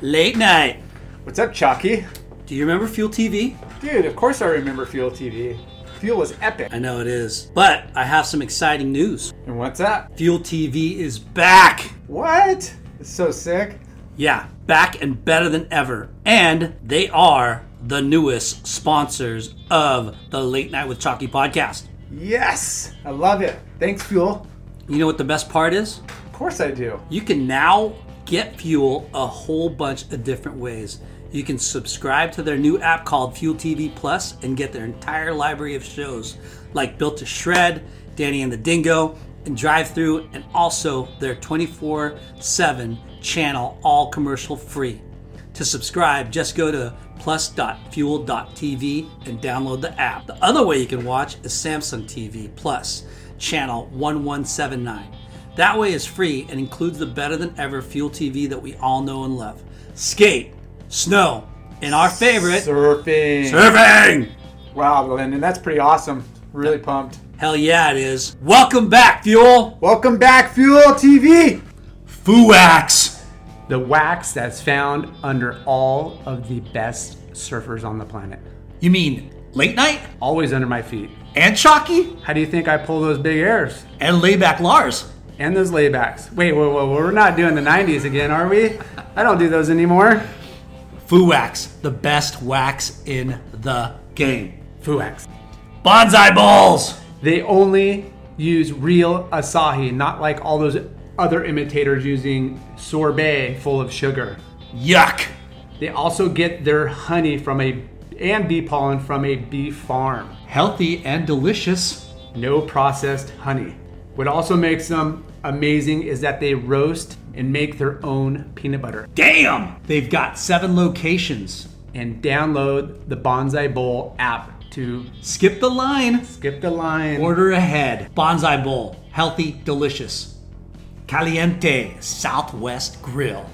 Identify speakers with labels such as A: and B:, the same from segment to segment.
A: Late night.
B: What's up, Chalky?
A: Do you remember Fuel TV?
B: Dude, of course I remember Fuel TV. Fuel was epic.
A: I know it is, but I have some exciting news.
B: And what's up?
A: Fuel TV is back.
B: What? It's so sick.
A: Yeah, back and better than ever. And they are the newest sponsors of the Late Night with Chalky podcast.
B: Yes! I love it. Thanks, Fuel.
A: You know what the best part is?
B: Of course I do.
A: You can now get Fuel a whole bunch of different ways. You can subscribe to their new app called Fuel TV Plus and get their entire library of shows like Built to Shred, Danny and the Dingo, and Drive Through, and also their 24 7 channel, all commercial free. To subscribe, just go to plus.fuel.tv and download the app. The other way you can watch is Samsung TV Plus, channel 1179. That way is free and includes the better than ever Fuel TV that we all know and love. Skate, snow, and our favorite,
B: Surfing.
A: surfing!
B: Wow, Lyndon, that's pretty awesome. Really pumped.
A: Hell yeah, it is. Welcome back, Fuel!
B: Welcome back, Fuel TV!
A: Fooax!
C: the wax that's found under all of the best surfers on the planet.
D: You mean late night
C: Always under my feet.
D: and Chalky
C: How do you think I pull those big airs
D: and layback Lars?
C: and those laybacks? Wait, whoa, whoa, whoa, we're not doing the 90s again, are we? I don't do those anymore.
D: Foo Wax, the best wax in the game.
C: Fuex.
D: Bonsai balls.
C: They only use real Asahi, not like all those other imitators using sorbet full of sugar.
D: Yuck.
C: They also get their honey from a and bee pollen from a bee farm.
D: Healthy and delicious.
C: no processed honey. What also makes them amazing is that they roast and make their own peanut butter
D: Damn. They've got seven locations.
C: and download the Bonsai Bowl app to
D: Skip the line.
C: skip the line.
D: Order ahead. Bonsai bowl. Healthy, delicious. Caliente Southwest Grill.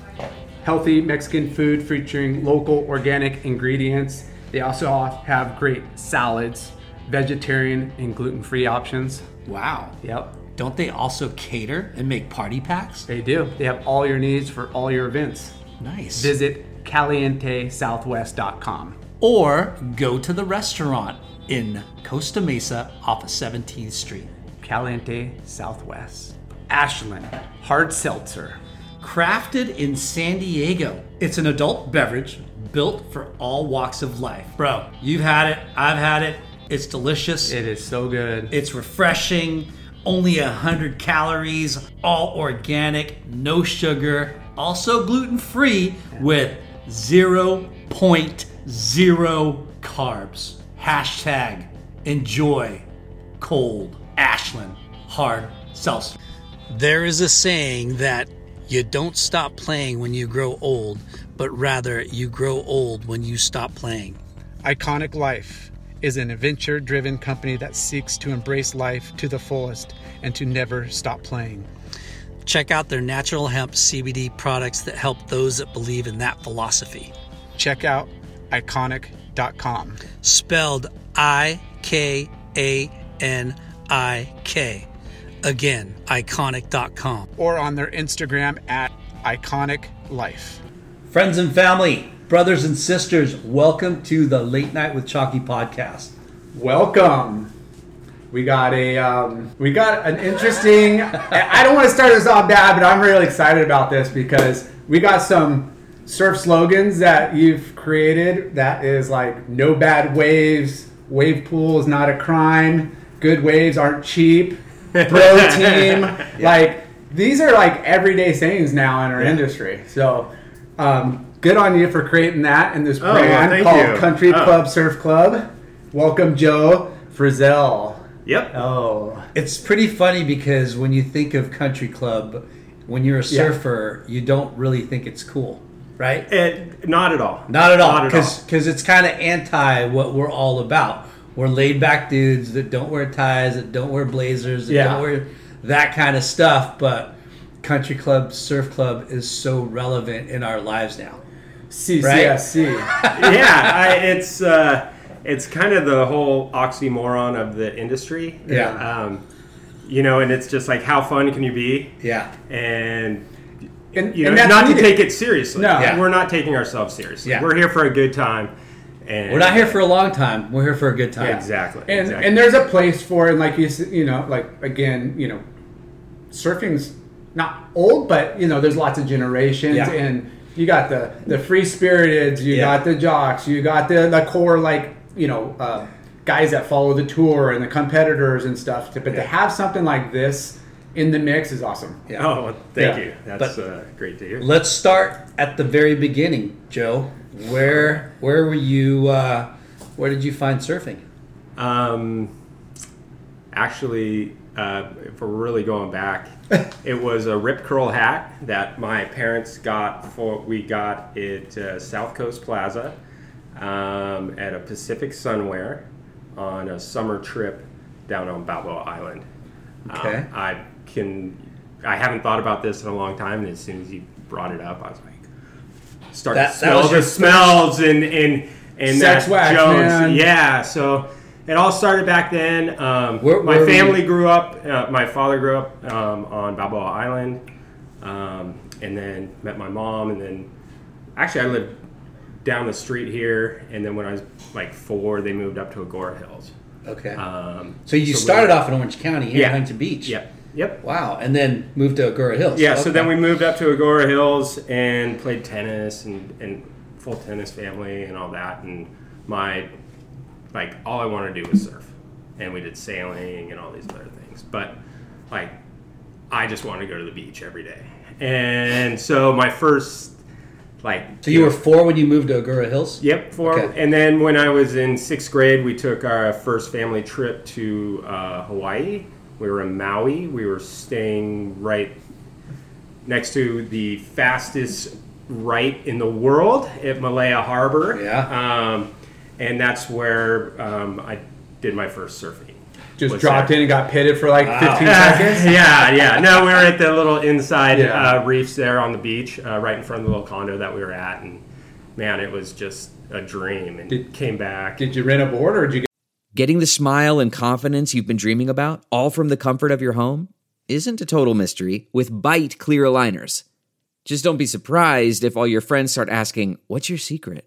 C: healthy Mexican food featuring local organic ingredients. They also have great salads, vegetarian and gluten-free options.
D: Wow.
C: Yep,
D: Don't they also cater and make party packs?
C: they do. They have all your needs for all your events.
D: Nice.
C: Visit calientesouthwest.com.
D: or go to the restaurant in Costa Mesa off of 17th Street.
C: Caliente Southwest. Ashland Hard Seltzer.
D: Crafted in San Diego, it's an adult beverage built for all walks of life. Bro, you've had it, I've had it. It's delicious,
C: It is so good.
D: it's refreshing, only 100 calories, all organic, no sugar, also gluten free with 0.0 carbs. Hashtag enjoy cold Ashland hard seltzer.
A: There is a saying that you don't stop playing when you grow old, but rather you grow old when you stop playing.
C: Iconic Life is an adventure driven company that seeks to embrace life to the fullest and to never stop playing.
A: Check out their natural hemp CBD products that help those that believe in that philosophy.
C: Check out iconic.com.
A: Spelled I K A N I K. Again, iconic.com.
C: or on their Instagram at Iconic Life.
D: Friends and family, brothers and sisters, welcome to the Late Night with Chalky podcast.
C: Welcome. We got a um, we got an interesting. I I don't want to start this off bad, but I'm really excited about this because we got some surf slogans that you've created. That is like no bad waves. Wave pool is not a crime. Good waves aren't cheap. Bro team. Like these are like everyday sayings now in our industry. So um, good on you for creating that and this
E: well,
C: brand
E: Oh, thank
C: called
E: you.
C: Country
E: Oh.
C: Club Surf Club. Welcome, Joe Frizzell.
E: Yep.
C: Oh,
D: It's pretty funny because when you think of country club, when you're a surfer, you don't really think it's cool. right?
E: It, not at all.
D: Not at all,
E: Not at all.
D: because it's kind of anti what we're all about. We're laid back dudes that don't wear ties, that don't wear blazers, that
C: Yeah.
D: don't wear that kind of stuff. But country club, surf club is so relevant in our lives now.
C: CCSC.
E: yeah, I, it's uh, it's kind of the whole oxymoron of the industry.
D: Yeah.
E: Um, you know, and it's just like how fun can you be,
D: Yeah,
E: and
C: And,
E: you
C: and
E: know,
C: that's
E: not to
C: needed.
E: take it seriously.
C: No.
D: Yeah.
E: We're not taking ourselves seriously.
D: Yeah.
E: We're here for a good time. And
D: we're not here for a long time. We're here for a good time.
E: exactly.
C: And
E: exactly.
C: and there's a place for it, and like you s- you know like again you know, surfing's not old, but you know there's lots of generations
D: Yeah.
C: and you got the the free spirited, you
D: Yeah.
C: got the jocks, you got the the core like you know uh, guys that follow the tour and the competitors and stuff. But to have something like this in the mix is awesome.
D: Yeah.
E: oh, well, thank
C: Yeah.
E: you. That's
D: But-
E: uh, great to hear.
D: Let's start at the very beginning, Joe. Where where were you? Uh, where did you find surfing?
E: Um, actually, uh, if we're really going back, it was a rip curl hat that my parents got for. We got it uh, South Coast Plaza um, at a Pacific Sunwear on a summer trip down on Balboa Island. Um,
D: Okay.
E: I can. I haven't thought about this in a long time, and as soon as you brought it up, I was like, start
D: That-
E: to
D: that
E: smell
D: was
E: the
D: your-
E: smells and and and
C: Sex
E: that
C: wax,
E: Jones.
C: man.
E: Yeah, so it all started back then. Um,
D: Where-
E: my
D: where were
E: family
D: you-
E: grew up. Uh, my father grew up um, on Balboa Island, um, and then met my mom. And then actually, I lived down the street here. And then when I was like four, they moved up to Agora Hills.
D: Okay,
E: Um,
D: so you
E: so
D: started
E: we-
D: off in Orange County here
E: Yeah.
D: in Huntington Beach.
E: Yep. Yep.
D: Wow, and then moved to Agoura Hills.
E: Yeah, so
D: Okay.
E: then we moved up to Agora Hills and played tennis and, and full tennis family and all that. And my, like, all I wanted to do was surf. And we did sailing and all these other things. But, like, I just wanted to go to the beach every day. And so my first, like,
D: So you were four when you moved to Agoura Hills?
E: Yep, four.
D: Okay.
E: And then when I was in sixth grade, we took our first family trip to uh, Hawaii. We were in Maui. We were staying right next to the fastest right in the world at Malaya Harbor.
D: Yeah.
E: Um, and that's where um, I did my first surfing.
C: Just
E: Was
C: dropped
E: that-
C: in and got pitted for like 15
E: Uh,
C: seconds.
E: yeah, yeah. No, we were at the little inside
C: Yeah.
E: uh, reefs there on the beach, uh, right in front of the little condo that we were at, and man, it was just a dream. And
C: Did-
E: came back.
C: Did you rent a board or did you
F: Getting the smile and confidence you've been dreaming about, all from the comfort of your home, isn't a total mystery with bite clear aligners. Just don't be surprised if all your friends start asking, What's your secret?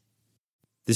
F: The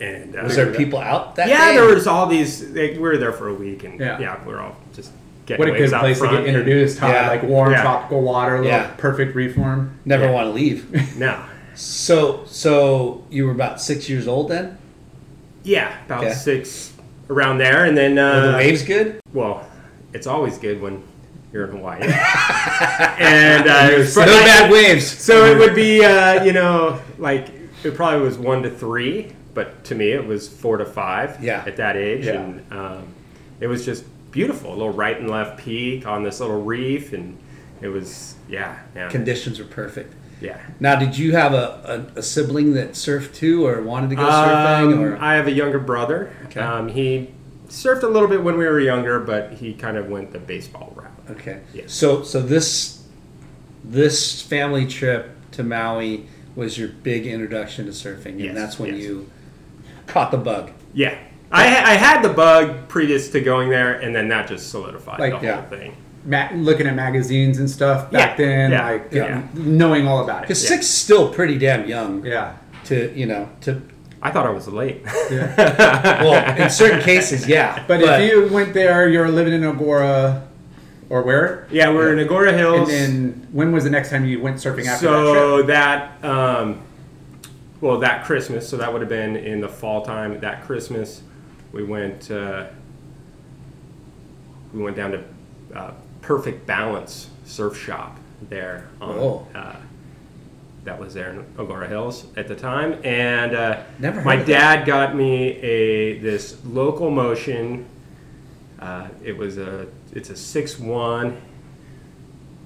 E: and uh,
D: Was there people out that
E: Yeah,
D: day?
E: there was all these. They, we were there for a week, and
C: Yeah.
E: yeah, we were all just getting
C: What a good
E: waves out
C: place to
E: front
C: get introduced, huh?
D: Yeah.
C: Like warm
E: Yeah.
C: tropical water, little
D: Yeah.
C: perfect reform.
D: Never want to leave.
E: And, no,
D: so so you were about six years old then?
E: yeah, about
D: Okay.
E: six around there, and then
D: Were
E: uh,
D: the waves good?
E: Well, it's always good when you're in Hawaii. and uh, it was-
D: No bad waves.
E: so it would be, uh, you know, like it probably was one to three, but to me it was four to five.
D: Yeah.
E: At that age,
C: Yeah.
E: and um, it was just beautiful, a little right and left peak on this little reef, and it was, yeah, yeah,
D: Conditions were perfect.
E: yeah.
D: Now, did you have a, a, a sibling that surfed too or wanted to go surfing?
E: Um,
D: Or?
E: I have a younger brother.
D: Okay.
E: Um, he surfed a little bit when we were younger, but he kind of went the baseball route.
D: okay.
E: Yeah.
D: So so this this family trip to Maui was your big introduction to surfing, and
E: Yes,
D: that's when
E: yes.
D: you caught the bug.
E: Yeah, I, I had the bug previous to going there, and then that just solidified
C: Like,
E: the whole
C: yeah.
E: thing.
C: ma- looking at magazines and stuff back
E: Yeah.
C: then,
E: Yeah.
C: like
E: Yeah.
C: knowing all about it.
D: Because six is still pretty damn young
C: Yeah,
D: to, you know, to,
E: I thought I was late.
D: well, in certain cases, yeah.
C: but, if you went there, you're living in Agora, or where?
E: yeah, we're in Agora
C: And
E: Hills.
C: then when was the next time you went surfing after that
E: so
C: trip?
E: that, um, well, that Christmas. So that would have been in the fall time. That Christmas, we went. Uh, we went down to uh, Perfect Balance Surf Shop there. On,
D: Oh.
E: uh, that was there in Agora Hills at the time, and uh,
D: Never heard
E: my
D: of
E: dad got me a this local motion. Uh, it was a it's a six one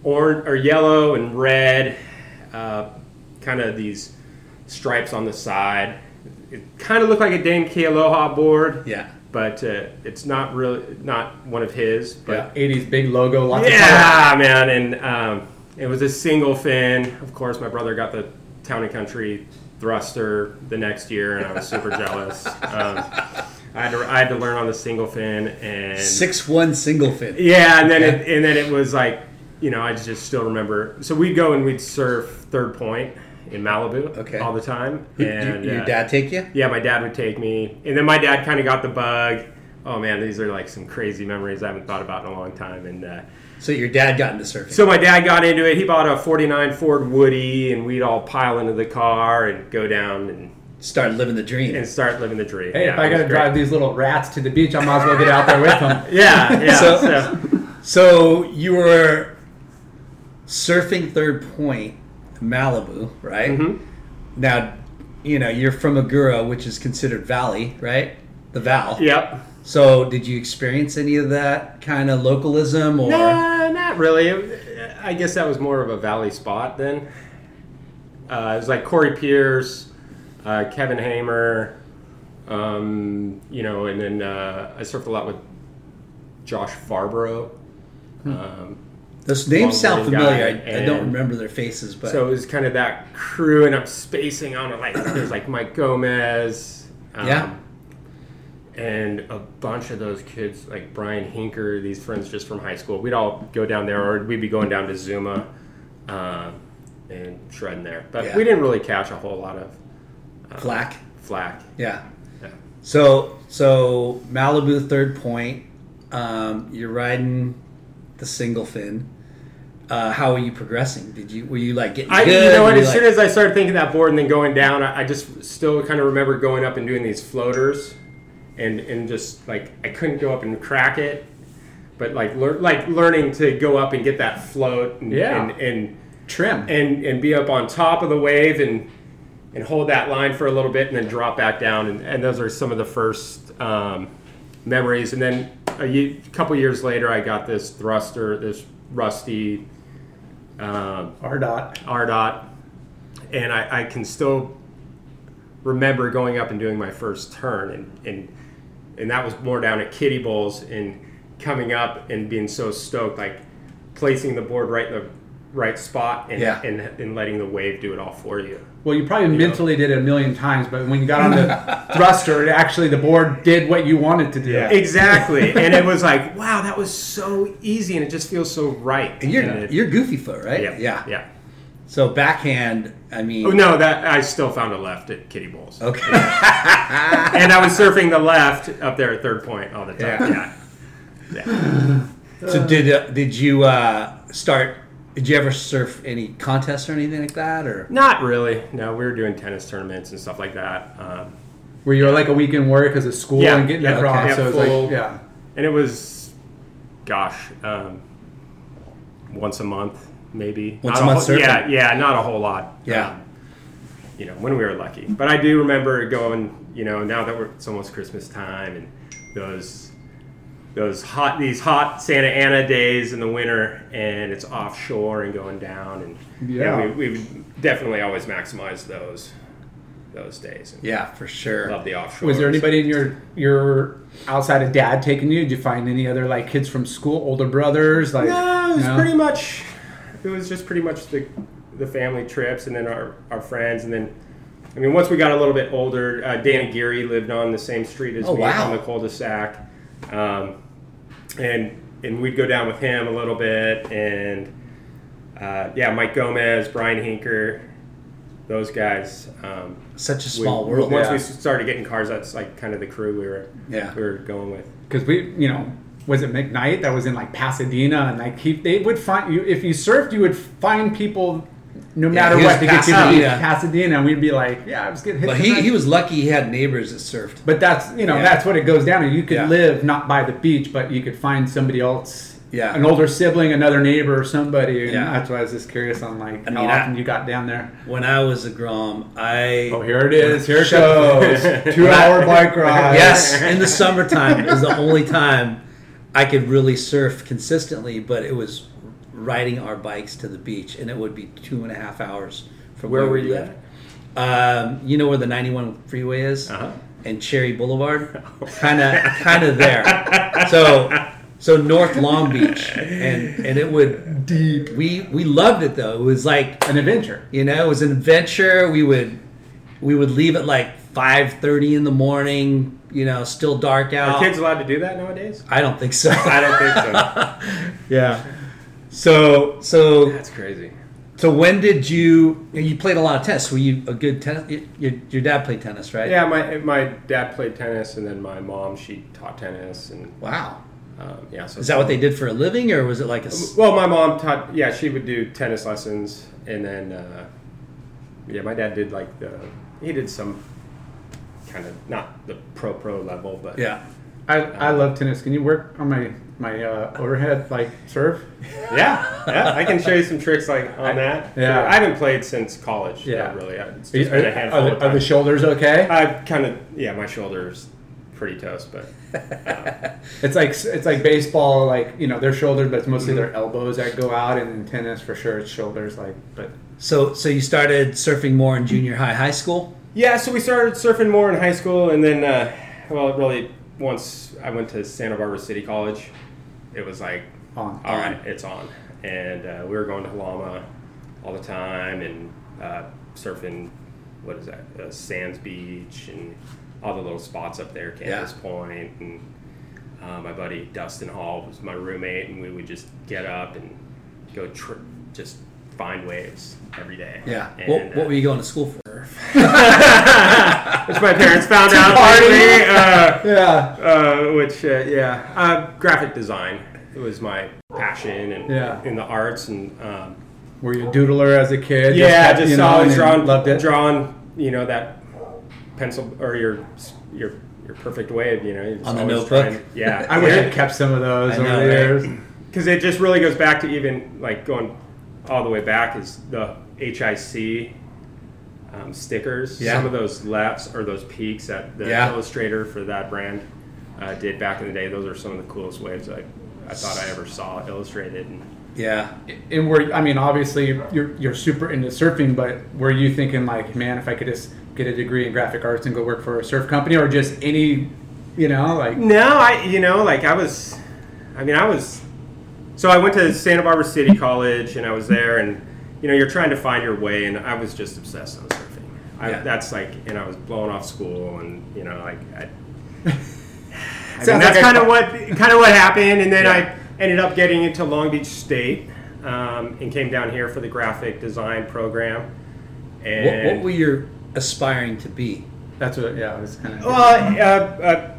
E: orange or yellow and red, uh, kind of these stripes on the side. It kind of looked like a Dame K Aloha board.
D: Yeah.
E: But uh, it's not really not one of his. But
C: '80s big logo, lots of color.
E: yeah, man, and um, it was a single fin. Of course, my brother got the Town and Country thruster the next year, and I was super jealous. Um, I had, to, I had to learn on the single fin and
D: Six one single fin.
E: yeah, and then It, and then it was like, you know, I just still remember. So we'd go and we'd surf Third Point in Malibu
D: Okay.
E: all the time.
D: Did
E: and
D: your
E: uh,
D: dad take you?
E: Yeah, my dad would take me, and then my dad kind of got the bug. Oh man, these are like some crazy memories I haven't thought about in a long time. And uh,
D: So your dad got into surfing.
E: so my dad got into it. He bought a '49 Ford Woody, and we'd all pile into the car and go down and,
D: started living the dream.
E: and start living the dream.
C: Hey,
E: Yeah,
C: if I
E: it was
C: gotta drive
E: great.
C: these little rats to the beach, I might as well get out there with them.
E: yeah, yeah.
D: So-
E: so-
D: So you were surfing Third Point, Malibu, right?
E: Mm-hmm.
D: Now, you know you're from Agura, which is considered Valley, right? The Val.
E: yep.
D: So did you experience any of that kind of localism or?
E: Nah, not really. It- I guess that was more of a valley spot then. Uh, it was like Corey Pierce, uh, Kevin Hamer, um, you know, and then uh, I surfed a lot with Josh Farborough. Um,
D: Those names sound
E: Long-haired
D: familiar.
E: guy,
D: I, I don't
E: and-
D: remember their faces, but
E: so it was kind of that crew, and I'm spacing on it. Like there's like Mike Gomez, um,
D: Yeah.
E: and a bunch of those kids, like Brian Hinker, these friends just from high school. We'd all go down there, or we'd be going down to Zuma, uh, and shredding there. But
D: Yeah.
E: we didn't really catch a whole lot of
D: Flack.
E: flack.
D: Yeah.
E: Yeah.
D: So so Malibu third point. Um, you're riding the single fin. Uh, how are you progressing? Did you were you like getting
E: I,
D: good?
E: you know what?
D: Were you
E: As soon
D: like-
E: as I started thinking that board and then going down, I, I just still kind of remember going up and doing these floaters, and and just like I couldn't go up and crack it, but like lear, like learning to go up and get that float and
C: Yeah.
E: and, and
C: Trim.
E: and and be up on top of the wave and and hold that line for a little bit and then drop back down and, and those are some of the first um, memories and then a ye- couple years later I got this thruster this rusty. Um,
C: R dot.
E: RDOT, and I, I can still remember going up and doing my first turn, and and and that was more down at Kitty Bowls, and coming up and being so stoked, like placing the board right in the right spot, and
D: Yeah.
E: and, and letting the wave do it all for you.
C: Well, you probably mentally did it a million times, but when you got on the thruster, it actually the board did what you wanted to do.
E: Exactly, and it was like, wow, that was so easy, and it just feels so right.
D: you're
E: And it-
D: you're goofy foot, right?
E: yeah,
D: yeah.
E: yeah, yeah.
D: So backhand. I mean,
E: Oh, no, that I still found a left at Kitty Bowls.
D: okay.
E: and I was surfing the left up there at third point all the time. Yeah. Yeah.
D: so did uh, did you uh, start? Did you ever surf any contests or anything like that? Or
E: Not really. No, we were doing tennis tournaments and stuff like that. Um,
C: Where you're like a weekend warrior because of school
E: Yeah,
C: and getting
E: yeah,
C: abroad.
E: okay.
C: So it's
E: Yeah, full-
C: like, yeah.
E: and it was, gosh, um, once a month, maybe.
D: Once
E: Not
D: a month
E: whole- Yeah,
D: surfing.
E: yeah, not a whole lot.
D: Yeah.
E: Um, you know, when we were lucky. But I do remember going, you know, now that we're, it's almost Christmas time and those. Those hot, these hot Santa Ana days in the winter, and it's offshore and going down, and
C: Yeah.
E: and we, we've definitely always maximized those, those days. And
D: yeah, for sure.
E: Love the offshore.
C: Was there anybody in your your outside of dad taking you? Did you find any other like kids from school, older brothers? Like
E: No, it was
C: no?
E: pretty much. It was just pretty much the the family trips, and then our our friends, and then I mean, once we got a little bit older, uh, Dan and Gary lived on the same street as
D: Oh,
E: me
D: wow.
E: on the cul-de-sac, um, and and we'd go down with him a little bit, and uh, yeah, Mike Gomez, Brian Hinker, those guys. Um,
D: Such a
E: we-
D: small world.
E: Once we
C: Yeah.
E: started getting cars, that's like kind of the crew we were
D: Yeah.
E: we were going with.
C: because we, you know, was it McKnight that was in like Pasadena, and like he, they would find you if you surfed, you would find people, no matter
D: he was
C: what, to get you to be
D: Pasadena.
C: Pasadena, and we'd be like, yeah, I was getting hit.
D: But he,
C: tonight."
D: he was lucky he had neighbors that surfed.
C: But that's you know
D: Yeah.
C: that's what it goes down to. You could
D: Yeah.
C: live not by the beach, but you could find somebody else,
D: Yeah.
C: an older sibling, another neighbor, or somebody. And
D: Yeah.
C: that's why I was just curious on like
D: I
C: how
D: mean, I-
C: often you got down there.
D: When I was a Grom, I.
C: Oh, here it is. Here it goes. Two hour bike ride.
D: Yes, in the summertime is the only time I could really surf consistently, but it was riding our bikes to the beach, and it would be two and a half hours from where,
E: Where were
D: we
E: you
D: lived. Um, you know where the 91 freeway is,
E: Uh-huh.
D: and Cherry Boulevard, kind of, kind of there. So, so North Long Beach, and and it would deep. We we loved it though. It was like
C: An adventure.
D: you know it was an adventure we would we would leave at like 5.30 in the morning you know still dark
E: Are
D: out
E: kids allowed to do that nowadays?
D: i don't think so
E: I don't think so.
D: yeah so so
E: That's crazy.
D: so when did you you played a lot of tennis were you a good tennis y- your, your dad played tennis right
E: Yeah, my my dad played tennis, and then my mom she taught tennis, and
D: wow
E: um, yeah. So
D: is that what they did for a living or was it like a s-
E: Well, my mom taught. Yeah, she would do tennis lessons, and then uh, yeah, my dad did like the he did some kind of not the pro pro level, but
D: yeah
C: I, I love tennis. Can you work on my my uh, overhead like serve?
E: yeah, yeah. I can show you some tricks like on that.
C: yeah.
E: I haven't played since college.
C: Yeah.
E: not really. It's
C: Are,
E: just been a
C: are,
E: handful of
C: the- are the
E: times. Uh,
C: shoulders okay?
E: I kind of yeah, my shoulders pretty toast, but
C: It's like it's like baseball, like you know their shoulders, but it's mostly
D: Mm-hmm.
C: their elbows that go out, and in tennis for sure it's shoulders. Like, but
D: so so you started surfing more in junior high high school
E: Yeah, so we started surfing more in high school, and then, uh, well, really, once I went to Santa Barbara City College, it was like,
C: On.
E: all right, it's on. And uh, we were going to Halama all the time and uh, surfing, what is that, uh, Sands Beach and all the little spots up there, Campus Point, and uh, my buddy Dustin Hall was my roommate, and we would just get up and go tri- just find waves every day.
D: yeah
E: And,
D: what,
E: uh,
D: what were you going to school for
E: which my parents found out lately, uh,
C: yeah,
E: uh, which uh, yeah uh, graphic design it was my passion and
C: Yeah.
E: in the arts and um,
C: were you a doodler as a kid?
E: yeah
C: kept,
E: just,
C: you know,
E: always
C: and then
E: drawn
C: loved it.
E: drawn you know that pencil or your your your perfect wave you know you're just
D: On the
E: always
D: notebook?
E: trying- yeah
C: I wish I kept some of those
D: I
C: over
D: know,
C: the
D: right?
C: years.
E: because it just really goes back to even like going all the way back is the HIC um, stickers.
D: Yeah.
E: Some of those lefts or those peaks that the
D: Yeah.
E: illustrator for that brand uh, did back in the day. Those are some of the coolest waves I, I thought I ever saw illustrated. And
D: yeah
C: And were I mean, obviously you're you're super into surfing, but were you thinking like, man, if I could just get a degree in graphic arts and go work for a surf company, or just any, you know, like
E: no, I you know like I was, I mean I was, so I went to Santa Barbara City College and I was there and you know you're trying to find your way and I was just obsessed on surfing. I,
D: Yeah.
E: That's like and I was blown off school and you know like I, I mean,
C: Sounds like
E: that's
C: a-
E: kind of what kind of what happened, and then
C: Yeah.
E: I ended up getting into Long Beach State um, and came down here for the graphic design program.
D: what,
E: And
D: what were you aspiring to be
C: that's what yeah, it was kind of
E: well, uh, uh,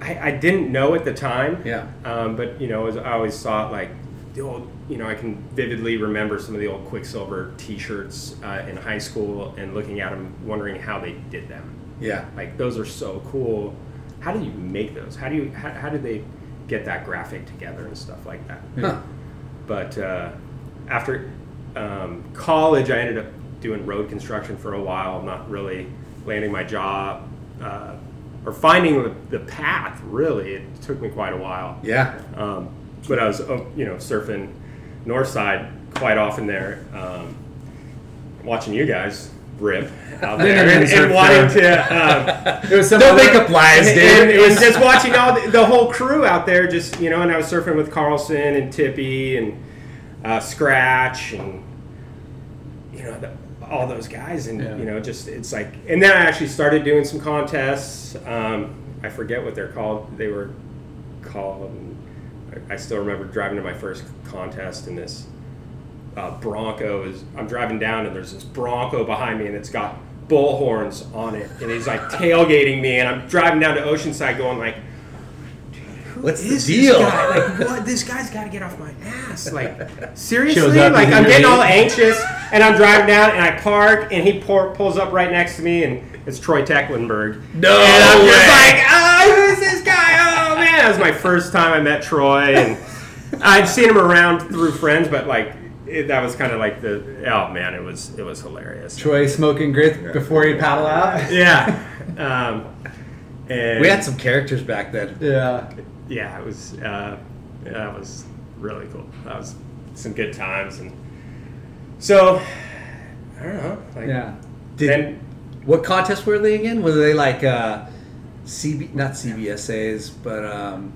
E: I, I didn't know at the time.
D: Yeah.
E: Um, but you know, as I always thought like the old. You know, I can vividly remember some of the old Quicksilver T-shirts uh, in high school and looking at them, wondering how they did them.
D: yeah
E: like those are so cool how do you make those how do you how, how did they get that graphic together and stuff like that
D: huh.
E: but uh, after um, college i ended up doing road construction for a while not really landing my job uh, or finding the, the path really it took me quite a while
D: yeah
E: um, but I was, oh, you know, surfing north side quite often there, um, watching you guys rip out there
C: didn't
E: and,
C: surf
E: and wanting to. Um,
C: it was some
D: Don't
C: other-
D: make up lies,
E: and,
D: dude.
E: and it was just watching all the, the whole crew out there, just you know, and I was surfing with Carlson and Tippy and uh, Scratch and you know the, all those guys and you know just it's like and then i actually started doing some contests um, i forget what they're called they were called I, I still remember driving to my first contest and this uh, bronco is i'm driving down and there's this bronco behind me and it's got bull horns on it and he's like tailgating me and i'm driving down to oceanside going like
D: What's the
E: is
D: deal?
E: This, guy? Like, what? this guy's got to get off my ass. Like, seriously?
C: Shows up
E: Like,
C: in
E: I'm
C: your
E: getting
C: eight.
E: all anxious, and I'm driving down, and I park, and he pour, pulls up right next to me, and it's Troy Tecklenburg.
D: No
E: And I'm
D: way.
E: just like, oh, who's this guy? Oh, man. That was my first time I met Troy, and I'd seen him around through friends, but, like, it, that was kind of like the, oh, man, it was, it was hilarious.
C: Troy smoking grits before he paddle out.
E: Yeah. Um, and
D: we had some characters back then.
C: Yeah.
E: yeah, it was uh, yeah, that was really cool. That was some good times, and so I don't know. Like,
C: Yeah.
D: Did,
E: Then-
D: what contests were they again? Were they like uh, CB, not CBSAs, but um,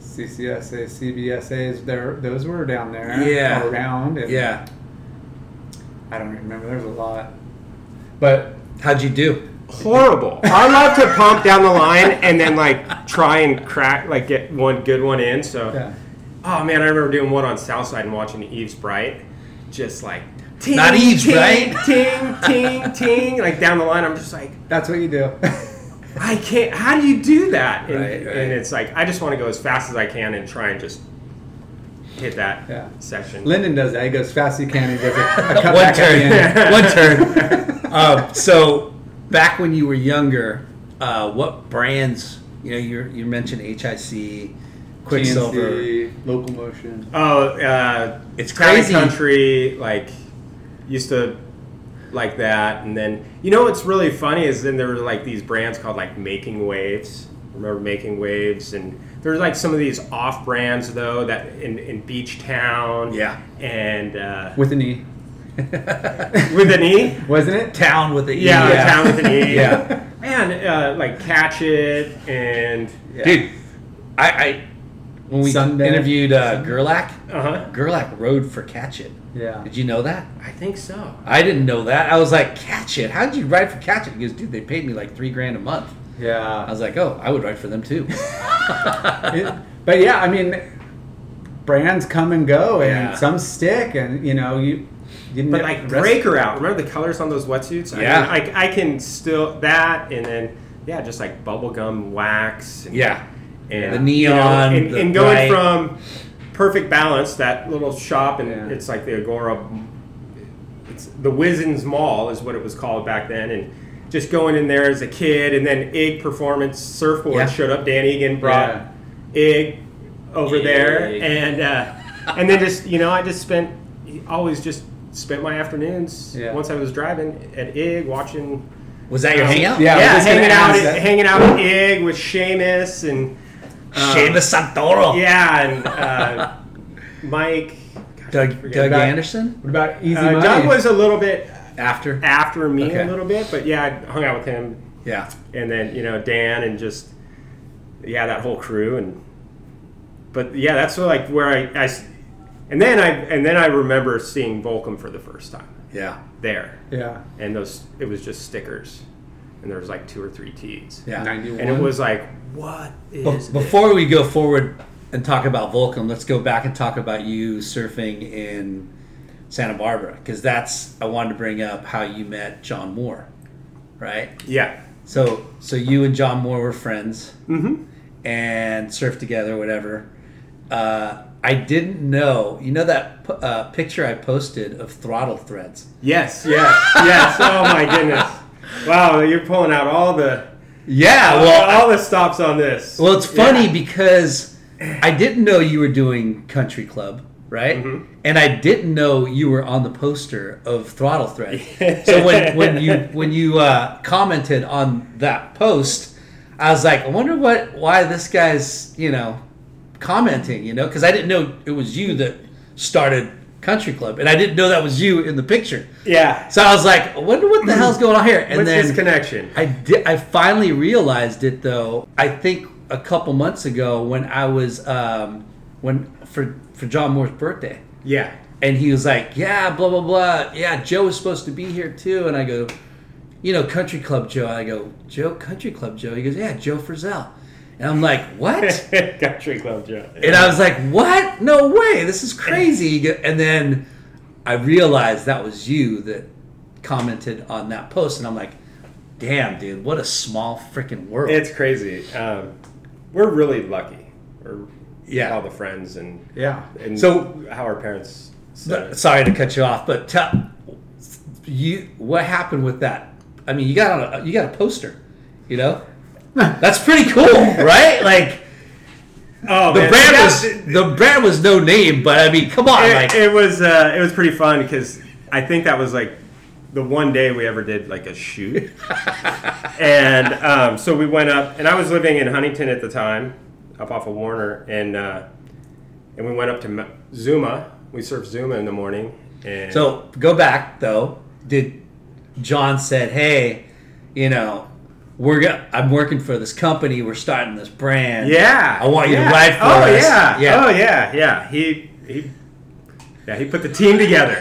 C: CCSA, CBSAs, there those were down there.
D: Yeah.
C: Around. and-
D: yeah?
C: I don't remember. There's a lot. But
D: How'd you do?
E: horrible. I love to pump down the line and then like try and crack, like get one good one in. So,
C: yeah.
E: oh man, I remember doing one on Southside and watching Eve's Bright, just like ting,
D: Not Eve's
E: ting,
D: Bright.
E: ting, ting, ting, like down the line. I'm just like.
C: That's what you do.
E: I can't. How do you do that? And,
D: Right, right.
E: and it's like I just want to go as fast as I can and try and just hit that
C: Yeah.
E: section.
C: Lyndon does that. He goes fast as he can and does a, a cut
D: One
C: back at the
D: turn.
C: end.
D: One turn. um, so, back when you were younger, uh, what brands? You know, you you mentioned HIC, Quicksilver.
C: GNC, local motion.
E: oh, uh,
D: It's
E: Town and
D: crazy.
E: Country like used to like that, and then you know what's really funny is then there were like these brands called like Making Waves. Remember Making Waves, and there's like some of these off brands though that in, in Beach Town.
D: Yeah.
E: and uh,
C: With an E.
E: with an E.
C: Wasn't it?
D: Town with the E.
E: Yeah, Town with an E.
D: yeah.
E: Man, uh, like catch it and
D: dude. I, I when we
C: Sunday.
D: interviewed uh, Gerlach,
E: uh huh.
D: Gerlach rode for Catch It.
C: Yeah.
D: Did you know that?
E: I think so.
D: I didn't know that. I was like, Catch It. How did you ride for Catch It? He goes, dude, they paid me like three grand a month.
C: Yeah.
D: I was like, oh, I would ride for them too.
C: It- but yeah, I mean, brands come and go, and
D: Yeah.
C: some stick, and you know you. you
E: But
C: ne-
E: like
C: rest-
E: breaker out. Remember the colors on those wetsuits?
D: Yeah.
E: I, mean, I, I can still that and then yeah, just like bubblegum wax. And,
D: yeah.
E: And
D: The neon,
E: and,
D: the
E: and going
D: bright.
E: from perfect balance that little shop and
C: Yeah.
E: it's like the Agora. It's the Wizen's Mall is what it was called back then and. Just going in there as a kid, and then Ig Performance Surfboard
D: Yeah.
E: showed up. Dan Egan brought
C: Yeah.
E: Ig over there,
D: Ig.
E: and uh, and then just you know, I just spent always just spent my afternoons
C: Yeah.
E: once I was driving at Ig watching.
D: Was that your hangout?
C: Yeah. I was
E: yeah,
C: just gonna
E: hanging out,
C: ask
E: at,
C: that.
E: hanging out at Ig with Seamus and
D: Seamus Santoro.
E: Um, yeah, and uh, Mike. Gosh, I
D: Doug,
E: forget
D: Doug
E: about-
D: Anderson?
C: What about easy
E: Uh,
C: money?
E: Doug was a little bit
D: After?
E: after me
D: Okay.
E: a little bit, but yeah, I hung out with him,
D: Yeah.
E: and then you know Dan and just yeah that whole crew and but yeah that's sort of like where I, I s- and then I and then I remember seeing Volcom for the first time
D: Yeah.
E: there
C: yeah,
E: and those it was just stickers and there was like two or three T's
D: Yeah.
C: ninety one.
E: and it was like what is
D: Be-
E: this?
D: Before we go forward and talk about Volcom, let's go back and talk about you surfing in Santa Barbara because that's I wanted to bring up how you met John Moore, right?
E: yeah
D: So so you and John Moore were friends
E: Mhm.
D: and surfed together, whatever. Uh, I didn't know. You know that p- uh, picture I posted of throttle threads.
E: yes yes yes oh my goodness wow you're pulling out all the
D: Yeah,
E: all the stops on this
D: Well, it's
E: Yeah.
D: funny because I didn't know you were doing Country Club, right?
E: Mm-hmm.
D: And I didn't know you were on the poster of Throttle Thread. so when, when you when you uh, commented on that post, I was like, I wonder what why this guy's you know commenting, you know, because I didn't know it was you that started Country Club, and I didn't know that was you in the picture.
E: yeah Hmm.
D: So I was like, I wonder what the hell's going on here. And
E: what's
D: then
E: this connection
D: I did. I finally realized it though. I think a couple months ago when I was um, when for for John Moore's birthday,
E: yeah
D: and he was like, "Yeah, blah blah blah. Yeah, Joe was supposed to be here too." And I go, "You know, Country Club Joe." I go, "Joe, Country Club Joe." He goes, "Yeah, Joe Frizzell." And I'm like, "What?"
E: Country Club Joe.
D: And I was like, "What? No way! This is crazy!" And then I realized that was you that commented on that post, and I'm like, "Damn, dude, what a small freaking world!"
E: It's crazy. Um, we're really lucky. We're
D: Yeah.
E: all the friends and
C: Yeah.
E: and
D: So-
E: how our parents.
D: But-
E: Said it.
D: sorry to cut you off, but tell you what happened with that. I mean, you got on a, you got a poster, you know. That's pretty cool, right? Like
E: Oh,
D: the
E: man.
D: brand
E: Yeah.
D: was the brand was no name, but I mean, come on,
E: it,
D: like
E: it was uh, it was pretty fun because I think that was like the one day we ever did like a shoot, and um, so we went up, and I was living in Huntington at the time, up off of Warner, and uh, and we went up to Ma- Zuma. We surfed Zuma in the morning, and
D: So go back though. Did John said, "Hey, you know, we're go- I'm working for this company. We're starting this brand.
E: yeah,
D: I want you
E: yeah.
D: to ride for
E: oh,
D: us.
E: Yeah.
D: yeah.
E: oh yeah, yeah. He he. Yeah, he put the team together.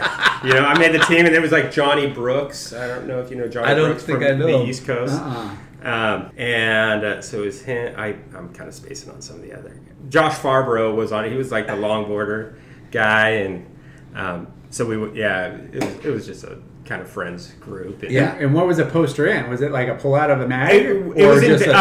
E: you know, I made the team, and there was like Johnny Brooks. I don't know if you know Johnny
D: I don't
E: Brooks
D: think
E: from
D: I know
E: the
D: him.
E: East Coast.
C: Uh-uh.
E: Um, and uh, so it was him. I, I'm kind of spacing on some of the other. Josh Farbro was on. it. He was like the longboarder guy, and um, so we w- yeah, it was, it was just a kind of friends group. And
D: Yeah.
C: And what was the poster in? Was it like a pull out of a
E: I-
C: mag?
E: It, was in
C: just a-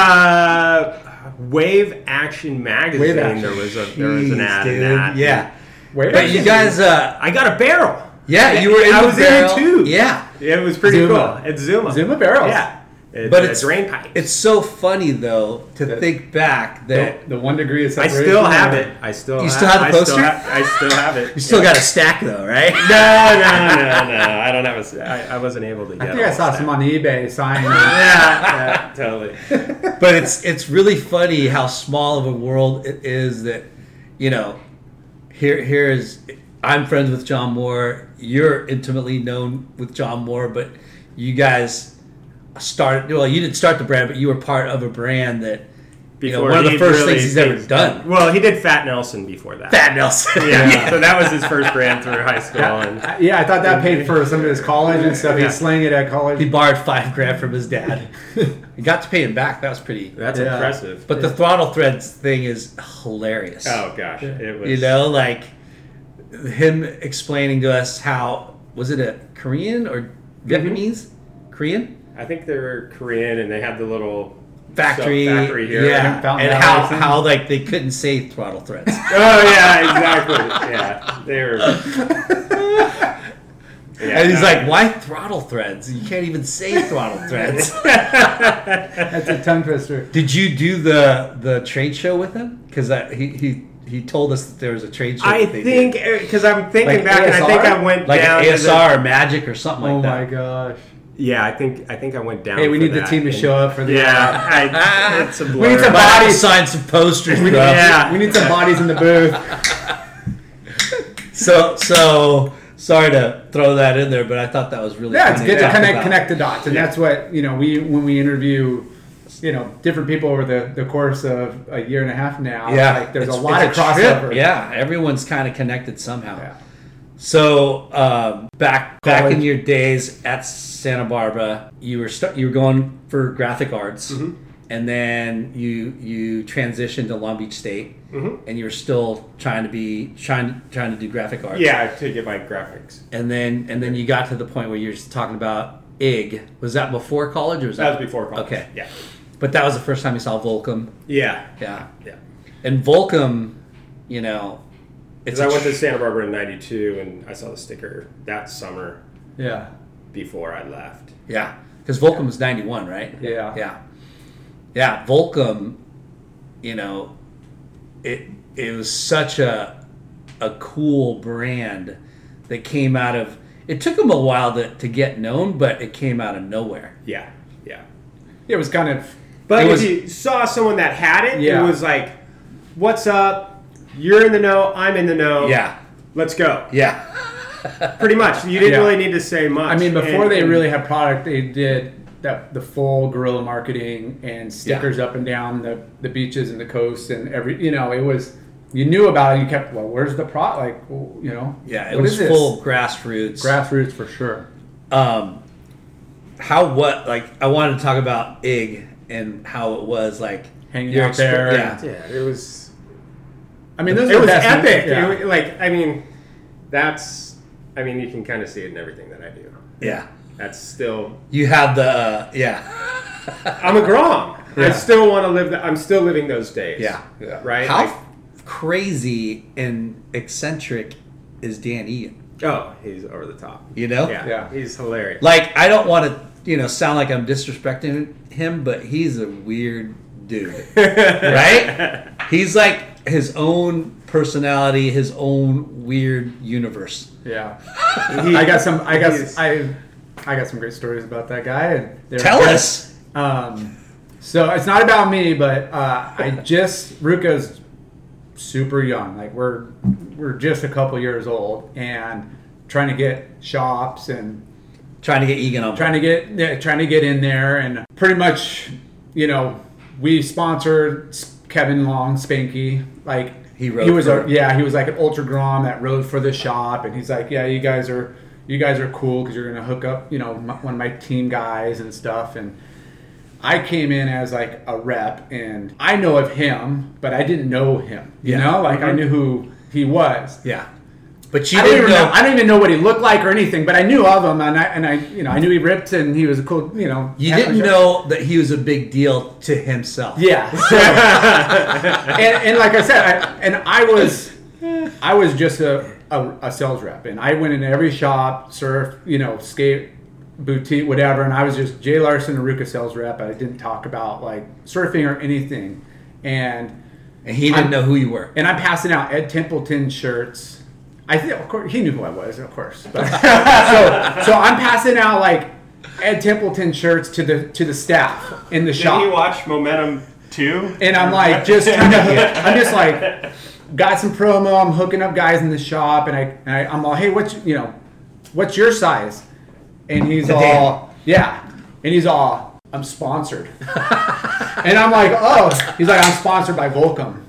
E: uh, Wave Action magazine.
C: Wave Action.
E: There was a there was an
D: Jeez,
E: ad in
D: dude.
E: that.
D: Yeah,
C: Where-
D: but you guys, uh,
E: I got a barrel.
D: yeah, you were in
E: I
D: the
E: was in it
D: barrel.
E: too.
D: Yeah,
E: It was pretty
C: Zuma.
E: cool. It's Zuma.
C: Zuma barrels.
E: Yeah, it's
D: But
E: a
D: it's-
E: drain pipe.
D: It's so funny though to think back that
C: the one degree of
E: I
C: separation.
E: still have it. I still
D: You still have the
E: I
D: poster?
E: have- I still have it.
D: you still got a stack though, right?
E: No, no, no, no. I don't have a. s- I, I wasn't able to get.
C: I think I
E: all
C: saw
E: that.
C: some on eBay signed.
E: Yeah, yeah, totally.
D: but it's it's really funny how small of a world it is that you know here here is I'm friends with John Moore you're intimately known with John Moore but you guys started well you didn't start the brand but you were part of a brand that you know, one of the
E: he
D: first
E: really
D: things he's ever
E: thinks-
D: done
E: Well, he did Fat Nelson before that.
D: Fat Nelson
E: Yeah, so that was his first brand through high school. And,
C: I- yeah, I thought that paid for some of his college and stuff.
E: Yeah.
C: He's slaying it at college.
D: he borrowed five grand from his dad he got to pay him back that was pretty
E: that's
C: Yeah.
E: impressive.
D: but the throttle threads thing is hilarious
E: oh gosh, it was.
D: you know like him explaining to us how was it a korean or
E: Mm-hmm.
D: vietnamese korean
E: I think they were Korean, and they had the little
D: factory,
E: sub- factory here.
D: yeah
C: Fountain
D: and how
C: Valley thing.
D: how like they couldn't say throttle threads
E: Oh yeah, exactly. yeah, they were. Yeah,
D: and he's
E: no.
D: like why throttle threads you can't even say throttle threads
C: That's a tongue twister.
D: did you do the the trade show with him because he he he told us that there was a trade show
E: I
D: that they
E: think because I'm thinking
D: Like
E: back, and I think
C: ASR?
E: I went
D: did. like
E: down
D: an
E: to the-
D: asr or magic or something
C: Oh
D: like that
C: my gosh.
E: Yeah, I think I think I went down.
C: Hey, we
E: for
C: need the
E: that.
C: team to
E: And-
C: show up for the. uh,
E: Yeah, I, it's a blur.
C: We need some
D: But I had to
C: bodies.
D: sign some posters bro.
E: Yeah.
C: We need some bodies in the booth.
D: So so sorry to throw that in there, but I thought that was really
C: Yeah, it's
D: funny
C: good to
D: talk
C: connect
D: about.
C: connect the dots, and that's what you know. We when we interview, you know, different people over the the course of a year and a half now.
D: Yeah,
C: like there's a
D: It's-
C: lot of
D: it's trip.
C: crossover.
D: Yeah, everyone's kind of connected somehow.
C: Yeah.
D: So um, back back in
C: College.
D: your days at Santa Barbara, you were stu you were going for graphic arts,
C: Mm-hmm.
D: and then you you transitioned to Long Beach State,
C: Mm-hmm.
D: and you were still trying to be trying trying to do graphic arts.
E: Yeah, to get my graphics.
D: and then and then you got to the point where you're just talking about IG. Was that before college or was
E: That was before college.
D: Okay,
E: Yeah.
D: But that was the first time you saw Volcom.
E: Yeah.
D: Yeah.
E: Yeah.
D: And Volcom, you know, it's
E: Because I
D: a
E: went to
D: tr-
E: Santa Barbara in '92, and I saw the sticker that summer
C: yeah,
E: before I left.
D: yeah, because Volcom was ninety one, right?
C: Yeah.
D: yeah, yeah. Volcom, you know, it it was such a a cool brand that came out of. It took them a while to, to get known, but it came out of nowhere.
E: Yeah. Yeah.
C: it was kind of.
E: But
D: It
E: if
D: was-
E: you saw someone that had it,
C: Yeah.
E: it was like, "What's up? You're in the know. I'm in the know.
D: Yeah,
E: Let's go."
D: yeah,
E: Pretty much. You didn't
C: Yeah.
E: really need to say much.
C: I mean, before
E: And-
C: they
E: and-
C: really had product, they did that the full guerrilla marketing and stickers up and down the the beaches and the coast and every you know it was you knew about it. You kept well. Where's the pro? Like w- you know.
D: Yeah, it
C: what
D: was
C: is this?
D: full of grassroots.
C: grassroots for sure.
D: um, how what like I wanted to talk about Ig and how it was like
C: Hanging
D: your
C: out there.
D: Yeah,
E: Yeah, it was.
C: I mean, those
E: it
C: are
E: was
C: best-
E: epic.
C: yeah.
E: It wa- like I mean, that's. I mean, you can kind of see it in everything that I do.
D: yeah.
E: That's still.
D: You have the uh, yeah.
E: I'm a Grom. I
C: Yeah.
E: still want to live. The, I'm still living those days.
D: Yeah.
C: Yeah.
E: Right.
D: How
E: Like-
D: f- crazy and eccentric is Dan Egan?
E: oh, he's over the top.
D: You know,
E: Yeah.
C: Yeah.
E: He's hilarious.
D: Like I don't want to, you know, sound like I'm disrespecting him, but he's a weird dude, right? He's like his own personality, his own weird universe.
C: Yeah.
E: He-
C: I got some. I got.
E: he's-
C: I. I got some great stories about that guy. And they're-
D: Tell us.
C: Um, so it's not about me, but uh, I just Ruka's super young. Like we're we're just a couple years old and trying to get shops and
D: Trying to get Egan on.
C: trying to get yeah, trying to get in there and pretty much you know we sponsored Kevin Long Spanky like
D: He rode
C: he was
D: for
C: a,
D: it.
C: yeah he was like an ultra grom that rode for the shop and he's like yeah you guys are you guys are cool because you're gonna hook up you know my, one of my team guys and stuff and I came in as like a rep and I know of him but I didn't know him you
D: Yeah. Mm-hmm.
C: know like I knew who he was
D: yeah, but you
C: I don't
D: didn't
C: even
D: know.
C: know. I don't even know what he looked like or anything, but I knew of him, and I and I you know I knew he ripped and he was a cool you know.
D: you
C: athlete.
D: didn't know that he was a big deal to himself.
C: Yeah. so- and, and like I said, I, and I was I was just a, a a sales rep, and I went into every shop, surf, you know, skate, boutique, whatever, and I was just Jay Larson, a Ruka sales rep. I didn't talk about like surfing or anything, and.
D: and he didn't
C: I'm-
D: know who you were.
C: and I'm passing out Ed Templeton shirts. I think, of course, he knew who I was, of course. But, so, so I'm passing out like Ed Templeton shirts to the to the staff in the
E: Did you
C: shop,
E: watch Momentum Two?
C: and I'm like just trying to hook- I'm just like got some promo. I'm hooking up guys in the shop, and I, and I I'm all, hey, what's you know, what's your size? And he's all, yeah, and he's all, I'm sponsored, and I'm like, oh, he's like, I'm sponsored by Volcom.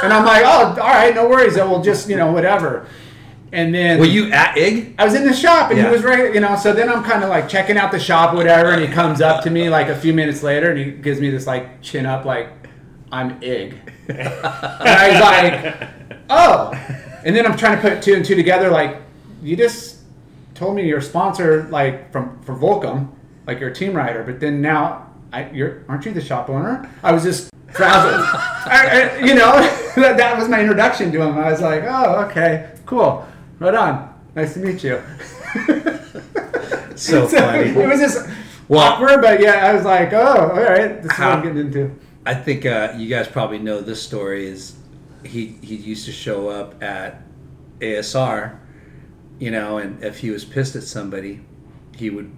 C: And I'm like, oh, all right, no worries. I will just, you know, whatever. And then
D: Were you at Ig?
C: I was in the shop and
D: Yeah.
C: he was right, you know. So then I'm kind of like checking out the shop, whatever. And he comes up to me like a few minutes later and he gives me this like chin up, like, I'm Ig. and I was like, oh. And then I'm trying to put two and two together, like, you just told me you're sponsored, like, from for Volcom, like you're a team rider, but then now I, you're, aren't you the shop owner? I was just frazzled. I, I- you know, that, that was my introduction to him. I was like, oh, okay, cool, right on. Nice to meet you.
D: So funny.
C: it was just
D: Well-
C: awkward, but yeah, I was like, oh, all right, this is
D: How-
C: what I'm getting into.
D: I think uh, you guys probably know this story. Is he he used to show up at ASR, you know, and if he was pissed at somebody, he would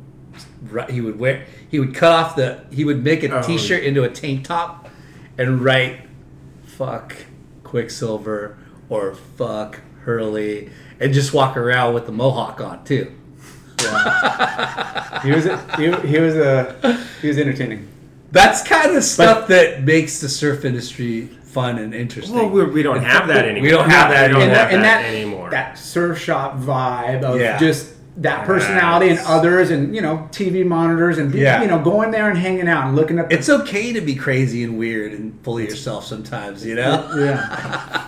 D: ri- he would wear he would cut off the he would make a shirt into a tank top, and write "fuck Quicksilver" or "fuck Hurley," and just walk around with the mohawk on too.
C: He was a, he, he was a he was entertaining.
D: That's kind of stuff that makes the surf industry fun and interesting.
E: Well, we, we don't have that anymore.
D: We don't have that
E: We don't
D: anymore.
E: have
C: and
E: that
C: that
E: anymore.
C: That surf shop vibe of
D: Yeah.
C: just that personality and
E: Yes.
C: others, and you know, TV monitors, and
D: Yeah.
C: you know, going there and hanging out and looking up.
D: it's okay to be crazy and weird and full of yourself sometimes, you know?
C: yeah,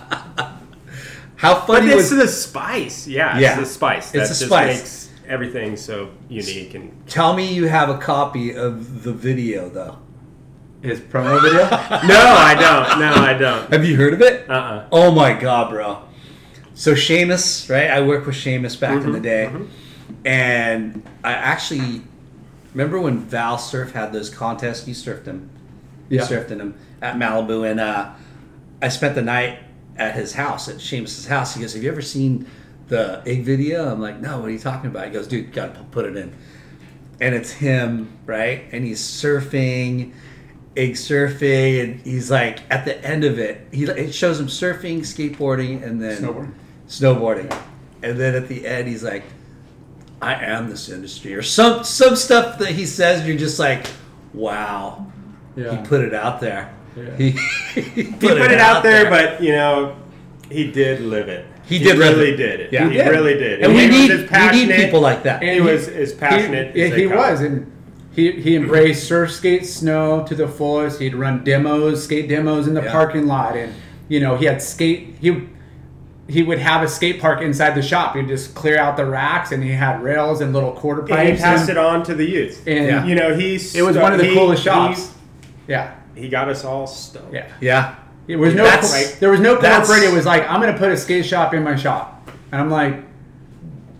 D: How
E: But
D: funny
E: it's
D: was
E: the spice. Yeah,
D: Yeah.
E: it's the spice.
D: It's
E: That
D: the
E: just
D: spice.
E: makes everything so unique and
D: Tell me you have a copy of the video though.
C: his promo video.
E: No, I don't. No, I don't.
D: Have you heard of it?
E: Uh-uh.
D: Oh my god, bro. So Seamus, right? I worked with Seamus back
E: Mm-hmm,
D: in the day. And I actually remember when Val Surf had those contests, you surfed him. You
C: Yeah.
D: surfed in him um, at Malibu and uh, I spent the night at his house, at Seamus's house. He goes, Have you ever seen the egg video? I'm like, No, what are you talking about? He goes, Dude, gotta p- put it in. And it's him, right? And he's surfing, egg surfing, and he's like at the end of it, he it shows him surfing, skateboarding, and then
C: Snowboarding.
D: Snowboarding. And then at the end he's like, I am this industry, or some some stuff that he says, you're just like, Wow.
C: Yeah.
D: He put it out there.
C: Yeah.
D: He, he
E: He put it out there, but you know, He did live it.
D: He did live
E: really
D: it.
E: did it.
D: Yeah.
E: he
D: He did.
E: really did.
D: And we
E: he was
D: need-
E: as
D: we need
E: passionate-
D: people like that.
E: He was as passionate.
C: He,
E: as
C: yeah,
E: they
C: he
E: come.
C: was, and he he embraced surf, skate, snow to the fullest. He'd run demos, skate demos in the
D: Yeah.
C: parking lot, and you know he had skate. He he would have a skate park inside the shop. He'd just clear out the racks, and he had rails and little quarter
E: And he
C: pipes.
E: passed
C: and-
E: it on to the youth.
C: And-
D: Yeah.
E: You know, he
C: It was
E: stu-
C: one of the
E: he-
C: coolest shops. yeah,
E: He, he got us all stoked.
C: yeah.
D: Yeah.
C: It was no
D: That's-
C: like, there was no
D: that's-
C: corporate. It was like I'm gonna put a skate shop in my shop, and I'm like,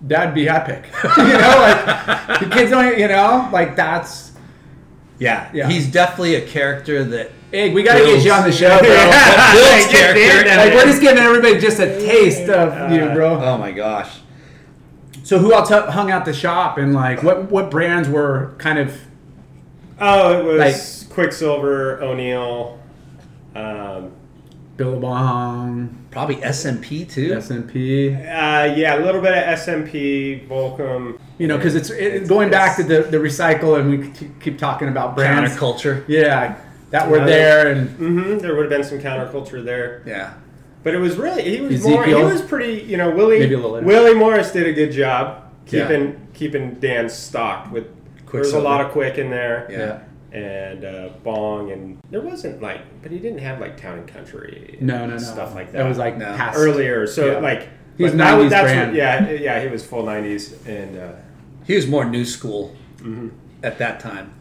C: that'd be epic. you know, like the kids don't. You know, like that's.
D: Yeah.
C: Yeah.
D: He's definitely a character that
C: Hey, we gotta
D: Bills.
C: get you on the show, bro.
D: Bill's
E: Get
D: character.
E: down
C: Like we're just giving everybody just a taste of you, bro.
D: Oh my gosh.
C: So who else hu- hung out the shop and like what what brands were kind of
E: Oh, it was Quicksilver, O'Neill. Um,
C: Billabong,
D: Probably SMP too.
C: S and P?
E: uh, yeah, a little bit of SMP, Volcom.
C: You know, because it's it, going back to the the recycle and we keep- keep talking about brands.
D: Counterculture.
C: Yeah, that were there and
E: hmm there would have been some counterculture there,
D: Yeah.
E: but it was really he was more he
C: Ezekiel?
E: was pretty you know Willie
C: Maybe a little later.
E: Willie Morris did a good job
D: Yeah.
E: keeping keeping Dan stocked with. There was a
D: Quicksilver.
E: lot of quick in there.
D: Yeah.
E: and uh, Bong, and there wasn't like, but he didn't have like Town and Country, and
C: no no no
E: stuff like that.
C: That was like
D: No.
C: past
E: earlier, so
C: Yeah.
E: like
C: He was
E: but that was-
C: 90s
E: that's
C: brand.
E: what- yeah, yeah, he was full nineties, and uh,
D: He was more new school
E: Mm-hmm.
D: at that time.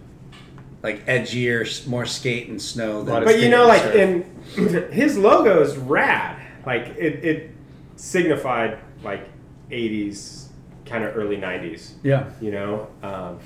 D: Like edgier, s- more skate and snow. Than
C: But
E: but you know, like
D: surf.
E: in his logo is rad, like it, it signified like eighties, kind of early nineties,
C: Yeah,
E: you know. Um,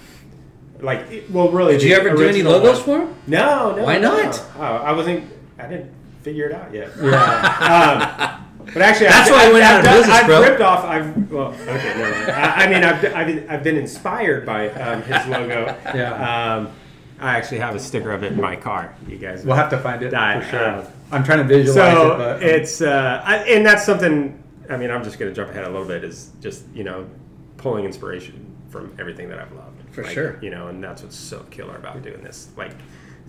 E: like it- well, really.
D: Did you
E: the
D: ever do any
E: original
D: logos
E: one-
D: for him?
E: No, no.
D: Why
E: no.
D: not?
E: Oh, I wasn't. I didn't figure it out yet.
C: yeah.
E: Um, but actually,
D: That's
E: I've,
D: why I
E: I've,
D: went
E: I've
D: out of
E: done-
D: business,
E: I've
D: bro.
E: ripped off. I've well, okay, never mind. I, I mean, I've, I've, I've been inspired by um, his logo.
C: Yeah.
E: Um, I actually have a sticker of it in my car. You guys
C: we'll have to find it
E: die.
C: for sure.
E: Um,
C: I'm trying to visualize
E: so
C: it, but
E: it's uh, I, and that's something. I mean, I'm just going to jump ahead a little bit. Is just you know, pulling inspiration from everything that I've loved.
D: For
E: Like,
D: sure.
E: You know, and that's what's so killer about doing this like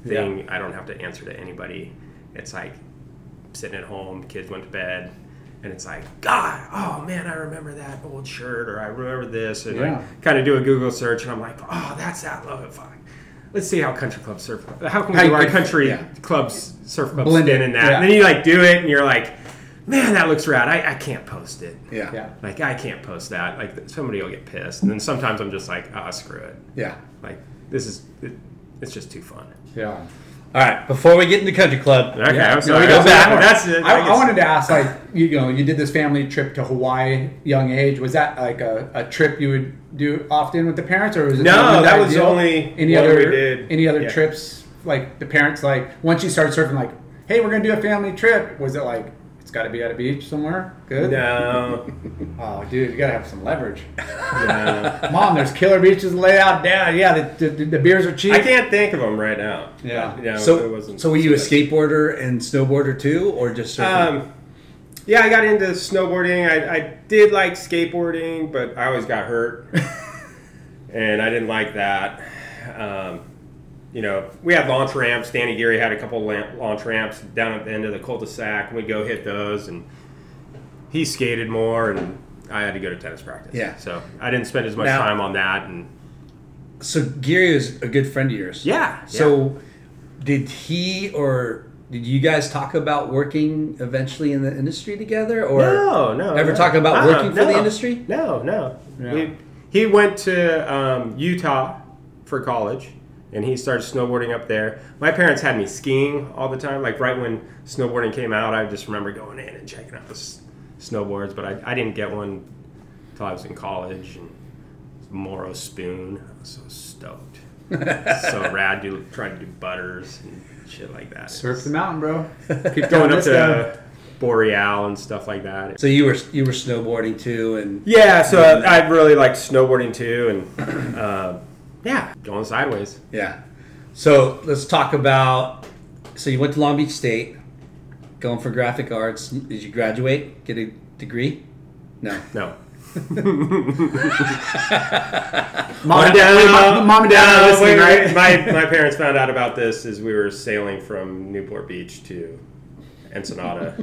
E: thing. I don't have to answer to anybody. It's like sitting at home, kids went to bed, and it's like, God, oh man, I remember that old shirt, or I remember this, and
C: Yeah.
E: I kind of do a Google search, and I'm like, oh, that's that logo. Fuck. Let's see how country club surf. How can we
C: How
E: do
C: you
E: our
C: could-
E: country
D: yeah.
E: clubs surf club
C: Blend it,
E: spin in that?
C: yeah.
E: And then you like do it, and you're like, man, that looks rad. I, I can't post it.
D: Yeah.
C: yeah.
E: Like I can't post that. Like th- somebody will get pissed. And then sometimes I'm just like, ah, screw it.
D: Yeah.
E: Like this is, it, it's just too fun.
C: Yeah.
D: All right. Before we get into country club,
E: Okay,
C: Yeah.
E: I'm sorry.
C: No, you
E: That's,
C: don't-
E: it. that's it.
C: I, I
E: guess-
C: wanted to ask, like, you know, you did this family trip to Hawaii, young age. Was that like a, a trip you would do often with the parents, or was it
E: No,
C: only
E: that was
C: deal?
E: only
C: any
E: one
C: other
E: we did.
C: any other
E: Yeah.
C: trips? Like the parents, like once you started surfing, like, hey, we're gonna do a family trip. Was it like it's got to be at a beach somewhere? Good.
E: No,
C: Oh, dude, you gotta have some leverage.
E: no.
C: Mom, there's killer beaches laid out. Dad, yeah, the, the, the beers are cheap.
E: I can't think of them right now.
C: Yeah.
E: No, it
D: so
E: wasn't.
D: so were you a skateboarder and snowboarder too, or just surfing?
E: Um, yeah, I got into snowboarding. I, I did like skateboarding, but I always got hurt, and I didn't like that. Um, you know, we had launch ramps. Danny Geary had a couple la- launch ramps down at the end of the cul-de-sac. We'd go hit those, and he skated more, and I had to go to tennis practice.
D: Yeah.
E: so I didn't spend as much
D: Now-
E: time on that. And
D: so Geary is a good friend of yours.
E: yeah, yeah.
D: So did he or did you guys talk about working eventually in the industry together, or
E: no, no.
D: ever
E: no.
D: talk about
E: Uh-uh,
D: working for the
E: no.
D: industry?
E: No, no.
C: Yeah.
E: We- he went to um, Utah for college, and he started snowboarding up there. My parents had me skiing all the time. Like right when snowboarding came out, I just remember going in and checking out the s- snowboards, but I, I didn't get one until I was in college. And Morrow spoon, I was so stoked. so rad, do, trying to do butters and shit like that.
C: Surf the mountain, bro. Keep
E: Going up
C: this down.
E: to uh, Boreal and stuff like that.
D: So you were you were snowboarding too, and
E: Yeah, so I I really like snowboarding too, and uh, yeah, going sideways.
D: yeah. So let's talk about. So you went to Long Beach State, going for graphic arts. Did you graduate? Get a degree? No.
E: No,
C: Mom and dad, mom, mom and dad are
E: No,
C: listening,
E: wait,
C: right?
E: wait, My my parents found out about this as we were sailing from Newport Beach to Ensenada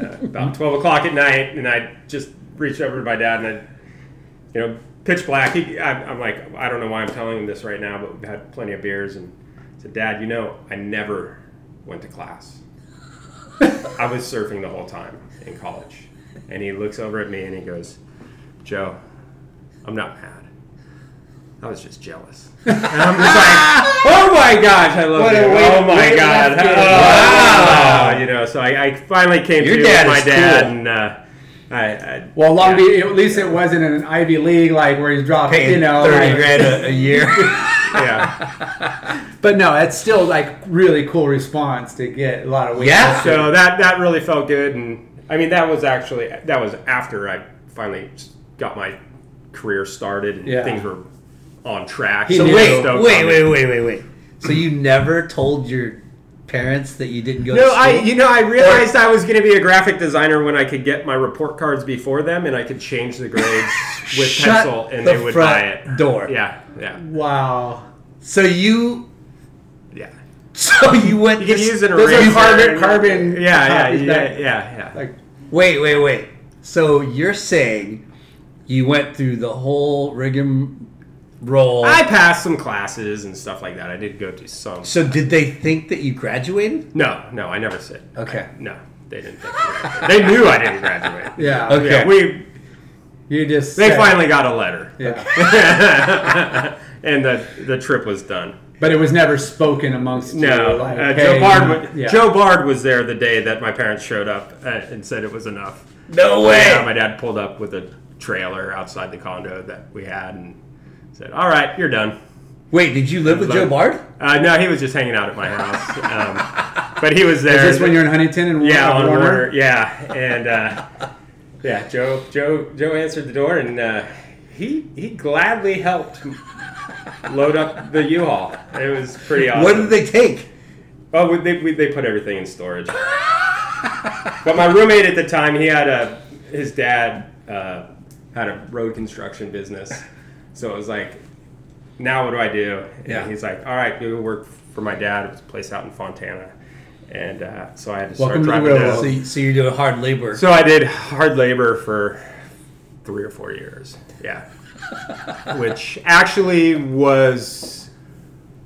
E: uh, about 12 o'clock at night, and I just reached over to my dad and I, you know, pitch black. He, I, I'm like, I don't know why I'm telling him this right now, but we've had plenty of beers, and I said, Dad, you know, I never went to class. I was surfing the whole time in college, and he looks over at me and he goes, Joe, I'm not mad. I was just jealous. And I'm just like, oh my gosh, I love
C: What a
E: you.
C: way-
E: oh my
C: way to
E: god,
C: left it.
E: wow. You know, so I, I finally came
D: Your
E: to
D: dad
E: with my
D: is
E: dad,
D: cool.
E: and uh, I, I
C: Well, Long
E: Yeah.
C: Beach, at least it wasn't in an Ivy League like where he's dropped,
D: Paying
C: you know,
D: thirty
C: like-
D: grand a, a year.
E: yeah.
C: But no, that's still like really cool response to get a lot of weight.
D: Yeah.
E: So that that really felt good, and I mean that was actually that was after I finally got my career started and
C: Yeah.
E: things were on track.
C: He
D: so
C: knew.
D: wait,
E: Stoked
D: wait,
E: on it.
D: wait, wait, wait, wait. So you never told your parents that you didn't go to
E: No,
D: school?
E: I you know I realized I was going to be a graphic designer when I could get my report cards before them, and I could change the grades with
D: Shut
E: pencil, and
D: the
E: they would
D: front
E: buy it.
D: door.
E: Yeah, yeah,
C: Wow.
D: So you,
E: yeah.
D: so you went.
E: You could
D: this-
E: use an
C: those are
E: eraser.
C: carbon- carbon
E: Yeah, yeah,
C: copies
E: yeah,
C: back.
E: yeah, yeah.
C: Like
D: Wait, wait, wait. So you're saying you went through the whole rigmarole.
E: I passed some classes and stuff like that. I did go to some.
D: so did they think that you graduated?
E: No, no, I never said.
D: Okay.
E: No, they didn't. Think I graduated. they knew I didn't graduate.
C: yeah.
D: Okay.
E: Yeah, we
C: You just
E: they
C: said-
E: finally got a letter,
C: Yeah.
E: and the the trip was done.
C: But it was never spoken amongst
E: No,
C: you. Like,
E: uh,
C: hey,
E: Joe Bard. wa-
C: yeah.
E: Joe Bard was there the day that my parents showed up uh, and said it was enough.
D: No
E: Yeah, my dad pulled up with a trailer outside the condo that we had and said, "All right, you're done."
D: Wait, did you live with Joe Bard?
E: Uh, no, he was just hanging out at my house, um, but he was there.
C: Is this when you're in Huntington and
E: yeah
C: Warner?
E: on Warner? Yeah, and uh, yeah, Joe Joe Joe answered the door and uh, he he gladly helped load up the U-Haul. It was pretty awesome.
D: What did they take?
E: Oh, we, they, we, they put everything in storage. but my roommate at the time, he had a his dad uh, had a road construction business, so it was like, now what do I do? And
D: Yeah.
E: he's like, all right, you go work for my dad at this place out in Fontana, and uh, so I had to start
C: Welcome to the
E: driving
C: real
E: down.
C: world.
D: So, you, so you're doing hard labor.
E: So I did hard labor for three or four years. Yeah. Which actually was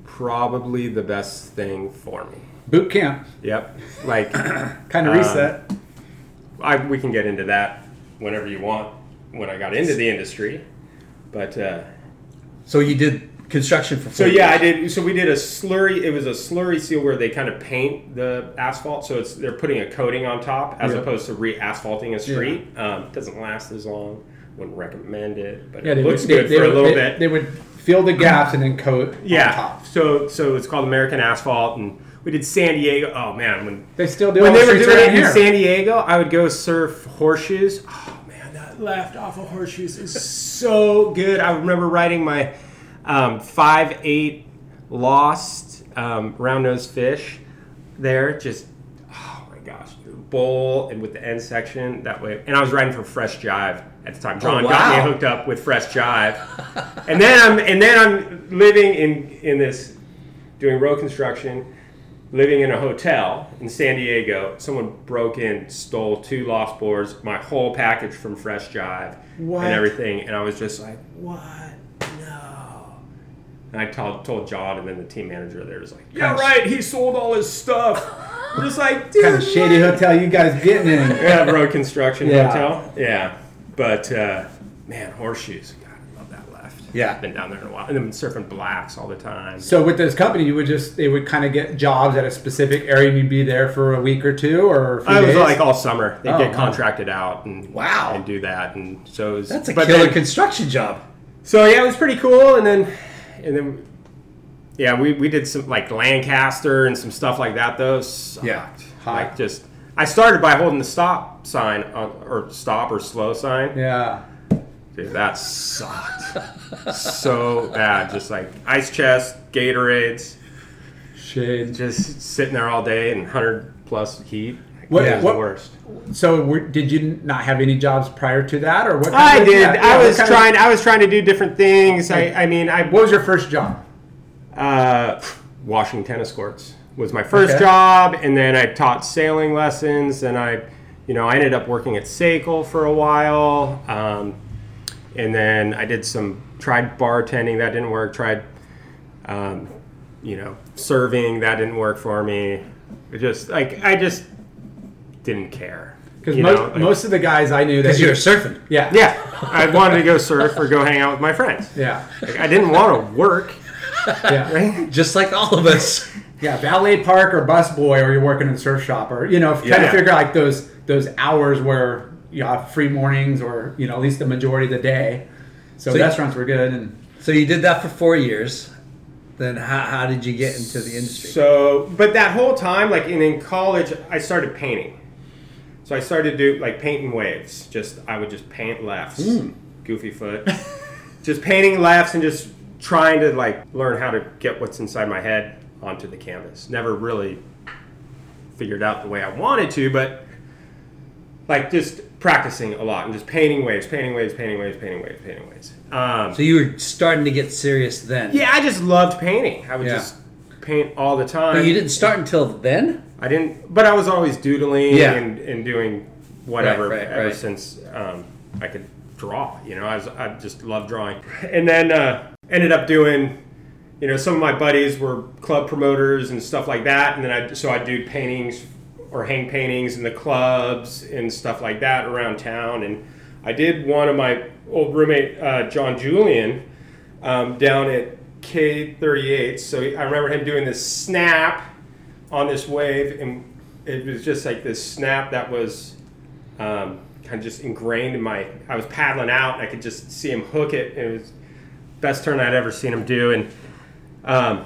E: probably the best thing for me.
C: Boot camp.
E: Yep. Like,
C: Kind of
E: Um,
C: reset.
E: I, we can get into that whenever you want when I got into the industry. But, uh,
D: So you did construction for.
E: so yeah, I did. So we did a slurry. It was a slurry seal where they kind of paint the asphalt. So it's they're putting a coating on top as
C: Yeah.
E: opposed to re-asphalting a street. Um, it doesn't last as long. Wouldn't recommend it, but
C: Yeah,
E: it
C: they
E: looks
C: would,
E: good
C: they,
E: for
C: they
E: a
C: would-
E: little
C: they,
E: bit.
C: They would fill the gaps and then coat on
E: yeah.
C: top.
E: So so it's called American Asphalt, and we did San Diego. Oh man, when
C: They still do
E: when
C: all
E: they
C: the
E: were
C: streets
E: doing it
C: around
E: in
C: here.
E: San Diego, I would go surf horseshoes. Oh man, that left off of horseshoes is so good. I remember riding my um, five eight lost um, round nose fish there. Just oh my gosh, the bowl and with the end section that way. And I was riding for Fresh Jive at the time. John got
D: wow.
E: me hooked up with Fresh Jive, and then I'm and then I'm living in in this doing road construction living in a hotel in San Diego, someone broke in, stole two lost boards, my whole package from Fresh Jive
C: What?
E: and everything, and I was just like, "What? No!" And I told, told John, and then the team manager there was like, "Yeah, right. He sold all his stuff." I'm just like, "Dude,
C: Kind of shady
E: what?"
C: hotel you guys getting in.
E: Yeah, road construction
C: Yeah.
E: hotel. Yeah, but uh, man, horseshoes. God, I love that left.
D: Yeah.
E: been down there in a while, and then surfing blacks all the time.
C: So with this company, you would just they would kind of get jobs at a specific area, and you'd be there for a week or two or. A few
E: I was
C: days.
E: like all summer. They
C: Oh,
E: would get
C: wow.
E: contracted out and
D: Wow.
E: and do that, and so it was,
D: That's a
E: but
D: killer
E: then-
D: construction job.
E: so yeah, it was pretty cool, and then and then yeah, we, we did some like Lancaster and some stuff like that. Though sucked.
D: Yeah.
E: like just I started by holding the stop sign on, or stop or slow sign.
C: yeah.
E: Dude, that sucked so bad. Just like ice chest, Gatorades,
C: Shade.
E: just sitting there all day in hundred plus heat.
C: What-
E: It was
C: what-
E: the worst.
C: So were, did you not have any jobs prior to that, or what?
E: I
C: kind of-
E: did.
C: yeah, yeah,
E: I
C: what
E: was
C: kind of-
E: trying. I was trying to do different things. I, I mean, I
C: what was your first job?
E: uh, washing tennis courts. was my first
D: Okay.
E: job, and then I taught sailing lessons, and I, you know, I ended up working at Seakel for a while, um, and then I did some tried bartending that didn't work. Tried, um, you know, serving that didn't work for me. It just like I just didn't care
C: Because
E: you
C: most,
E: know, like-
C: most of the guys I knew that
D: Because you were surfing.
C: yeah
E: yeah, I wanted to go surf or go hang out with my friends.
C: yeah
E: Like, I didn't want to work.
C: yeah
E: Right?
D: Just like all of us.
C: yeah valet park or busboy or you're working in a surf shop or you know if you kind
E: Yeah.
C: of figure out like those those hours where you have free mornings or you know at least the majority of the day. So,
D: So you-
C: restaurants were good and
D: So you did that for four years. Then how, how did you get into the industry?
E: So, but that whole time, like in, in college, I started painting. So I started to do like painting waves. Just I would just paint lefts, goofy foot, just painting lefts and just trying to like learn how to get what's inside my head onto the canvas. Never really figured out the way I wanted to, but like just practicing a lot and just painting waves, painting waves, painting waves, painting waves, painting waves. Um,
D: So you were starting to get serious then.
E: yeah, I just loved painting. I would
D: Yeah.
E: just paint all the time.
D: But you didn't start until then?
E: I didn't, but I was always doodling
D: Yeah.
E: and, and doing whatever
D: Right, right,
E: ever
D: right.
E: since um, I could draw. You know, I, was, I just loved drawing. And then uh, ended up doing, you know, some of my buddies were club promoters and stuff like that. And then I, so I'd do paintings or hang paintings in the clubs and stuff like that around town. And I did one of my old roommate, uh, John Julian, um, down at K38. So I remember him doing this snap on this wave, and it was just like this snap that was um, kind of just ingrained in my. I was paddling out, and I could just see him hook it. and It was best turn I'd ever seen him do, and um,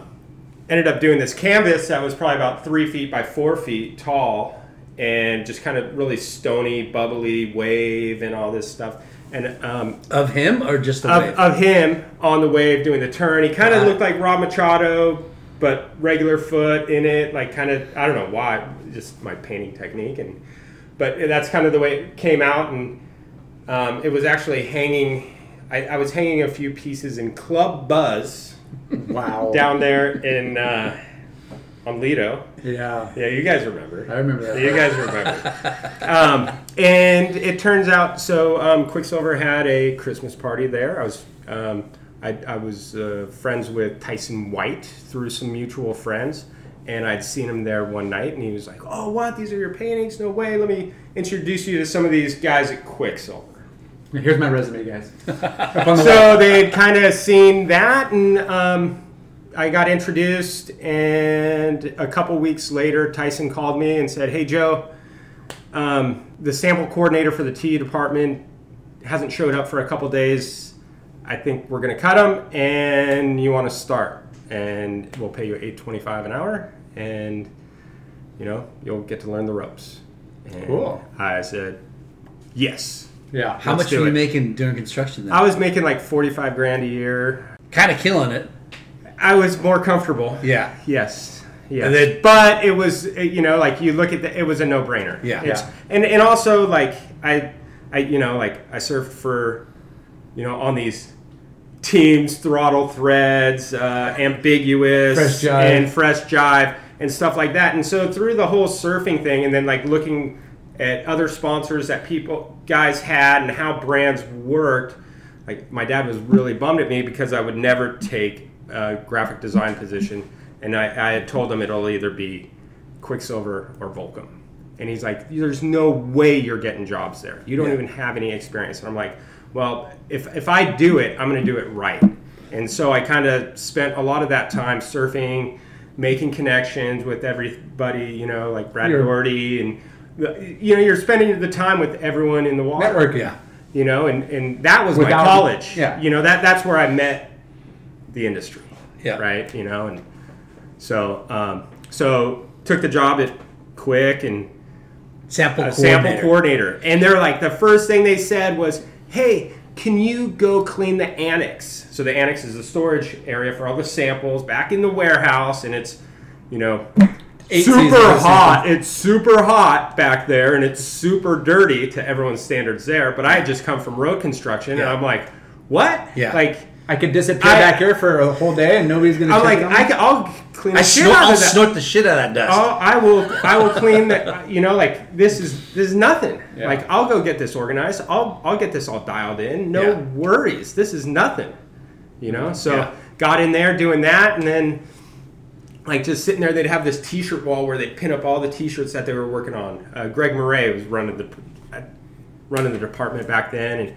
E: ended up doing this canvas that was probably about three feet by four feet tall, and just kind of really stony, bubbly wave and all this stuff. And um,
D: Of him or just the
E: of,
D: wave?
E: of him on the wave doing the turn. He kind of looked like Rob Machado, but regular foot in it. Like kind of I don't know why, just my painting technique. And but that's kind of the way it came out. And um, it was actually hanging. I, I was hanging a few pieces in Club Buzz
C: wow
E: down there in uh, on Lido.
C: yeah
E: Yeah, you guys remember.
C: I remember that.
E: You guys remember. um, and it turns out, so um, Quicksilver had a Christmas party there. I was um, I, I was uh, friends with Tyson White through some mutual friends, and I'd seen him there one night, and he was like, "Oh, what? These are your paintings? No way! Let me introduce you to some of these guys at Quicksilver."
C: Here's my resume, guys. Up on the wall.
E: so they had kind of seen that, and um, I got introduced. And a couple weeks later, Tyson called me and said, "Hey, Joe, um, the sample coordinator for the TE department hasn't showed up for a couple days. I think we're gonna cut him, and you want to start, and we'll pay you eight twenty-five an hour, and you know you'll get to learn the ropes." And
C: Cool.
E: I said, "Yes."
C: yeah.
D: how
E: let's
D: much
E: do
D: were you
E: it.
D: making during construction then?
E: I was making like forty-five grand a year.
D: kind of killing it.
E: I was more comfortable.
D: Yeah.
E: Yes. Yes.
D: And then-
E: but it was, uh, you know, like you look at the, it was a no brainer.
D: Yeah.
E: It's,
C: Yeah.
E: And and also like I, I you know like I surfed for, you know, on these teams, throttle threads, uh, ambiguous,
C: Fresh Jive.
E: and fresh jive, and stuff like that. And so through the whole surfing thing, and then like looking at other sponsors that people guys had and how brands worked, like my dad was really bummed at me because I would never take a graphic design position, and I, I had told him it'll either be Quicksilver or Volcom. And he's like, "There's no way you're getting jobs there. You don't even have any experience." And I'm like, "Well, if if I do it, I'm going to do it right." And so I kind of spent a lot of that time surfing, making connections with everybody, you know, like Brad
C: You're-
E: Doherty, and the- you know, you're spending the time with everyone in the water
C: Networking.
D: Yeah.
E: you know, and, and that was
C: Without-
E: my college.
C: yeah.
E: You know, that that's where I met the industry.
D: Yeah.
E: Right. You know, and so um, so took the job at Quick and
D: Sample
E: a
D: coordinator.
E: sample coordinator, and they're like the first thing they said was, "Hey, can you go clean the annex?" So the annex is the storage area for all the samples back in the warehouse, and it's you know
D: Eight seasons
E: super
D: of
E: hot. It's super hot back there, and it's super dirty to everyone's standards there. But I had just come from road construction, and I'm like, "What?
D: Yeah.
E: Like,
C: I could disappear
E: I-
C: back here for a whole day and nobody's gonna.
E: I'm
C: check
E: like,
C: on
E: I
C: me.
E: can, I'll clean.
D: I
E: the shit
D: snort,
E: out
D: I'll
E: of that. Oh.
D: snort the shit out of that dust.
E: I'll, I will. I will clean that. You know, like this is this is nothing. Like I'll go get this organized. I'll I'll get this all dialed in. No
D: Yeah.
E: worries. This is nothing. You know. So
D: Yeah.
E: got in there doing that, and then like just sitting there, they'd have this T-shirt wall where they'd pin up all the T-shirts that they were working on. Uh, Greg Murray was running the uh, running the department back then, and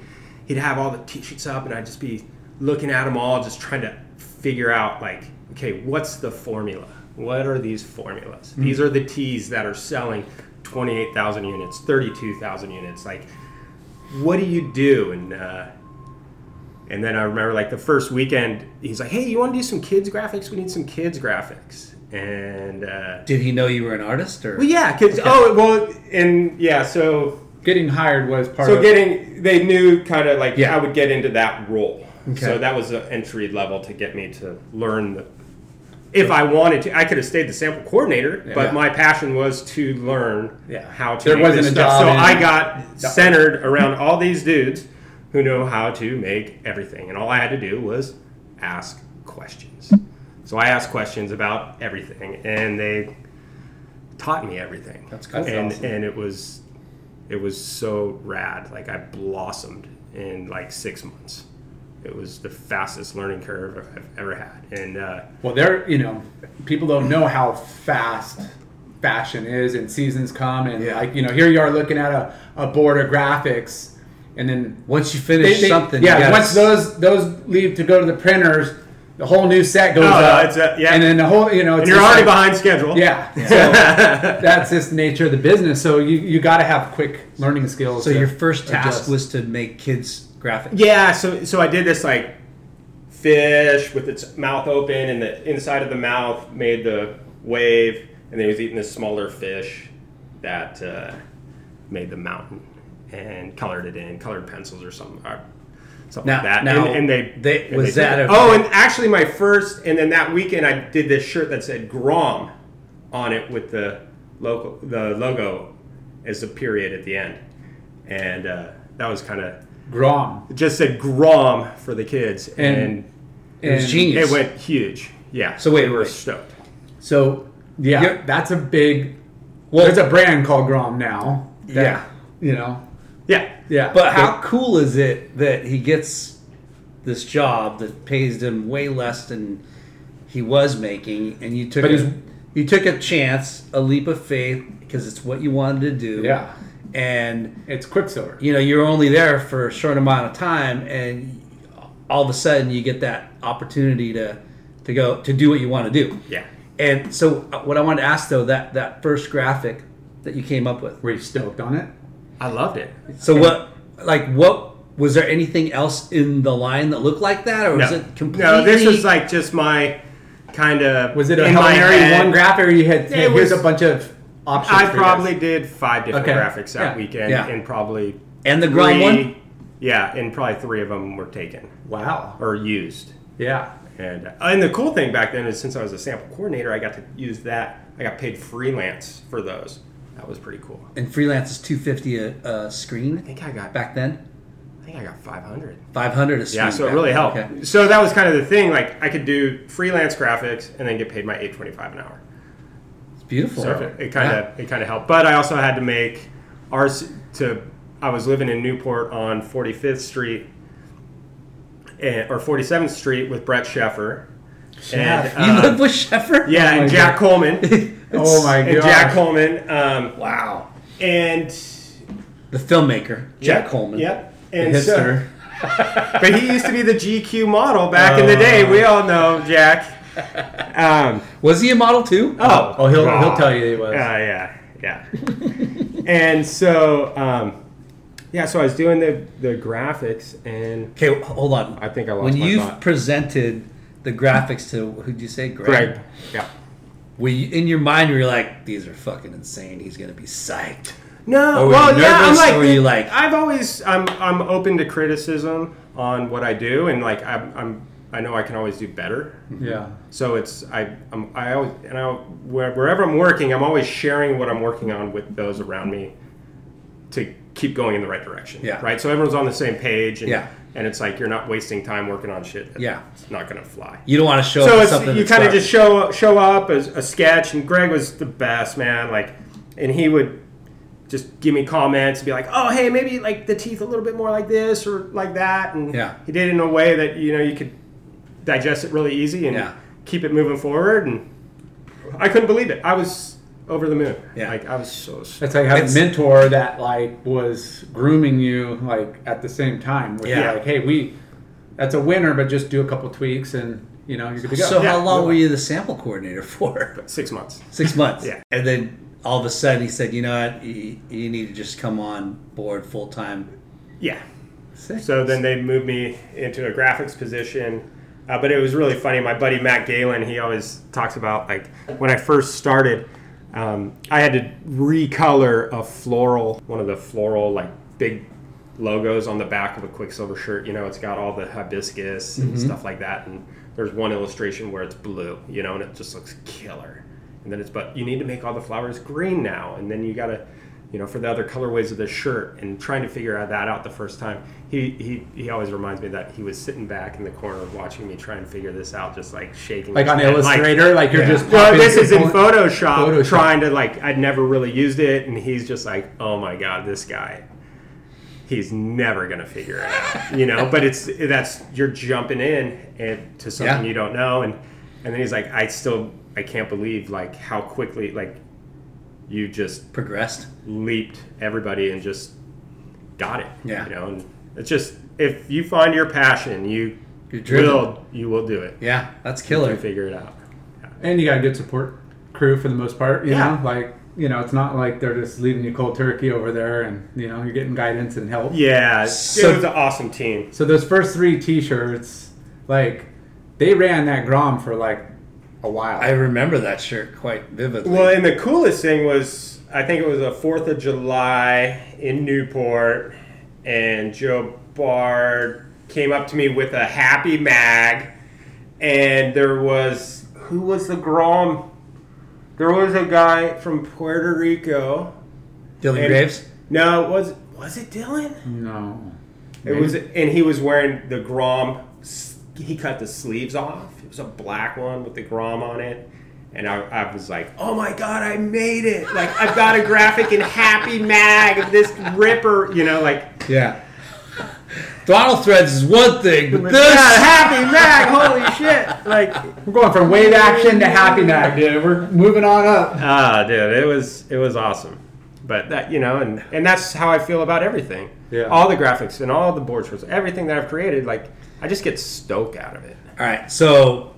E: he'd have all the T-shirts up, and I'd just be looking at them all, just trying to figure out like, okay, what's the formula? What are these formulas? These are the teas that are selling twenty eight thousand units, thirty two thousand units, like what do you do? And uh, and then I remember like the first weekend, he's like, hey, you want to do some kids graphics? We need some kids graphics. And uh,
D: Did he know you were an artist or?
E: well, yeah, kids. Oh, well, and yeah, so
C: getting hired was part
E: so
C: of
E: getting they knew kind of like
D: Yeah.
E: I would get into that role.
D: Okay.
E: So that was the entry level to get me to learn the. If I wanted to, I could have stayed the sample coordinator, but my passion was to learn
C: Yeah.
E: how to
C: There
E: make
C: wasn't
E: this
C: a
E: stuff.
C: job
E: So
C: in-
E: I got centered around all these dudes who know how to make everything, and all I had to do was ask questions. So I asked questions about everything, and they taught me everything. That's
D: cool. That's
E: And
D: awesome.
E: and it was it was so rad. Like I blossomed in like six months. It was the fastest learning curve I've ever had. And uh,
C: Well, there, you know, people don't know how fast fashion is and seasons come. And, like, you know, here you are looking at a, a board of graphics and then
D: Once you finish
C: they- they-
D: something,
C: Yeah,
D: you gotta-
C: once those those leave to go to the printers, the whole new set goes
E: Oh, no,
C: up.
E: it's a- yeah.
C: And then the whole, you know, it's
E: and you're
C: just
E: already
C: like-
E: behind schedule.
C: Yeah. So that's just the nature of the business. So you, you got to have quick learning skills.
D: So
C: to
D: your first task
C: adjust.
D: was to make kids graphics.
E: Yeah, so so I did this like fish with its mouth open and the inside of the mouth made the wave and then he was eating this smaller fish that uh, made the mountain and colored it in, colored pencils or something or something
D: Now,
E: like that.
D: now
E: and, and they,
D: they-
E: and
D: was
E: did
D: that
E: it.
D: a-
E: Oh and actually my first and then that weekend I did this shirt that said Grom on it with the logo the logo as a period at the end. And uh, that was kind of
C: Grom.
E: it just said Grom for the kids, and,
D: It was
C: And-
D: genius.
E: it went huge. Yeah.
D: So wait,
E: they were
D: wait.
E: stoked.
C: So, yeah,
D: You're-
C: that's a big.
D: Well-
C: there's a brand called Grom now. that,
D: Yeah.
C: You know,
E: Yeah.
C: yeah.
D: But how cool is it that he gets this job that pays him way less than he was making, and you took
C: But he's-
D: a, you took a chance, a leap of faith, because it's what you wanted to do.
C: Yeah.
D: and
C: It's Quicksilver.
D: you know you're only there for a short amount of time, and all of a sudden you get that opportunity to to go to do what you want to do.
E: Yeah.
D: And so, uh, what I wanted to ask though that that first graphic that you came up with.
C: Were you stoked on it?
E: I loved it.
D: So what, like, what was there anything else in the line that looked like that, or was it completely?
E: no, this was like just my kind of.
C: Was it a Hail Mary one graphic or you had
E: It
C: here's
E: was-
C: a bunch of options?
E: I
C: for you
E: probably
C: guys?
E: did five different
C: Okay.
E: graphics
C: Yeah.
E: that weekend,
D: Yeah.
E: and probably
D: And the Grom
E: three-
D: one?
E: Yeah, and probably three of them were taken
C: Wow.
E: or used.
C: Yeah.
E: And uh, and the cool thing back then is since I was a sample coordinator, I got to use that. I got paid freelance for those. That was pretty cool.
D: and freelance is two fifty a, a screen. I
E: think I got-
D: back then
E: I think I got five hundred.
D: five hundred a screen.
E: Yeah, so it
D: back
E: really
D: then.
E: helped.
D: Okay.
E: So that was kind of the thing. Like I could do freelance graphics and then get paid my eight twenty five an hour.
D: It's beautiful.
E: So it, it kind of it kind of helped. But I also had to make ours to. I was living in Newport on Forty Fifth Street, and, or Forty Seventh Street with Brett Sheffer, and
D: you
E: um,
D: live with Sheffer? Oh,
E: yeah, and Jack Coleman,
C: Oh my
E: and
C: god.
E: Jack Coleman, um,
D: Wow.
E: and
D: The filmmaker Jack
E: Yep,
D: Coleman.
E: Yep,
C: The
E: and uh, so-
C: Hipster.
E: but he used to be the GQ model back in the
D: Oh.
E: day. We all know Jack. Um,
D: Was he a model too?
E: Oh,
C: Oh, he'll- he'll
E: God.
C: tell you he was.
E: Yeah, yeah, yeah. and so, um, yeah, so I was doing the the graphics, and
D: Okay, wh- hold on.
E: I think I lost
D: When
E: my
D: you
E: thought.
D: presented the graphics to who'd you say, Greg? Oh,
E: Greg, yeah,
D: Were you in your mind? Were you like, these are fucking insane. He's gonna be psyched.
E: no,
D: Or were
E: well,
D: you
E: yeah, I'm
D: nervous,
E: like,
D: or were you like-
E: I've always, I'm, I'm open to criticism on what I do, and like, I'm, I'm I know I can always do better.
D: Mm-hmm.
C: Yeah.
E: So it's I I'm, I always and I where- wherever I'm working, I'm always sharing what I'm working on with those around me to keep going in the right direction.
D: Yeah.
E: Right. So everyone's on the same page. And
D: Yeah.
E: and it's like you're not wasting time working on shit. That's
D: Yeah.
E: not gonna fly.
D: You don't want to show up
E: So
D: with
E: it's,
D: something
E: you
D: that's
E: kind of
D: garbage.
E: just show show up as a sketch, and Greg was the best man. Like, and he would just give me comments and be like, "Oh, hey, maybe like the teeth a little bit more like this or like that," and
D: Yeah.
E: he did it in a way that you know you could digest it really easy and
D: Yeah.
E: keep it moving forward. And I couldn't believe it. I was over the moon.
D: Yeah.
E: like I was so.
C: That's how you have
D: It's-
C: a mentor that like was grooming you like at the same time. Where
D: Yeah.
C: You're like, hey, we that's a winner, but just do a couple tweaks and you know you're good to go.
D: So
E: Yeah.
D: how long were you the sample coordinator for?
E: Six months.
D: Six months.
E: Yeah.
D: And then all of a sudden he said, you know what, you, you need to just come on board full time.
E: Yeah. So then they moved me into a graphics position. Uh, but it was really funny. My buddy Matt Galen, he always talks about like when I first started, um, I had to recolor a floral, one of the floral like big logos on the back of a Quicksilver shirt. You know, it's got all the hibiscus and stuff like that. And there's one illustration where it's blue, you know, and it just looks killer. And then it's but you need to make all the flowers green now. And then you gotta, you know, for the other colorways of the shirt and trying to figure out that out the first time. He he he always reminds me that he was sitting back in the corner watching me try and figure this out, just like shaking.
C: like
E: his
C: on
E: head,
C: Illustrator, like you're
D: Yeah.
C: just
E: well,
C: popping
E: this is in
C: component-
E: Photoshop,
C: Photoshop.
E: trying to like I'd never really used it, and he's just like, "Oh my god, this guy, he's never gonna figure it out," you know. But it's that's you're jumping in and to something
D: Yeah.
E: you don't know, and and then he's like, "I still I can't believe like how quickly like you just
D: Progressed.
E: leaped everybody and just got it."
D: Yeah.
E: you know, and it's just if you find your passion, you
D: You're driven.
E: will you will do it.
D: Yeah, that's
E: You
D: killer.
E: figure it out.
C: and you got a good support crew for the most part. You
E: Yeah.
C: know, like you know, it's not like they're just leaving you cold turkey over there, and you know, you're getting guidance and help.
E: Yeah,
D: So-
E: it was an awesome team.
C: So those first three T-shirts, like they ran that Grom for like a while.
D: I remember that shirt quite vividly.
E: Well, and the coolest thing was, I think it was a Fourth of July in Newport, and Joe Bard came up to me with a Happy Mag, and there was who was the Grom? There was a guy from Puerto Rico.
D: Dylan
E: and-
D: Graves?
E: No, it was was it Dylan?
C: no.
E: It was, and he was wearing the Grom. s- He cut the sleeves off. It was a black one with the Grom on it, and I, I was like, "Oh my god, I made it! Like I've got a graphic in Happy Mag of this ripper, you know, like
D: Yeah. Throttle threads is one thing, but
E: "Yeah,
D: this
E: Happy Mag, holy shit!" Like,
C: We're going from wave action to happy mag, dude. We're moving on up.
E: ah, dude, it was it was awesome. But that you know, and and that's how I feel about everything.
C: Yeah.
E: All the graphics and all the board shorts, everything that I've created, like I just get stoked out of it.
D: All right, so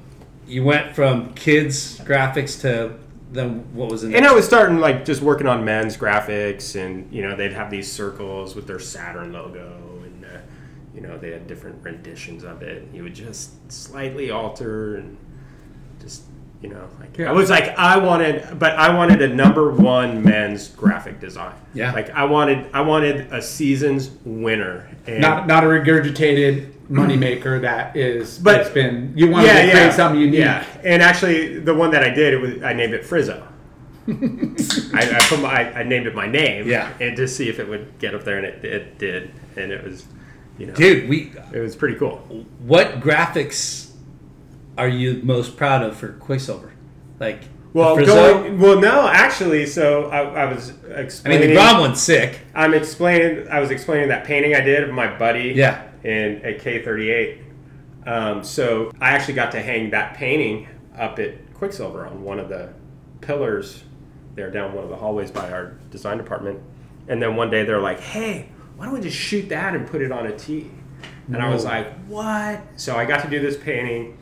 D: you went from kids graphics to then what was in
E: And I was starting like just working on men's graphics, and you know they'd have these circles with their Saturn logo, and uh, you know they had different renditions of it. You would just slightly alter and just you know like I was like I wanted, but I wanted a number one men's graphic design.
D: Yeah.
E: like I wanted I wanted a season's winner. And
C: Not not a regurgitated moneymaker that is,
E: But-
C: but it's been you want to create something unique.
E: Yeah, and actually, the one that I did, it was I named it Frizzo. I, I, put my, I named it my name,
D: Yeah.
E: and to see if it would get up there, and it, it did, and it was, you know,
D: Dude, we
E: it was pretty cool.
D: what graphics are you most proud of for Quicksilver? Like
E: Well,
D: the Frizzo?
E: going, well, no, actually, so I, I was
D: I mean
E: explaining.
D: the Grom one's sick.
E: I'm explaining. I was explaining that painting I did of my buddy.
D: Yeah.
E: In at K38. Um, so I actually got to hang that painting up at Quicksilver on one of the pillars there down one of the hallways by our design department. And then one day they're like, "Hey, why don't we just shoot that and put it on a tee?" And I was like, "What?" So I got to do this painting.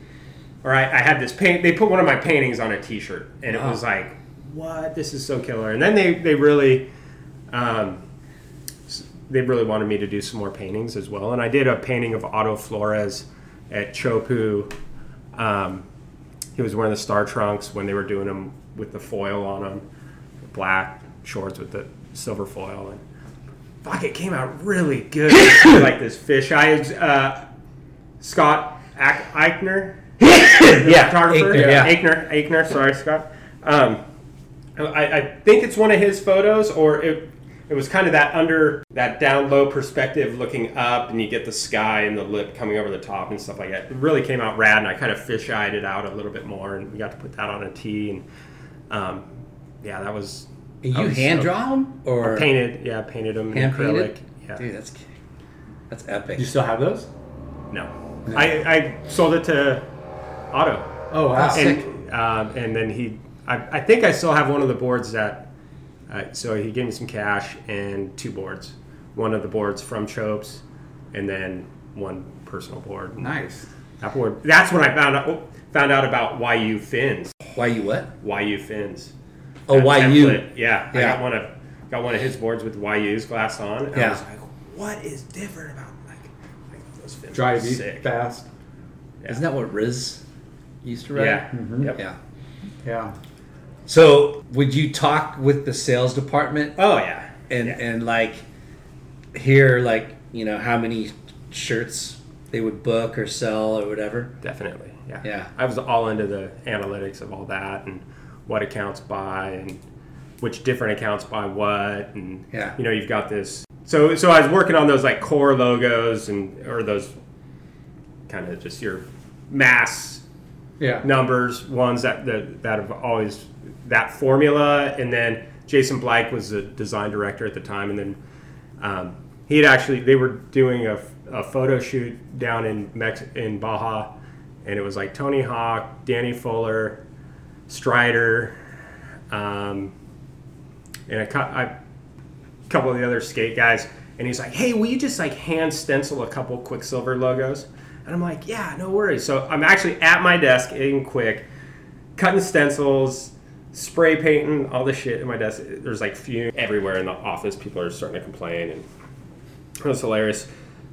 E: Or I, I had this paint. They put one of my paintings on a T-shirt, and it was like, "What? This is so killer!" And then they they really um, s- they really wanted me to do some more paintings as well. And I did a painting of Otto Flores at Chopu. Um, he was wearing the star trunks when they were doing them with the foil on them, black shorts with the silver foil. And fuck, it came out really good. like this fish. I, uh, Scott Ak- Eichner, yeah, photographer.
D: Eichner, yeah.
E: Eichner, Eichner, sorry, Scott. Um, I, I think it's one of his photos, or it, It was kind of that under that down low perspective, looking up, and you get the sky and the lip coming over the top and stuff like that. It really came out rad, and I kind of fish eyed it out a little bit more, and we got to put that on a tee, and um, yeah, that was.
D: And
E: I
D: you
E: was
D: hand
E: so-
D: draw them or
E: painted? Yeah, painted them in
D: Hand
E: acrylic.
D: painted?
E: Yeah.
D: Dude, that's that's epic.
C: You still have those?
E: No, I, I sold it to Otto.
C: Oh wow!
E: and um, and then he I, I think I still have one of the boards that uh, so he gave me some cash and two boards one of the boards from Chopes and then one personal board And
D: nice.
E: that board that's when I found out oh, found out about YU fins
D: Why you what?
E: YU fins
D: Oh,
E: That
D: why you?
E: template. yeah, I
D: Yeah.
E: got one of got one of his boards with YU's glass on and I
D: Yeah.
E: was like what is different about like, like those fins
C: Drive
E: are
C: you
E: sick
C: fast.
D: Isn't that what Riz used to write? Hmm.
E: yeah Yep.
D: Mm-hmm. Yeah.
C: Yeah.
D: So would you talk with the sales department
E: oh yeah
D: and
E: Yeah.
D: and like hear like you know how many shirts they would book or sell or whatever?
E: Definitely, yeah.
D: Yeah.
E: I was all into the analytics of all that and what accounts buy and which different accounts buy what and
D: Yeah.
E: you know you've got this. So so I was working on those like core logos and or those kind of just your mass
C: Yeah.
E: numbers ones that that, that have always that formula and then jason blake was the design director at the time and then um, he had actually they were doing a, a photo shoot down in Mex- in baja and it was like tony hawk danny fuller strider um, and a, cou- I- couple of the other skate guys, and he's like, "Hey, will you just like hand stencil a couple Quicksilver logos?" And I'm like, "Yeah, no worries." So I'm actually at my desk in Quick, cutting stencils, spray painting, all this shit in my desk. There's like fume everywhere in the office. People are starting to complain, and it was hilarious.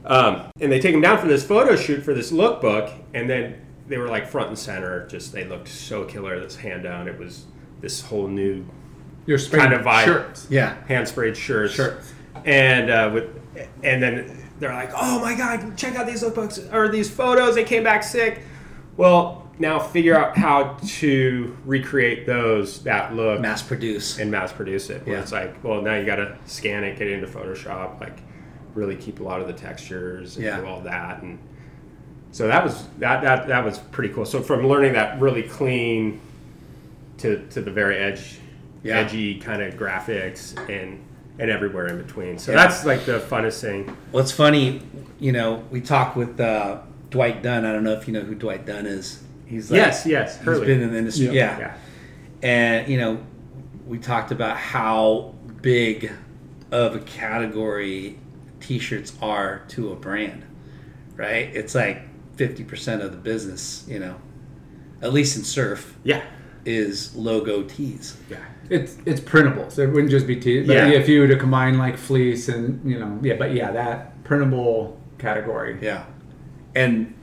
E: Um, and they take him down for this photo shoot for this lookbook, and then they were like front and center. Just they looked so killer. This hand down, it was this whole new
C: Your
E: kind of vibe
C: shirts.
D: Yeah.
E: hand sprayed shirts.
C: Shirts.
E: And uh, with and then they're like, oh my god, check out these lookbooks or these photos. They came back sick. Well, now figure out how to recreate those that look
D: Mass produce.
E: and mass produce it. Where
D: Yeah.
E: it's like, well, now you got to scan it, get it into Photoshop, like really keep a lot of the textures and
D: Yeah.
E: do all that. And so that was that that that was pretty cool. So from learning that really clean to to the very edge,
D: Yeah.
E: edgy kind of graphics and and everywhere in between. So
D: Yeah.
E: that's like the funnest thing.
D: Well, it's funny, you know, we talked with uh, Dwight Dunn. I don't know if you know who Dwight Dunn is. He's like,
E: yes, yes,
D: he's
E: Hurley.
D: been in the industry.
C: Yeah.
D: Yeah.
E: yeah,
D: And, you know, we talked about how big of a category t shirts are to a brand, right? It's like 50% of the business, you know, at least in surf,
E: yeah,
D: is logo tees.
E: yeah.
C: It's it's printable, so it wouldn't just be t. But
E: Yeah.
C: if you were to combine like fleece and you know, yeah, but yeah, that printable category.
D: Yeah. And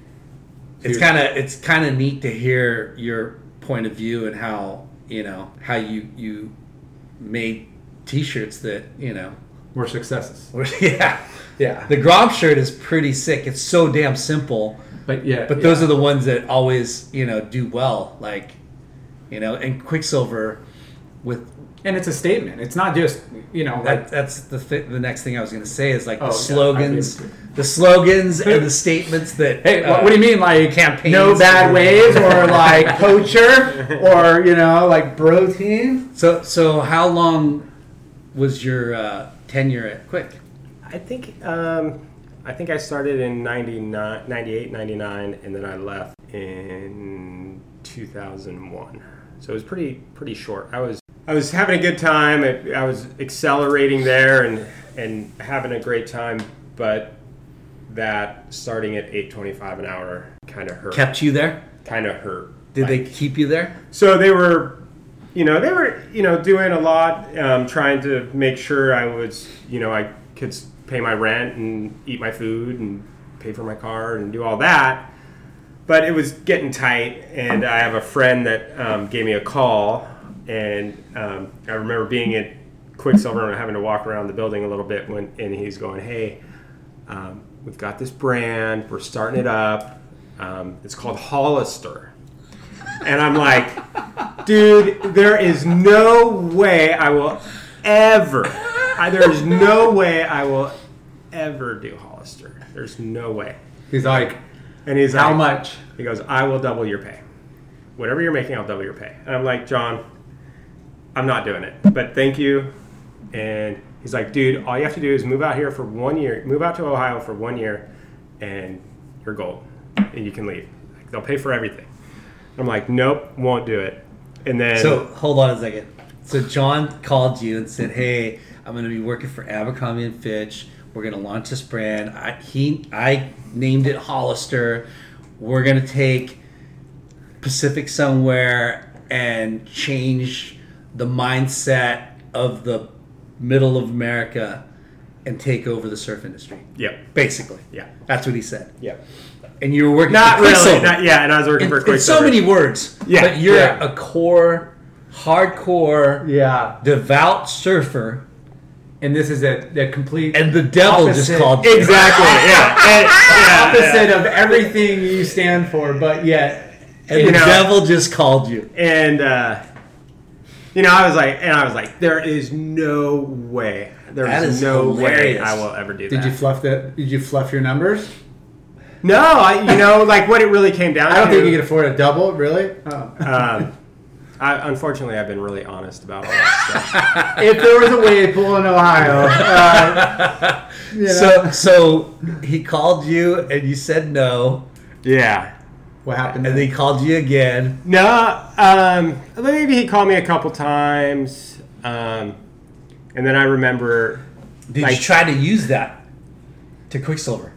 D: it's
C: Huge.
D: kind of it's kind of neat to hear your point of view and how, you know, how you you made t-shirts that, you know,
C: Were successes.
D: were, yeah.
C: Yeah.
D: The Grom shirt is pretty sick. It's so damn simple,
C: But yeah.
D: but
C: yeah.
D: those are the ones that always, you know, do well like, you know, and Quicksilver with
C: and it's a statement. It's not just you know like
D: that, that's the th- the next thing I was going to say is like
C: Oh,
D: the
C: yeah, I
D: slogans,
C: agree.
D: the slogans and the statements that
C: Hey,
D: uh,
C: what, what do you mean, like
D: campaigns
C: No bad
D: or-
C: ways, or like poacher, or you know, like bro team.
D: So, so how long was your uh, tenure at Quick?
E: I think um, I think I started in 99, 98, 99, and then I left in two thousand one. So it was pretty pretty short. I was I was having a good time. I, I was accelerating there and and having a great time, but that starting at eight twenty five an hour kind of hurt.
D: Kept you there?
E: Kind of hurt.
D: Did
E: Like,
D: they keep you there?
E: so they were you know they were you know doing a lot um, trying to make sure i was you know i could s- pay my rent and eat my food and pay for my car and do all that but it was getting tight and i have a friend that um, gave me a call and um, i remember being at quicksilver and having to walk around the building a little bit when and he's going hey um, we've got this brand we're starting it up um, it's called hollister and i'm like dude there is no way i will ever I, there's no way I will ever do Hollister. There's no way.
C: He's like,
E: And he's
C: how
E: like,
C: much?
E: He goes, I will double your pay. Whatever you're making, I'll double your pay. And I'm like, John, I'm not doing it, but thank you. And he's like, dude, all you have to do is move out here for one year, move out to Ohio for one year, and you're gold, and you can leave. Like, they'll pay for everything. I'm like, nope, won't do it. And then
D: So hold on a second. So John called you and said, "Hey, I'm going to be working for Abercrombie and Fitch. We're going to launch this brand. I he I named it Hollister. We're going to take Pacific somewhere and change the mindset of the middle of America and take over the surf industry."
E: yep,
D: Basically,
E: Yeah.
D: that's what he said.
E: yep.
D: And you were working
E: Not
D: for
E: really.
D: Quicksilver.
E: Not, yeah, and I was working for
D: in,
E: Quicksilver.
D: in so many words.
E: Yeah,
D: but you're
E: yeah.
D: a core, hardcore,
C: Yeah.
D: devout surfer,
C: And this is a, the complete
D: and the devil
C: Opposite.
D: just called. you.
E: Exactly. Yeah. And- yeah,
C: opposite of everything you stand for, but yet.
D: And
E: You
D: the
E: know-
D: devil just called you.
E: and uh, you know, I was like, and I was like, there is no way, there
D: That
E: is
D: is
E: no way
D: hilarious.
E: I will ever do
C: Did
E: that.
C: you fluff that? Did you fluff your numbers?
E: no, I, you know, like what it really came down.
C: I don't
E: to,
C: think you could afford a double, really. Oh.
E: Um, I, unfortunately, I've been really honest about all that stuff.
C: if there was a wave pool in Ohio, uh, you know.
D: So, so he called you, and you said no,
E: yeah.
C: what happened?
D: and then he called you again.
E: No. Um, maybe he called me a couple times, um, and then I remember
D: Did
E: Like-
D: you try to use that to Quicksilver?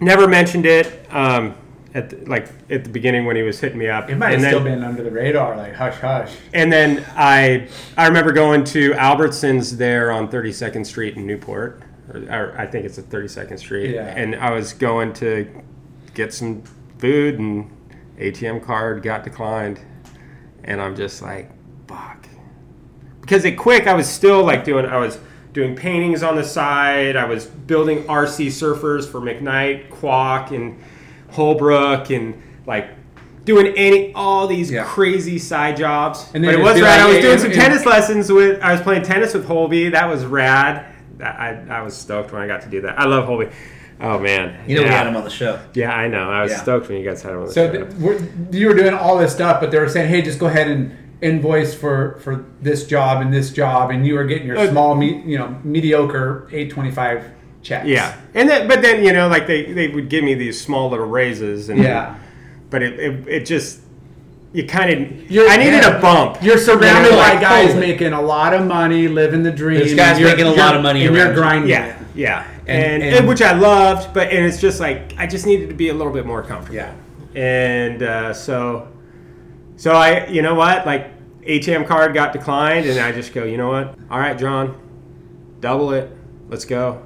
E: never mentioned it. Um, at the, like at the beginning when he was hitting me up,
C: it might have
E: And then-
C: still been under the radar, like hush hush.
E: And then I I remember going to Albertsons there on 32nd Street in Newport. Or, or I think it's a 32nd Street.
C: Yeah.
E: And I was going to get some food and ATM card got declined. And I'm just like, fuck. Because at Quick I was still like doing I was doing paintings on the side. I was building RC surfers for McKnight, Quack and Holbrook and like doing any all these
D: Yeah.
E: crazy side jobs.
C: And then
E: but it
C: just
E: was
C: be
E: rad.
C: like,
E: I was
C: "Hey,
E: doing
C: and-
E: some
C: and-
E: tennis lessons with. I was playing tennis with Holby. That was rad. That- I, I was stoked when I got to do that. I love Holby. Oh man,
D: You know
E: yeah.
D: we had him on the show.
E: Yeah, I know. I was
D: Yeah.
E: stoked when you guys had him on the
C: So
E: show.
C: th- we're, you were doing all this stuff, but they were saying, "Hey, just go ahead and invoice for for this job and this job," and you were getting your
E: Uh,
C: small, me, you know, mediocre eight twenty five checks.
E: yeah, and then but then you know like they they would give me these small little raises and
C: yeah.
E: but it it, it just you kind of
C: You're-
E: I needed
C: yeah.
E: a bump.
C: You're surrounded
E: You know,
C: by
E: like, oh,
C: guys
E: holy-
C: making a lot of money, living the dream.
D: There's guys
C: and you're-
D: making a
C: you're-
D: lot of money
C: and
D: around
C: you're
D: you.
C: grinding.
E: Yeah, yeah,
D: And-
E: and,
D: and-
E: which I loved, but and it's just like I just needed to be a little bit more comfortable.
D: Yeah.
E: and uh, so, so I, you know what, like ATM card got declined, and I just go, you know what, all right, John, double it, let's go,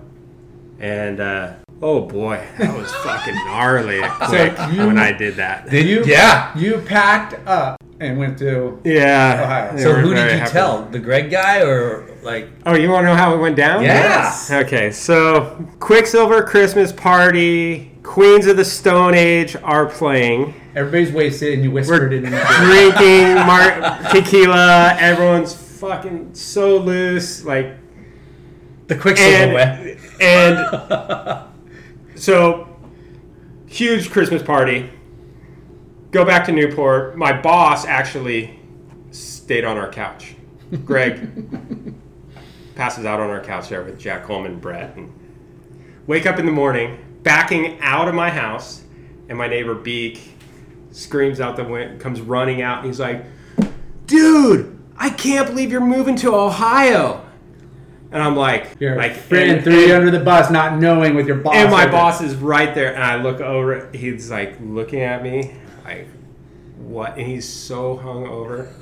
E: and uh, oh boy, that was fucking gnarly at Quick
C: you-
E: when I did that.
C: Did you?
D: Yeah.
C: You packed up and went to.
E: Yeah.
C: Ohio.
E: they
D: So
E: weren't
D: who did
E: very
D: you
E: happy.
D: tell? The Greg guy or like?
E: Oh, you want to know how it went down?
D: Yeah.
E: Okay, so Quicksilver Christmas Party, Queens of the Stone Age are playing,
C: Everybody's wasted, and you whispered it in the
E: drinking mar- tequila. Everyone's fucking so loose, like
D: The Quicksilver way.
E: and and so huge Christmas party. Go back to Newport. My boss actually stayed on our couch. Greg passes out on our couch there with Jack Coleman, and Brett, and wake up in the morning, backing out of my house, and my neighbor Beak screams out the window, comes running out, and he's like, "Dude, I can't believe you're moving to Ohio." And I'm like,
C: You're
E: like
C: ran
E: and-
C: three under the bus, not knowing with your boss.
E: and my
C: over-
E: boss is right there, and I look over. He's like looking at me, like what? And he's so hungover,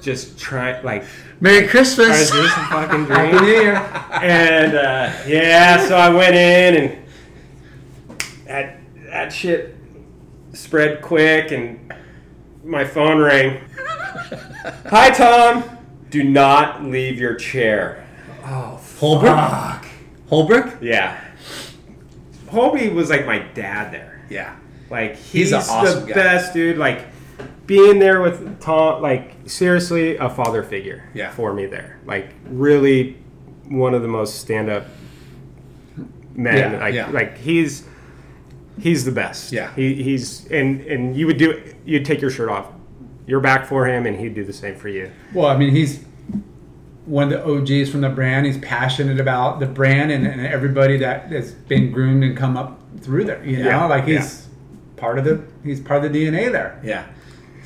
E: just trying like
D: Merry Christmas.
E: is this a fucking
C: Happy New
E: dream?
C: Year.
E: And uh, yeah, so I went in, and that that shit spread quick, and my phone rang. Hi, Tom. Do not leave your chair.
D: Holbrook. Holbrook.
E: Yeah. Holby was like my dad there.
D: Yeah.
E: Like he's,
D: He's an awesome
E: the
D: guy.
E: best dude. Like being there with Tom, like seriously, a father figure
D: Yeah.
E: for me there. Like really one of the most stand up men.
D: Yeah,
E: like,
D: yeah.
E: like he's he's the best.
D: Yeah.
E: he, he's and and you would do you'd take your shirt off, your back for him, and he'd do the same for you.
C: Well, I mean, he's one of the OGs from the brand. He's passionate about the brand and, and everybody that has been groomed and come up through there. You know,
E: Yeah,
C: like he's part of the he's part of the DNA there.
D: Yeah.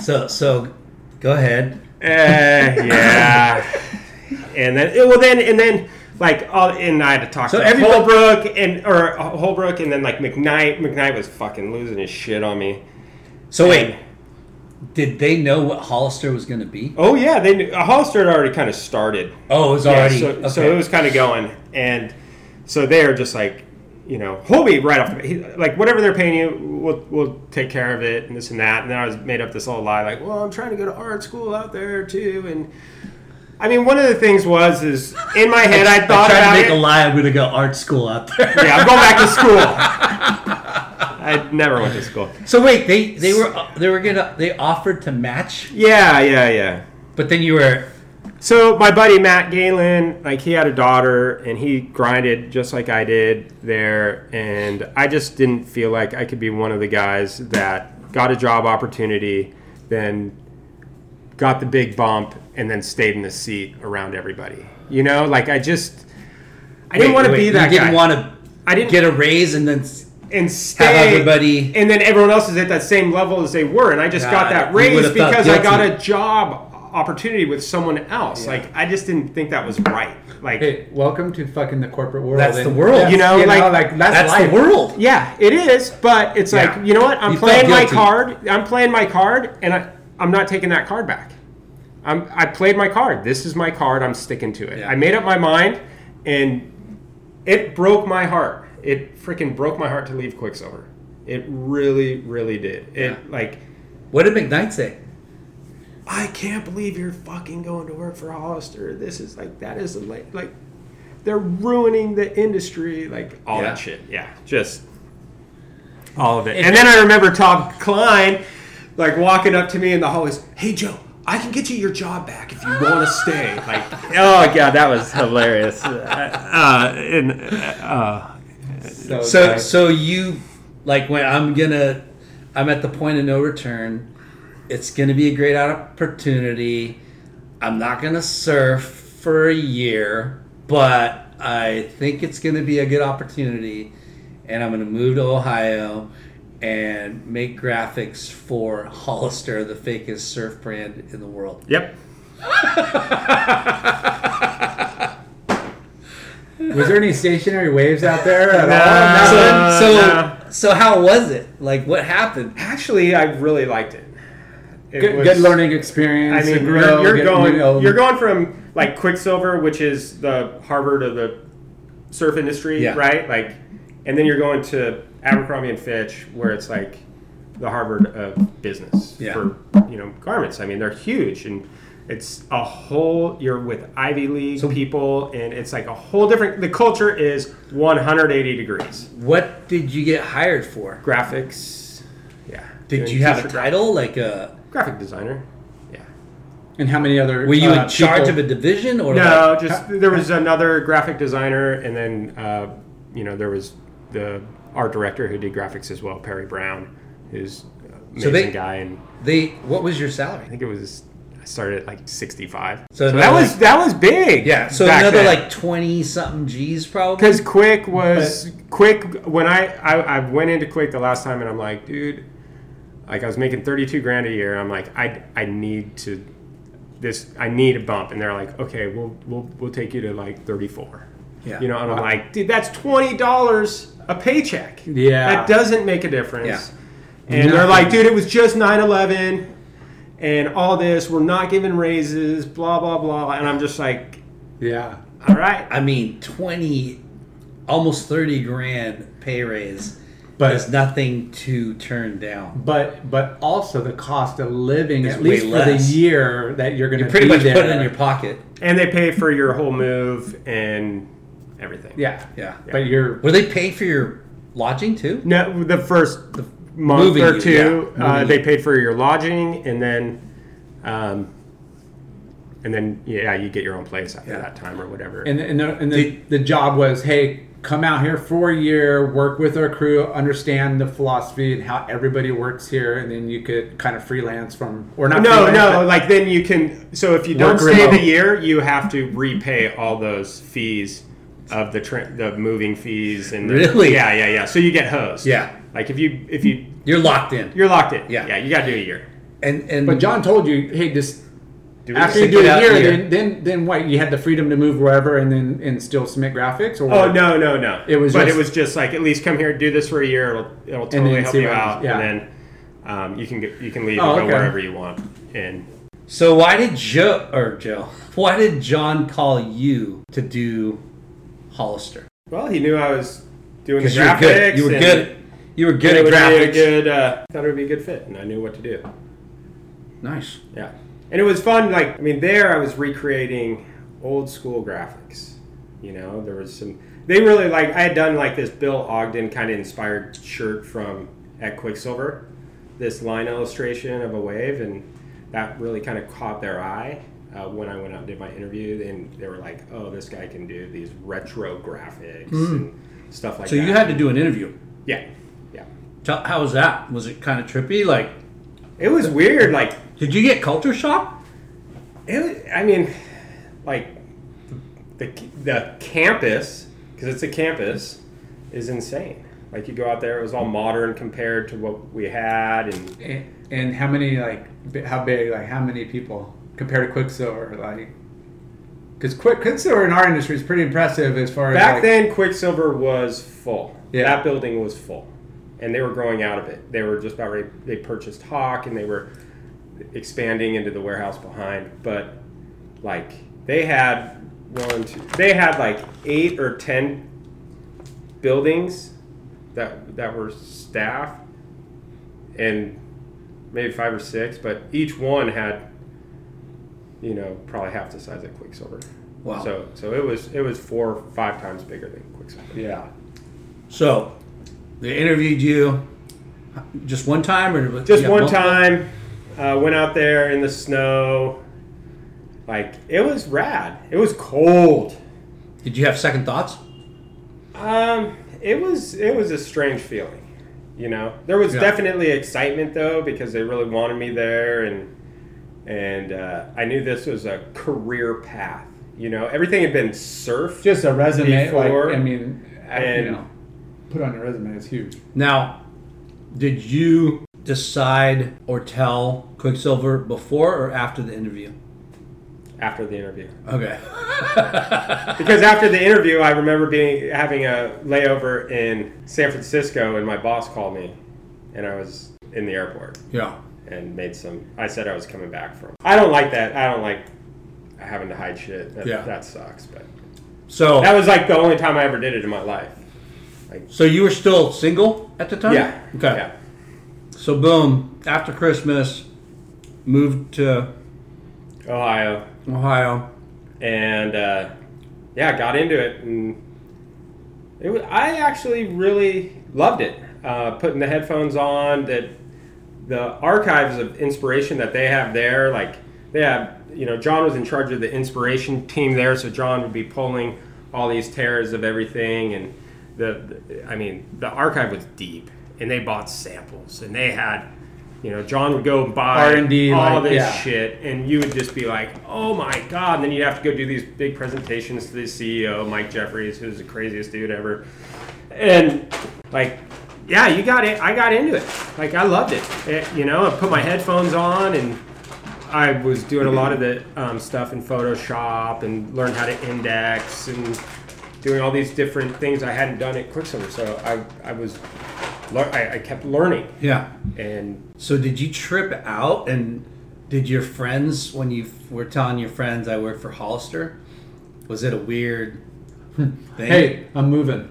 D: So so, go ahead.
E: Eh, yeah. and then eh, well then and then like all and I had to talk
D: So
E: to
D: everybody-
E: Holbrook and or uh, Holbrook and then like McKnight. McKnight was fucking losing his shit on me.
D: So wait,
E: And-
D: did they know what Hollister was going to be?
E: Oh yeah, they knew, Hollister had already kind of started.
D: Oh, it was
E: Yeah,
D: already.
E: so,
D: okay.
E: so it was kind of going, and so they're just like, you know, Holby right off the bat, he, like whatever they're paying you, we'll we'll take care of it and this and that. And then I was made up this whole lie like, well, I'm trying to go to art school out there too, and I mean, one of the things was is in my head I
D: I
E: thought
D: tried to
E: about
D: make a
E: it.
D: lie. I'm going to go art school out there.
E: yeah, I'm going back to school. I never went to school.
D: So wait, they they were they were gonna they offered to match,
E: Yeah, yeah, yeah.
D: but then you were
E: So my buddy Matt Galen, like he had a daughter and he grinded just like I did there, and I just didn't feel like I could be one of the guys that got a job opportunity, then got the big bump, and then stayed in the seat around everybody. You know, like I just I didn't
D: wait,
E: want to
D: wait,
E: be that
D: You
E: guy.
D: didn't want to.
E: I didn't-
D: get a raise and then s-
E: and stay
D: everybody-
E: and then everyone else is at that same level as they were and i just
D: God,
E: got that
D: you
E: raise
D: would've felt
E: because i got
D: guilty.
E: a job opportunity with someone else like i just didn't think that was right like
C: Hey, welcome to fucking the corporate world.
D: That's the world.
E: You know, like-
C: that's,
D: that's
C: life.
D: the world.
E: yeah it is but it's
D: Yeah.
E: like you know what i'm
D: You felt
E: playing my
D: guilty.
E: card i'm playing my card and I, i'm not taking that card back I'm, i played my card this is my card i'm sticking to it
D: Yeah.
E: i made up my mind and it broke my heart. It freaking broke my heart to leave Quicksilver. It really, really did. It like
D: What did McKnight say?
E: I can't believe you're fucking going to work for Hollister. This is like that is the la- like they're ruining the industry. Like all
D: Yeah.
E: that shit. Yeah, just all of it. And then I remember Tom Klein like walking up to me in the hallways. Hey Joe. I can get you your job back if you want to stay. Like, oh god, that was hilarious. Uh, and
C: So,
D: So
C: like,
D: so you like when I'm gonna I'm at the point of no return. It's gonna be a great opportunity. I'm not gonna surf for a year, but I think it's gonna be a good opportunity, and I'm gonna move to Ohio and make graphics for Hollister, the fakest surf brand in the world.
E: yep,
C: was there any stationary waves out there at all?
D: So
C: No.
E: Uh,
D: so
E: no.
D: so how was it? Like what happened?
E: Actually, I really liked it. It
C: Good,
E: was-
C: good learning experience.
E: I mean,
C: to
E: you're,
C: grow,
E: you're
C: get
E: going
C: new elements.
E: you're going from like Quicksilver, which is the Harvard of the surf industry,
D: Yeah.
E: right? Like, and then you're going to Abercrombie and Fitch, where it's like the Harvard of business
D: Yeah.
E: for you know garments. I mean, they're huge and. It's a whole. You're with Ivy League people, and it's like a whole different. The culture is 180 degrees.
D: What did you get hired for?
E: Graphics, yeah.
D: Did
E: Doing
D: you have a
E: t-shirt
D: title? Like a
E: gra- graphic designer? Yeah.
C: And how many other?
D: were you
C: uh,
D: in charge
C: people-
D: of a division or
E: No,
D: like-
E: just there was another graphic designer, and then uh, you know there was the art director who did graphics as well, Perry Brown, who's an amazing
D: So they-
E: guy, and
D: they? What was your
E: I
D: salary?
E: think it was I started at like sixty five.
D: So
E: So, that
D: another,
E: was
D: like-
E: that was big.
D: Yeah, so
E: back
D: another
E: then.
D: like twenty something G's probably.
E: Because Quick was Quick when I, I I went into Quick the last time and I'm like, dude, like I was making 32 grand a year. I'm like, I I need to this I need a bump, and they're like, okay, we'll we'll we'll take you to like 34.
D: Yeah.
E: You know, and I'm like, dude, that's twenty dollars a paycheck.
C: Yeah.
E: That doesn't make a difference.
D: Yeah.
E: And they're like, dude, it was just 9-11 and all this. We're not giving raises, blah blah blah. And I'm just like,
C: Yeah.
E: all right.
D: I mean, twenty, almost thirty grand pay raise
C: But-
D: is nothing to turn down.
C: but but also the cost of living
D: Is
C: at
D: way
C: least for the
D: less.
C: year that you're going to
D: Pretty
C: be
D: much
C: there.
D: put it in your pocket.
E: And they pay for your whole move and everything.
C: yeah.
D: Yeah.
C: But you're
D: Were they paying for your lodging too?
E: No, the first month
D: Moving
E: or
D: you,
E: two,
D: yeah.
E: uh,
D: Moving
E: they paid for your lodging, and then um, and then yeah, you get your own place after
D: Yeah.
E: that time or whatever.
C: And the, and the, and the, the job was, hey, come out here for a year, work with our crew, understand the philosophy and how everybody works here, and then you could kind of freelance from or not.
E: no,
C: freelance,
E: no,
C: but-
E: like then you can. So if you don't
C: Work
E: stay
C: remote.
E: the year, you have to repay all those fees of the tra- the moving fees and the-
D: Really?
E: yeah, yeah, yeah. So you get hosed.
D: Yeah.
E: like if you if you
D: You're locked in.
E: you're locked in.
D: Yeah.
E: yeah, you got to do a year.
D: and and
C: but John told you, hey, just
E: Do
C: after
E: it.
C: you do
D: stick it
C: a
D: out
C: year,
D: here.
C: then then then what? You had the freedom to move wherever and then and still submit graphics. Or
E: Oh no, no, no.
C: It was
E: but
C: just-
E: it was just like at least come here, do this for a year. It'll it'll totally
C: then
E: help
C: see
E: you
C: what happens.
E: out,
C: Yeah.
E: and then um, you can get you can leave
C: Oh,
E: and go
C: okay.
E: wherever you want. And
D: so why did Joe or Joe? Why did John call you to do Hollister?
E: well, he knew I was doing the
D: Because
E: graphics.
D: you were good. You were
E: and
D: good. You were
E: Thought
D: good
E: it
D: at
E: would be a
D: graphics.
E: good. Uh, thought it would be a good fit, and I knew what to do.
D: Nice.
E: Yeah, and it was fun. Like I mean, there I was recreating old school graphics. You know, there was some. They really like. I had done like this Bill Ogden kind of inspired shirt from at Quicksilver, this line illustration of a wave, and that really kind of caught their eye uh, when I went out and did my interview. And they were like, "Oh, this guy can do these retro graphics and stuff like
D: Hmm. So
E: that."
D: you had to do an interview.
E: yeah, yeah.
D: Tell, how was that? Was it kind of trippy? Like,
E: It was weird. Like
D: did you get culture shock?
E: It, I mean, like the the campus because it's a campus is insane. Like you go out there, it was all modern compared to what we had, and
C: And, and how many like bi- how big like how many people compared to Quicksilver like? Because Quick Quicksilver in our industry is pretty impressive as far as
E: back
C: like,
E: then Quicksilver was full.
C: Yeah.
E: That building was full, and they were growing out of it. They were just about ready. They purchased Hawk, and they were expanding into the warehouse behind. But like they had one, two, they had like eight or ten buildings that that were staff and maybe five or six but each one had you know probably half the size of quicksilver
D: Wow.
E: so so it was it was four or five times bigger than quicksilver yeah
D: So they interviewed you uh, just one time, or was-
E: just
D: yeah,
E: one
D: multiple?
E: time uh, went out there in the snow like it was rad it was cold
D: Did you have second thoughts?
E: Um, it was it was a strange feeling. You know, there was
D: Yeah.
E: definitely excitement though because they really wanted me there, and and uh, I knew this was a career path. You know, everything had been surf.
C: just a resume.
E: Before
C: like I mean, I,
E: and-
C: you know, put on your resume is huge.
D: Now, did you decide or tell Quicksilver before or after the interview?
E: after the interview.
D: Okay.
E: Because after the interview, I remember being having a layover in San Francisco, and my boss called me, and I was in the airport.
D: yeah.
E: and made some. I said I was coming back from. I don't like that. I don't like having to hide shit. That,
D: Yeah.
E: that sucks. But
D: So
E: that was like the only time I ever did it in my life.
D: so you were still single at the time?
E: Yeah.
D: Okay.
E: Yeah.
D: So boom, after Christmas, moved to
E: Ohio,
D: Ohio.
E: and uh, yeah, got into it, and it was. I actually really loved it. Uh, putting the headphones on, that the archives of inspiration that they have there, like they have, you know, John was in charge of the inspiration team there, so John would be pulling all these tears of everything, and the, the I mean, the archive was deep, and they bought samples, and they had, you know, John would go and buy
C: R&D,
E: all
C: like,
E: this
C: yeah.
E: shit, and you would just be like, oh my god, and then you'd have to go do these big presentations to the CEO, Mike Jeffries, who's the craziest dude ever, and like yeah you got it i got into it like i loved it, It- you know i put my headphones on and i was doing a lot of the um, stuff in photoshop and learned how to index and doing all these different things i hadn't done at quicksilver so i, I was lear- I, I kept learning
D: Yeah.
E: and
D: So did you trip out and did your friends when you were telling your friends I work for Hollister? Was it a weird
E: Hmm.
D: thing?
C: Hey, I'm moving.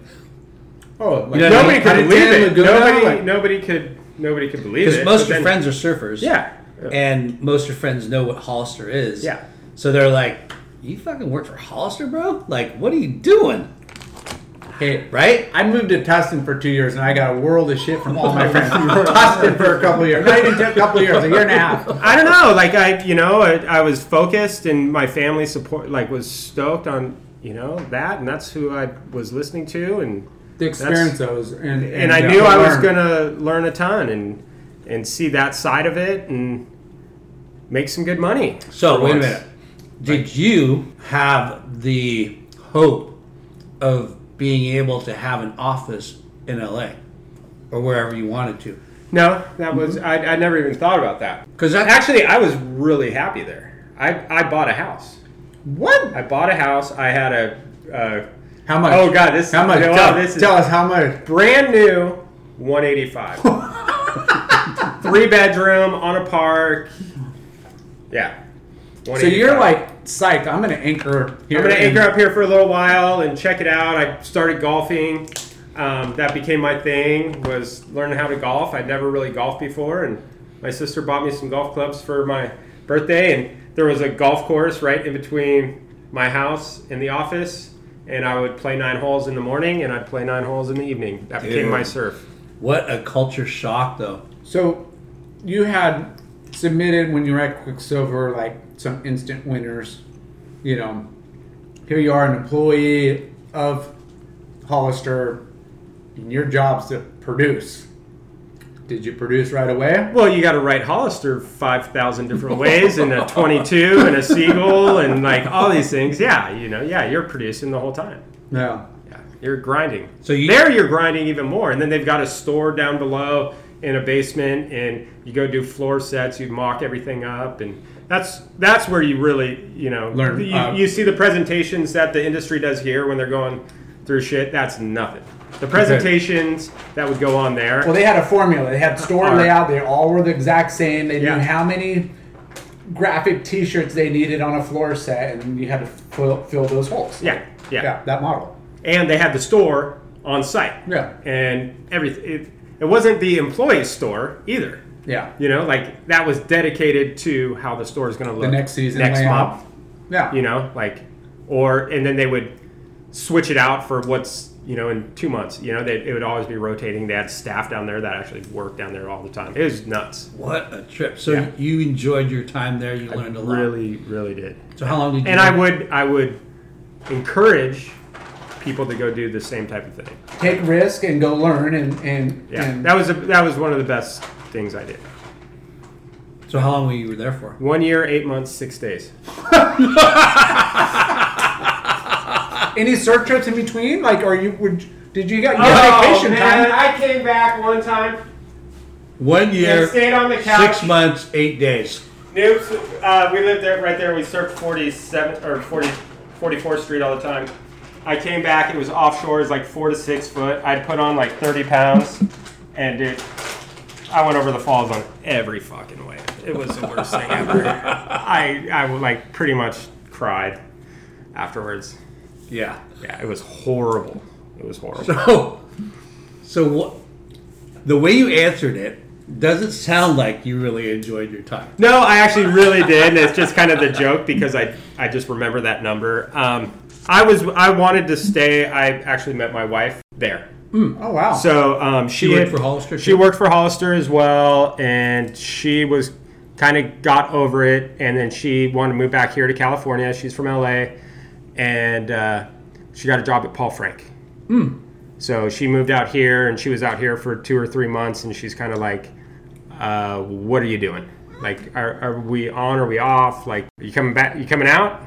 C: Oh, like,
D: Yeah,
E: nobody
D: how
E: could
D: did
E: believe
C: Dan
E: it
C: Laguna,
E: nobody,
C: like-
E: nobody could nobody could believe
D: Because
E: it
D: most of
E: But
D: your
E: then-
D: friends are surfers.
E: yeah
D: And most of your friends know what Hollister is.
E: Yeah.
D: So they're like, You fucking work for Hollister, bro? Like, what are you doing?
C: Hey,
D: right?
C: I moved to Tustin for two years, and I got a world of shit from all my friends. Tustin for a couple of years, not even a couple of years, a year and a half.
E: I don't know. Like I, you know, I, I was focused, and my family support, like, was stoked on, you know, that, and that's who I was listening to, and
C: The experience
E: That's-
C: those, and and,
E: and I
C: uh,
E: knew I was
C: learn.
E: gonna learn a ton and and see that side of it and make some good money.
D: So
E: for
D: wait a
E: once.
D: minute. Did you have the hope of being able to have an office in LA or wherever you wanted to?
E: No, that was I, I never even thought about that.
D: Because
E: Actually, I was really happy there. I I bought a house.
C: What?
E: I bought a house. I had a. Uh,
C: How much?
E: Oh God! This
C: How much?
E: you know,
C: tell
E: this is
C: tell us how much.
E: brand new, 185. Three bedroom on a park. Yeah.
C: So you're
E: 185.
C: like psyched. I'm gonna anchor here.
E: I'm gonna
C: in-
E: anchor up here for a little while and check it out. I started golfing. Um, that became my thing was learning how to golf. I'd never really golfed before, and my sister bought me some golf clubs for my birthday. And there was a golf course right in between my house and the office, and I would play nine holes in the morning and I'd play nine holes in the evening. That became
D: Dude.
E: my surf.
D: what a culture shock though.
C: So you had submitted when you were at Quicksilver like some instant winners. You know, here you are, an employee of Hollister, and your job's to produce. Did you produce right away?
E: Well, you got to write Hollister 5,000 different ways and a 22 and a Seagull and like all these things. Yeah, you know, yeah, you're producing the whole time.
C: No.
E: Yeah, you're grinding.
D: So you-
E: there, you're grinding even more. And then they've got a store down below in a basement, and you go do floor sets. You mock everything up, and that's that's where you really you know
C: Learn,
E: You,
C: uh,
E: you see the presentations that the industry does here when they're going through shit. That's nothing. The presentations that would go on there.
C: Well, they had a formula. They had store
E: Art.
C: layout. They all were the exact same. They
E: Yeah.
C: knew how many graphic T-shirts they needed on a floor set, and you had to fill, fill those holes.
E: yeah, yeah,
C: yeah, that model.
E: And they had the store on site.
C: Yeah.
E: And everything. It, it wasn't the employee store either.
C: Yeah,
E: You know, like that was dedicated to how the store is going to look
C: next season
E: next
C: layout.
E: month.
C: yeah.
E: You know, like, or and then they would switch it out for what's you know in two months. You know, they, it would always be rotating. They had staff down there that actually worked down there all the time. It was nuts.
D: What a trip. So
E: Yeah.
D: you enjoyed your time there, you learned a lot.
E: Really, really did.
D: So how long did you
E: And I would, I would encourage people to go do the same type of thing.
C: Take risk and go learn, and and
E: Yeah,
C: and
E: that was a, that was one of the best things I did.
D: So how long were you there for?
E: One year, eight months, six days.
C: any surf trips in between? Like, are you would did you got your
E: Oh,
C: vacation time?
E: I came back one time.
D: One year,
E: And stayed on the couch.
D: six months, eight days.
E: Noobs, uh, we lived there, right there. We surfed 47 or 40, 44th Street all the time. I came back. It was offshore. It was like four to six foot. I'd put on like 30 pounds, and it. I went over the falls on every fucking wave. It was the worst thing ever. I I would, like pretty much cried afterwards.
D: Yeah.
E: Yeah, it was horrible. It was horrible.
D: So, Oh. so what? The way you answered it doesn't sound like you really enjoyed your time.
E: No, I actually really did. And it's just kind of the joke because I, I just remember that number. Um, I was I wanted to stay. I actually met my wife there.
C: Oh wow!
E: So um, she,
D: worked
E: had-
D: for Hollister,
E: She
D: too?
E: worked for Hollister as well, and she was kind of got over it. And then she wanted to move back here to California. She's from LA, and uh, she got a job at Paul Frank.
D: Hmm.
E: So she moved out here, and she was out here for two or three months, and she's kind of like, uh, "What are you doing? Like, are, are we on? Are we off? Like, are you coming back? You coming out?"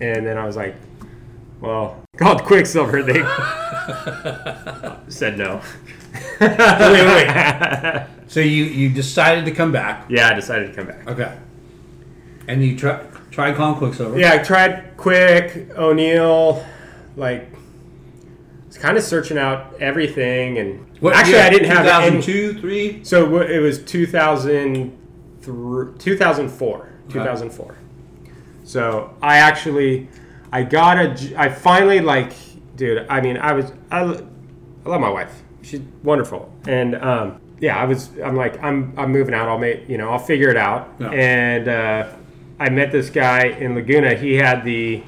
E: And then I was like, "Well, called Quicksilver. They said no."
D: Wait, wait. so you you decided to come back.
E: Yeah, I decided to come back.
D: Okay. And you try try conflicts over.
E: Yeah, I tried Quick, O'Neill, like, was kind of searching out everything. And
D: What
E: actually,
D: year?
E: I didn't have any.
D: 2002, three.
E: So w- it was 2003, 2004. 2004. So I actually, I got a, j- I finally, like, dude, I mean, I was, I, l- I love my wife. She's wonderful. And, um, yeah, I was, I'm like, I'm, I'm moving out. I'll make, you know, I'll figure it out.
D: Yeah.
E: And, uh, I met this guy in Laguna. He had the,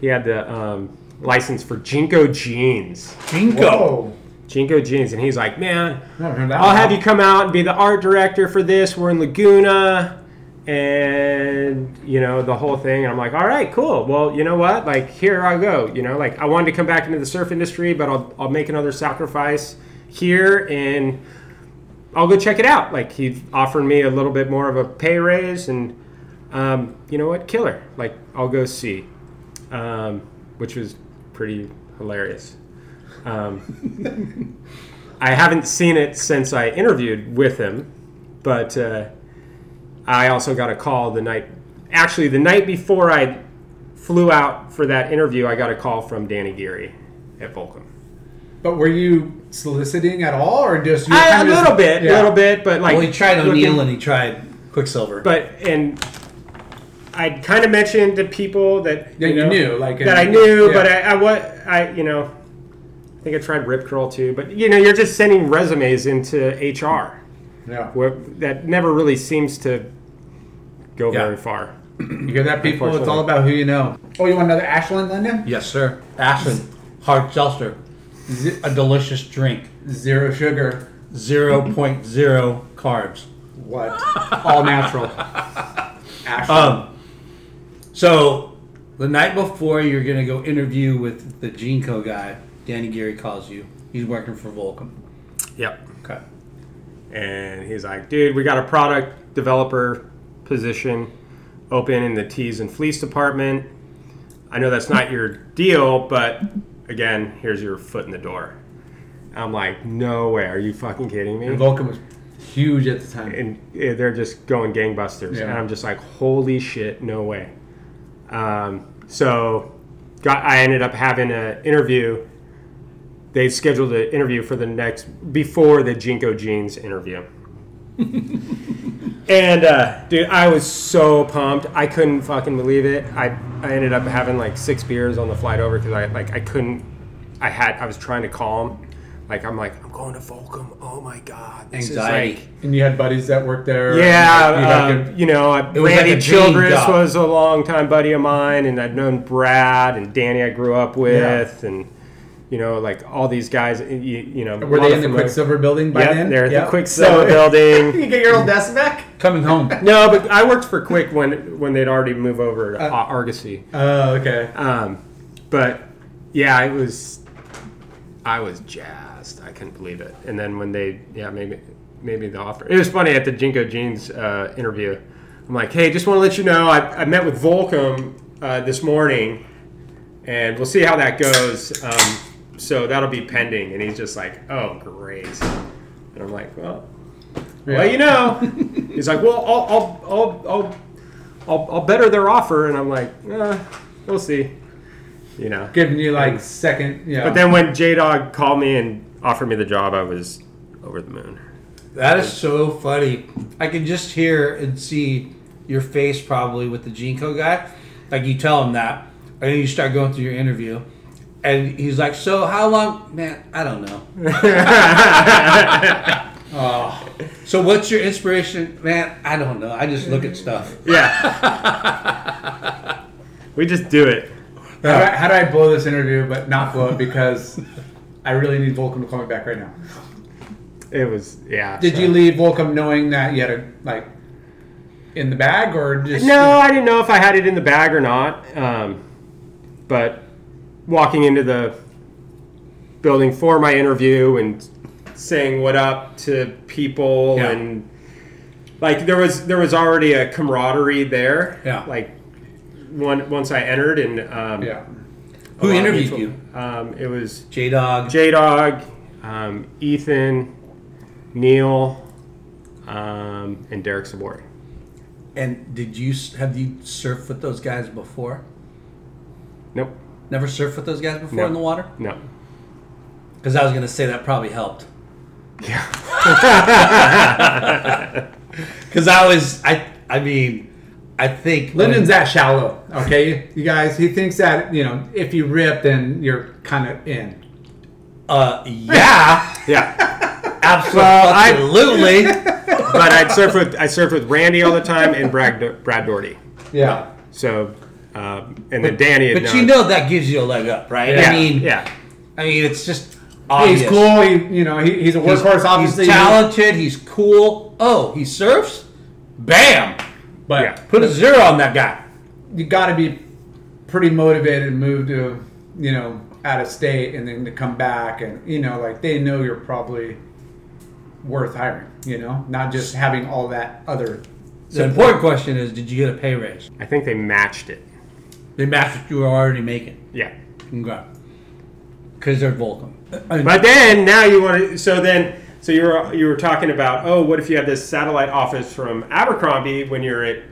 E: he had the, um, license for Jinko Jeans.
C: Whoa.
E: Jinko Jeans, and he's like, "Man,
C: Never heard that
E: I'll
C: one.
E: have you come out and be the art director for this. We're in Laguna, and you know the whole thing." And I'm like, "All right, cool. Well, you know what? Like, here I go. You know, like I wanted to come back into the surf industry, but I'll I'll make another sacrifice here, and I'll go check it out." Like he offered me a little bit more of a pay raise, and um, you know what? Killer. Like I'll go see, um, which was pretty hilarious. I haven't seen it since I interviewed with him, but uh, I also got a call the night. Actually, the night before I flew out for that interview, I got a call from Danny Geary at Volcom.
C: But were you soliciting at all, or just you were
E: I, Uh, a
C: kinda just-
E: little bit, a
C: yeah.
E: little bit, but like
D: Well, he tried
E: looking-
D: O'Neill and he tried Quicksilver.
E: but and I kind of mentioned to people that
C: That you
E: know,
C: knew, like,
E: that I
C: and-
E: knew,
C: yeah.
E: but I, I what I you know, I think I tried Rip Curl too, but you know, you're just sending resumes into HR.
C: Yeah.
E: where that never really seems to go
D: Yeah.
E: very far.
C: You hear that, people? It's
E: Unfortunately.
C: all about who you know. Oh, you want another Ashland, London?
D: yes, sir. Ashland hard seltzer,
C: Z-
D: a delicious drink,
C: zero sugar.
E: Mm-hmm.
D: zero point zero carbs.
C: What? all natural. Ashland.
D: Um, so the night before you're gonna go interview with the Genco guy, Danny Geary calls you. He's working for Volcom.
E: Yep.
D: Okay.
E: And he's like, dude, we got a product developer position open in the tees and fleece department. I know that's not your deal, but again, here's your foot in the door. I'm like, no way. Are you fucking kidding me?
C: Vulcan was huge at the time.
E: and yeah, they're just going gangbusters.
C: Yeah.
E: And I'm just like, holy shit, no way. Um, so, got I ended up having an interview. They scheduled an interview for the next before the Jinko Jeans interview. and uh, dude, I was so pumped. I couldn't fucking believe it. I, I ended up having like six beers on the flight over because I like I couldn't. I had I was trying to calm. Like I'm like I'm going to Volcom. Oh my god, this is,
D: Anxiety.
E: like-
C: And you had buddies that worked there. and you
E: yeah,
C: had
E: um,
C: good-
E: you know, I-
D: was
E: Randy
D: like a dream
E: Childress
D: job.
E: was a longtime buddy of mine, and I'd known Brad and Danny I grew up with, and you know, like all these guys. You, you know,
C: were they in the Quicksilver building by
E: Yeah,
C: then?
E: they're at
C: Yeah.
E: the Quicksilver building.
C: you get your old desk back?
D: Coming home.
E: No, but I worked for Quick when when they'd already moved over
C: Uh,
E: to Ar- Argosy.
C: Oh, okay.
E: Um, but yeah, it was. I was jazzed. I couldn't believe it. And then when they, yeah, maybe maybe the offer. It was funny at the Jinko Jeans uh, interview. I'm like, hey, just want to let you know, I, I met with Volcom uh, this morning, and we'll see how that goes. Um, so that'll be pending. And he's just like, oh, great. And I'm like, well, well, you know. he's like, well, I'll, I'll, I'll, I'll, I'll, I'll better their offer. And I'm like, eh, we'll see. You know.
C: Giving you like second, yeah.
E: But then when J Dog called me and offered me the job, I was over the moon.
D: That is so funny. I can just hear and see your face probably with the Jinko guy. Like you tell him that, and then you start going through your interview, and he's like, "So how long, man? I don't know." Oh. So what's your inspiration, man? I don't know. I just look at stuff.
E: Yeah. we just do it.
C: how, do I, how do I blow this interview but not blow it because I really need Volcom to call me back right now?
E: It was yeah.
C: Did
E: so-
C: you leave Volcom knowing that you had a like in the bag or just
E: No, I didn't know if I had it in the bag or not. Um, but walking into the building for my interview and saying what up to people
D: Yeah.
E: and like there was there was already a camaraderie there.
D: Yeah.
E: Like one, once I entered and um,
C: Yeah.
E: a
D: Who
E: lot of
D: interviewed
E: people-
D: you?
E: Um, it was
D: J Dog.
E: J Dog, um, Ethan, Neil, um, and Derek Sabori.
D: And did you s- have you surfed with those guys before?
E: Nope.
D: Never surfed with those guys before
E: No.
D: in the water?
E: No.
D: Because I was gonna say that probably helped.
E: Yeah.
D: Because I was, I, I mean, I think
C: Lyndon's that shallow, okay? You guys, he thinks that, you know, if you rip, then you're kind of in.
D: Uh, yeah,
E: Yeah.
D: absolutely.
E: but I'd surf with I surfed with Randy all the time and Brad Brad Doherty.
C: Yeah.
E: So Um, and then Danny had
D: But
E: known.
D: you know that gives you a leg up, right?
E: yeah,
D: I mean,
E: yeah.
D: I mean, it's just obvious.
C: He's cool. He, you know, he, he's a
D: He's-
C: workhorse. obviously,
D: he's talented. He's cool. Oh, he surfs. Bam!
C: but
E: Yeah.
D: Put a zero on that guy.
C: you got to be pretty motivated and move to, you know, out of state and then to come back and you know, like they know you're probably worth hiring. You know, not just having all that other.
D: The important question is, did you get a pay raise?
E: I think they matched it.
D: They matched what you were already making.
E: Yeah.
D: Okay. Because they're Volcom.
E: But then now you want to. So then, so you were you were talking about oh, what if you had this satellite office from Abercrombie when you're at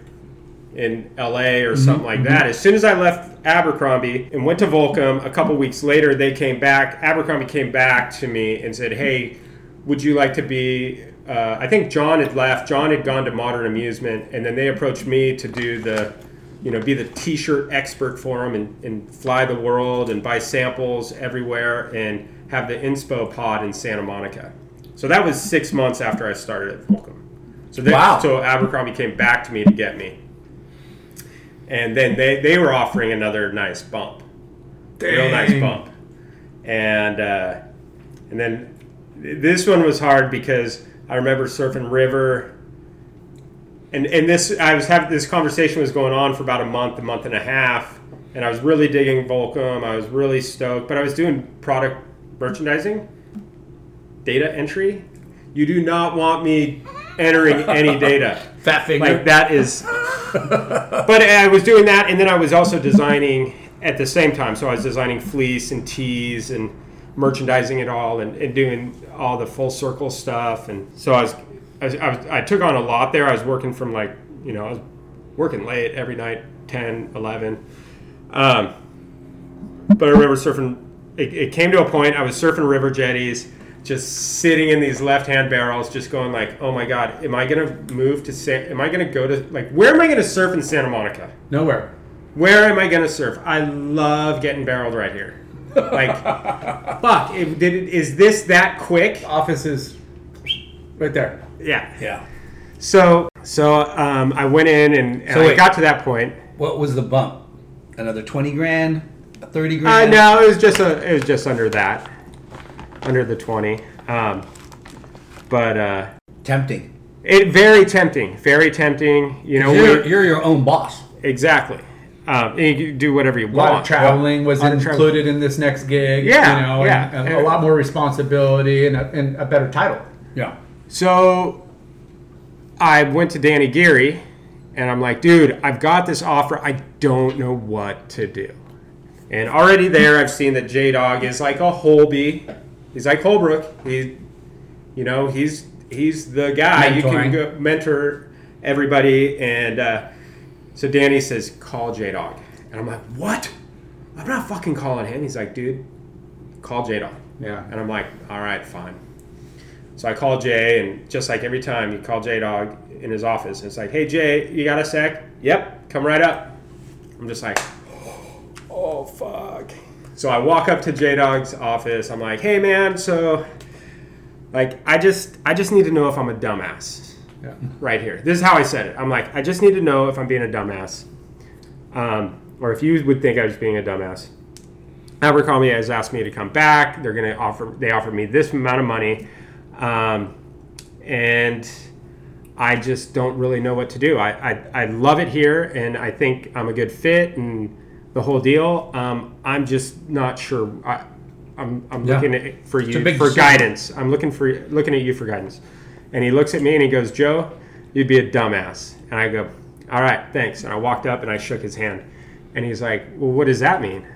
E: in LA or something like that. As soon as I left Abercrombie and went to Volcom, a couple weeks later they came back. Abercrombie came back to me and said, "Hey, would you like to be?" Uh, I think John had left. John had gone to Modern Amusement, and then they approached me to do the, you know, be the T-shirt expert for them and, and fly the world and buy samples everywhere and have the inspo pod in Santa Monica. So that was six months after I started at Volcom. So then,
D: Wow.
E: so Abercrombie came back to me to get me and then they, they were offering another nice bump, real nice bump, and uh, and then th- this one was hard because I remember surfing river, and and this I was having this conversation was going on for about a month, a month and a half, and I was really digging Volcom, I was really stoked, but I was doing product merchandising, data entry. You do not want me entering any data.
D: fat finger.
E: Like that is. but I was doing that, and then I was also designing at the same time. So I was designing fleece and tees and merchandising it all, and, and doing all the full circle stuff. And so I was, I, was, I, was, I took on a lot there. I was working from like you know I was working late every night, 10, 11. Um, but I remember surfing. It, it came to a point. I was surfing river jetties, just sitting in these left-hand barrels, just going like, "Oh my god, am I gonna move to? San, am I gonna go to like? Where am I gonna surf in Santa Monica?
C: Nowhere.
E: Where am I gonna surf? I love getting barreled right here. Like, fuck. It, did it, is this that quick?
C: Office is right there.
E: Yeah.
D: yeah.
E: So, so um, I went in and, and
D: So
E: I
D: wait.
E: got to that point.
D: What was the bump? Another twenty grand? Thirty
E: Uh,
D: grand?
E: no, it was just a, it was just under that, under the twenty. Um, but. Uh,
D: Tempting.
E: It very tempting, very tempting. You know,
D: You're,
E: we-
D: you're your own boss.
E: exactly. Um, and you can do whatever you
C: A lot
E: want.
C: of traveling was
E: lot of
C: included
E: travel.
C: in this next gig.
E: Yeah,
C: you know,
E: yeah.
C: And, and a lot more responsibility and a, and a better title.
D: Yeah.
E: So I went to Danny Geary, and I'm like, dude, I've got this offer. I don't know what to do. And already there, I've seen that J Dog is like a Holby. He's like Holbrook. He, you know, he's he's the guy you can
D: Mentoring.
E: go mentor everybody. And uh, so Danny says, call J Dog, and I'm like, what? I'm not fucking calling him. He's like, dude, call J Dog.
C: Yeah.
E: And I'm like, all right, fine. So I call Jay, and just like every time, you call J Dog in his office, and it's like, hey, Jay, you got a sec? Yep, come right up. I'm just like, oh, fuck. So I walk up to J Dog's office. I'm like, hey, man, so. Like I just I just need to know if I'm a dumbass.
C: Yeah.
E: Right here. This is how I said it. I'm like, I just need to know if I'm being a dumbass. Um, or if you would think I was being a dumbass. Abercrombie has asked me to come back. They're going to offer. They offered me this amount of money, um, and I just don't really know what to do. I, I I love it here, and I think I'm a good fit and the whole deal. Um, I'm just not sure. I, I'm, I'm
D: Yeah.
E: looking at, for you
D: big
E: for
D: decision.
E: guidance. I'm looking for looking at you for guidance. And he looks at me and he goes, Joe, you'd be a dumbass. And I go, All right, thanks. And I walked up and I shook his hand. And he's like, Well, what does that mean?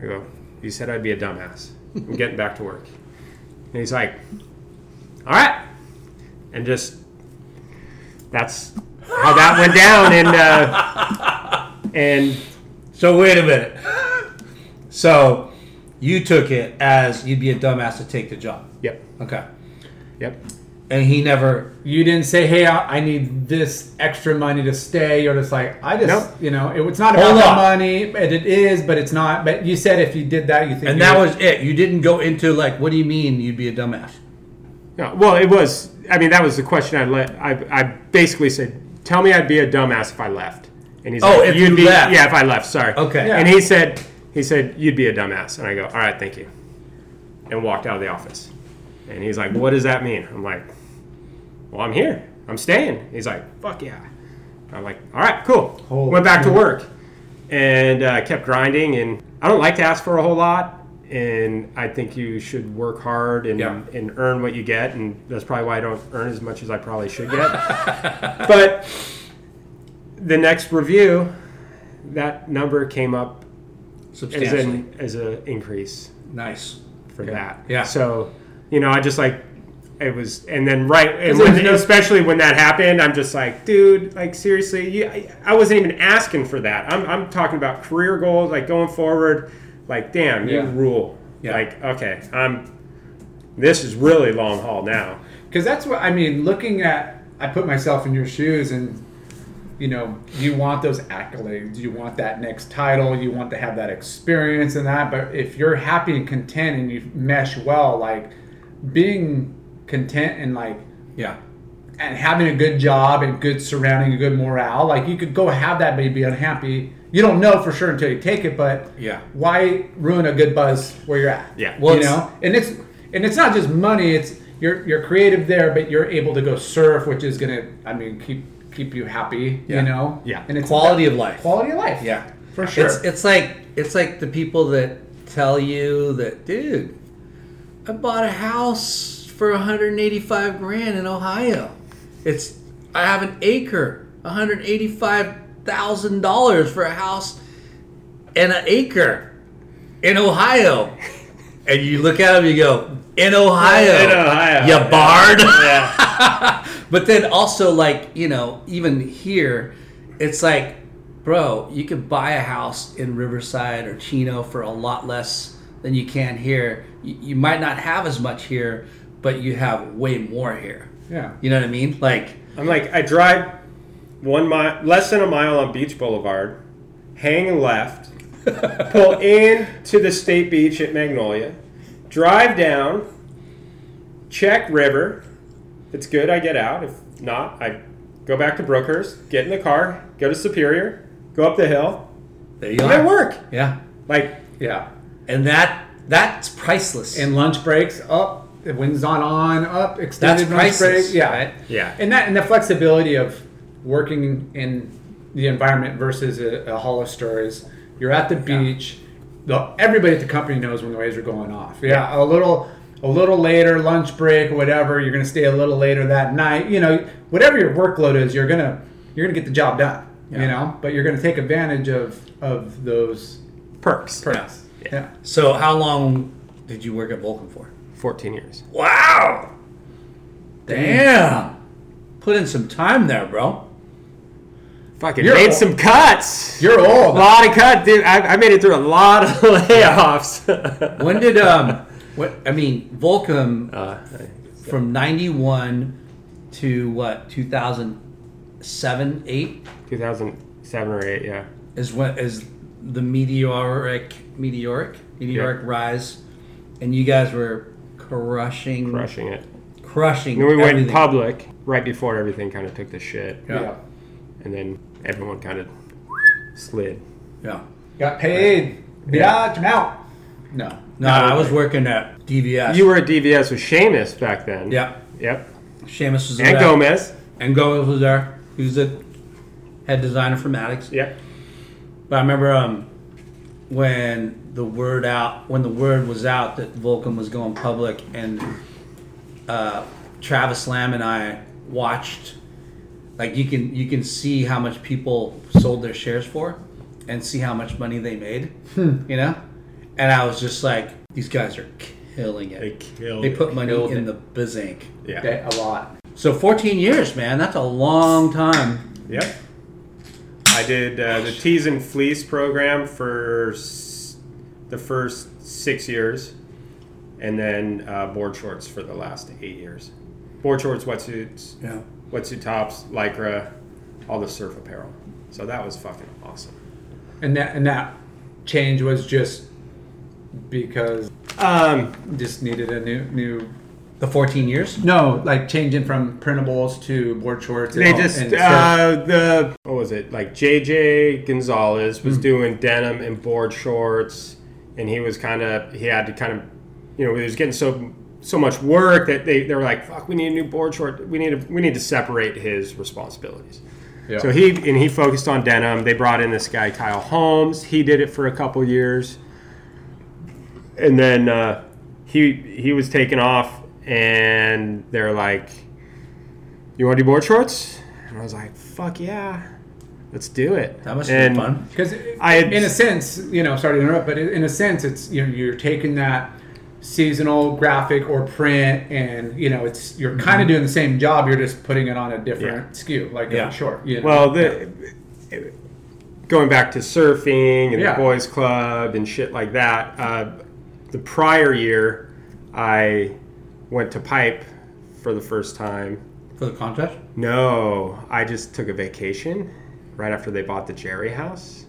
E: I go, You said I'd be a dumbass. I'm getting back to work. And he's like, All right. And just, that's how that went down. And, uh, and
D: So wait a minute. So you took it as you'd be a dumbass to take the job.
E: yep,
D: Okay.
E: yep.
D: And he never.
C: You didn't say, "Hey, I I need this extra money to stay." You're just like, "I just,
E: Nope.
C: you know, it, it's not
D: Hold
C: about
D: on.
C: the money, but it is, but it's not." But you said if you did that, you think,
D: And
C: you
D: that
C: would-
D: was it. You didn't go into like, what do you mean you'd be a dumbass?
E: No, well, it was. I mean, that was the question I let. I, I basically said, "Tell me I'd be a dumbass if I left." And he's
D: Oh,
E: like,
D: if
E: you'd
D: you
E: be,
D: left.
E: Yeah, if I left, sorry.
D: Okay.
E: And he said, he said, you'd be a dumbass. And I go, all right, thank you. And walked out of the office. And he's like, what does that mean? I'm like, well, I'm here. I'm staying. He's like, fuck yeah. I'm like, all right, cool.
C: Holy
E: Went back to work and uh, kept grinding. And I don't like to ask for a whole lot. And I think you should work hard and,
D: Yeah.
E: and earn what you get. And that's probably why I don't earn as much as I probably should get. but the next review, that number came up as
D: substantially.
E: an as an increase
D: nice.
E: for that.
D: Yeah.
E: So, you know, I just like it was, and then right, and
D: 'Cause it
E: when,
D: was no-
E: especially when that happened, I'm just like, dude, like seriously, you, I, I wasn't even asking for that. I'm, I'm talking about career goals, like going forward. Like, damn, you
C: Yeah.
E: rule.
D: Yeah.
E: Like, okay, I'm. This is really long haul now.
C: Because that's what I mean. Looking at, I put myself in your shoes, and you know, you want those accolades, you want that next title, you want to have that experience and that. But if you're happy and content and you mesh well, like being content and like
D: Yeah.
C: and having a good job and good surrounding, and good morale, like you could go have that, but you'd be unhappy. You don't know for sure until you take it, but
D: Yeah.
C: why ruin a good buzz where you're at?
E: Yeah.
D: Well,
C: you
D: it's-
C: know, and it's and it's not just money. It's you're you're creative there, but you're able to go surf, which is gonna, I mean, keep keep you happy.
D: Yeah.
C: You know,
E: Yeah.
C: and it's
D: Quality of life.
C: quality of life.
D: Yeah.
C: for sure.
D: It's it's like it's like the people that tell you that, dude, I bought a house for 185 grand in Ohio. It's I have an acre, 185 thousand dollars for a house and an acre in Ohio. And you look at them, you go, in Ohio,
E: In Ohio,
D: you
E: yeah.
D: bard. but then also, like you know, even here, it's like, bro, you could buy a house in Riverside or Chino for a lot less than you can here. You, you might not have as much here, but you have way more here.
C: yeah.
D: You know what I mean? Like,
E: I'm like, I drive one mile, less than a mile on Beach Boulevard, hang left, pull in to the state beach at Magnolia, drive down, check river. If it's good, I get out. If not, I go back to Brookhurst, get in the car, go to Superior, go up the hill,
D: there you
E: and I
D: are.
E: work.
D: Yeah,
E: Like,
C: yeah.
D: and that that's priceless.
C: And lunch breaks up. The wind's not on up.
D: that's
C: Extended lunch break.
D: priceless.
C: Yeah.
D: right?
E: yeah.
C: and that and the flexibility of working in the environment versus a, a Hollister is you're at the beach. The, everybody at the company knows when the waves are going off. Yeah, a little a little later, lunch break, whatever. You're gonna stay a little later that night. You know, whatever your workload is, you're gonna you're gonna get the job done. You know, but you're gonna take advantage of of those
E: Perks.
C: perks. Yeah.
D: So, how long did you work at Vulcan for?
E: 14 years.
D: Wow. Damn. Put in some time there, bro.
E: Fucking
C: You're
E: made
C: old.
E: some cuts.
C: You're
E: a
C: old.
E: lot of cuts, dude. I, I made it through a lot of layoffs.
D: When did um what I mean, Volcom
E: Uh,
D: from 91 to what? 2007, 8
E: 2007 or 8, yeah.
D: is when is the meteoric meteoric meteoric rise and you guys were crushing
E: Crushing it.
D: crushing
E: And then we
D: everything.
E: went public right before everything kind of took the shit.
C: yeah.
E: And then everyone kind of slid.
D: Yeah.
C: Got paid. Yeah, come out. No.
D: No, I was working at DVS.
E: You were at DVS with Seamus back then.
D: Yeah.
E: Yep.
D: Seamus was
E: And
D: there.
E: Gomez.
D: And Gomez was there. He was the head designer for Maddox.
E: Yep.
D: But I remember um, when the word out, when the word was out that Vulcan was going public, and uh, Travis Lamb and I watched. Like you can you can see how much people sold their shares for, and see how much money they made.
C: Hmm.
D: You know, and I was just like, these guys are killing it.
E: They killed
D: They
E: it.
D: put money
C: Killed
D: in
C: it.
D: the bazink.
E: Yeah.
C: Okay, a lot.
D: So 14 years, man. That's a long time.
E: Yep. I did uh, the Teas and Fleece program for s- the first six years, and then uh, board shorts for the last eight years. Board shorts, wetsuits,
D: Yeah.
E: wetsuit tops, lycra, all the surf apparel. So that was fucking awesome.
C: And that and that change was just because
E: Um,
C: just needed a new new
D: The 14 years?
C: No, like changing from printables to board shorts. and
E: They
C: all-
E: just
C: and surf.
E: uh, the Hmm. what was it like? JJ Gonzalez was doing denim and board shorts, and he was kind of he had to kind of you know he was getting so so much work that they, they were like fuck we need a new board short we need to we need to separate his responsibilities. So he and he focused on denim. They brought in this guy Kyle Holmes. He did it for a couple years, and then uh, he he was taken off, and they're like, "You want to do board shorts?" And I was like, "Fuck yeah, let's do it."
D: That must have
E: and,
D: been fun.
C: Because
E: I had-
C: in a sense, you know, sorry to interrupt, but in a sense, it's you know, you're taking that seasonal graphic or print, and you know, it's you're kind of doing the same job. You're just putting it on a different
E: Mm-hmm. Yeah.
C: skew, like
D: Yeah.
C: a short. You know?
E: Well, the, going back to surfing and
C: Yeah.
E: the boys club and shit like that, uh, the prior year I went to pipe for the first time.
D: For the contest?
E: No, I just took a vacation right after they bought the Jerry house.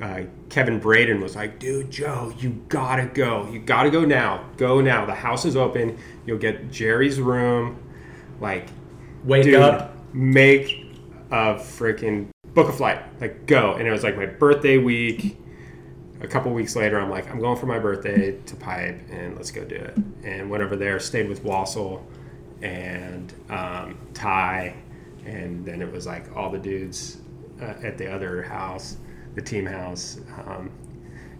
E: Uh, Kevin Braden was like, dude, Joe, you gotta go. You gotta go now. Go now. The house is open. You'll get Jerry's room. Like,
C: wake
E: dude,
C: up.
E: make a freaking book a flight, like go. And it was like my birthday week. A couple weeks later, I'm like, I'm going for my birthday to Pipe, and let's go do it. And went over there, stayed with Wassel and um, Ty, and then it was like all the dudes uh, at the other house, the team house. Um,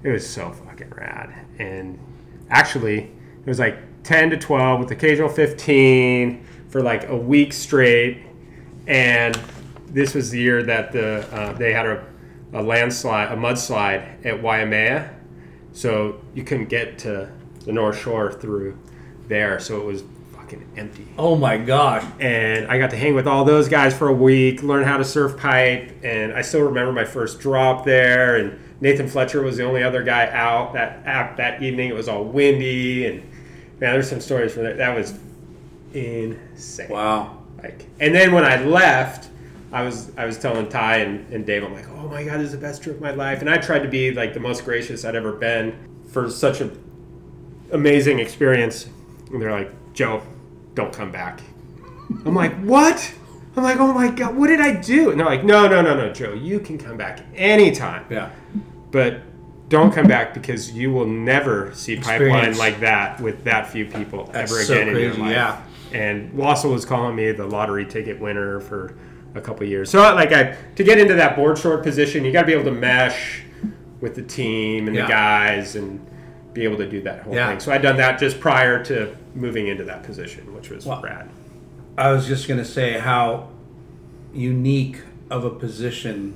E: it was so fucking rad. And actually, it was like 10 to 12 with occasional 15 for like a week straight. And this was the year that the uh, they had a, a landslide, a mudslide at Waimea. So you couldn't get to the North Shore through there. So it was fucking empty
D: Oh my gosh.
E: and I got to hang with all those guys for a week, learn how to surf pipe, and I still remember my first drop there. And Nathan Fletcher was the only other guy out that app that evening. It was all windy, and man, there's some stories from there. That was insane.
D: Wow.
E: Like, and then when I left, I was I was telling Ty and, and Dave, I'm like, oh my god, this is the best trip of my life, and I tried to be like the most gracious I'd ever been for such an amazing experience. And they're like, Joe, don't come back. I'm like, what? I'm like, oh my god, what did I do? And they're like, no, no, no, no, Joe, you can come back anytime,
D: Yeah.
E: but don't come back because you will never see pipeline
D: Experience.
E: like that with that few people
D: That's
E: ever
D: so
E: again in
D: crazy,
E: your life.
D: yeah.
E: And Wassel was calling me the lottery ticket winner for a couple years. So like I to get into that board short position, you got to be able to mesh with the team and
D: Yeah.
E: the guys and be able to do that whole
D: Yeah.
E: thing. So I'd done that just prior to moving into that position, which was
D: Wow.
E: rad.
D: I was just gonna say how unique of a position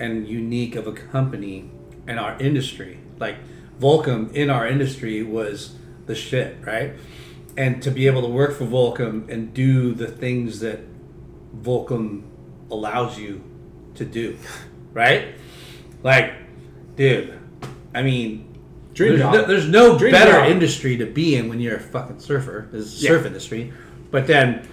D: and unique of a company in our industry. Like Volcom in our industry was the shit, right? And to be able to work for Volcom and do the things that Volcom allows you to do, right? Like, dude, I mean,
C: Dream
D: there's
C: job.
D: no, there's no
C: Dream
D: better
C: job.
D: industry to be in when you're a fucking surfer is the surf industry but then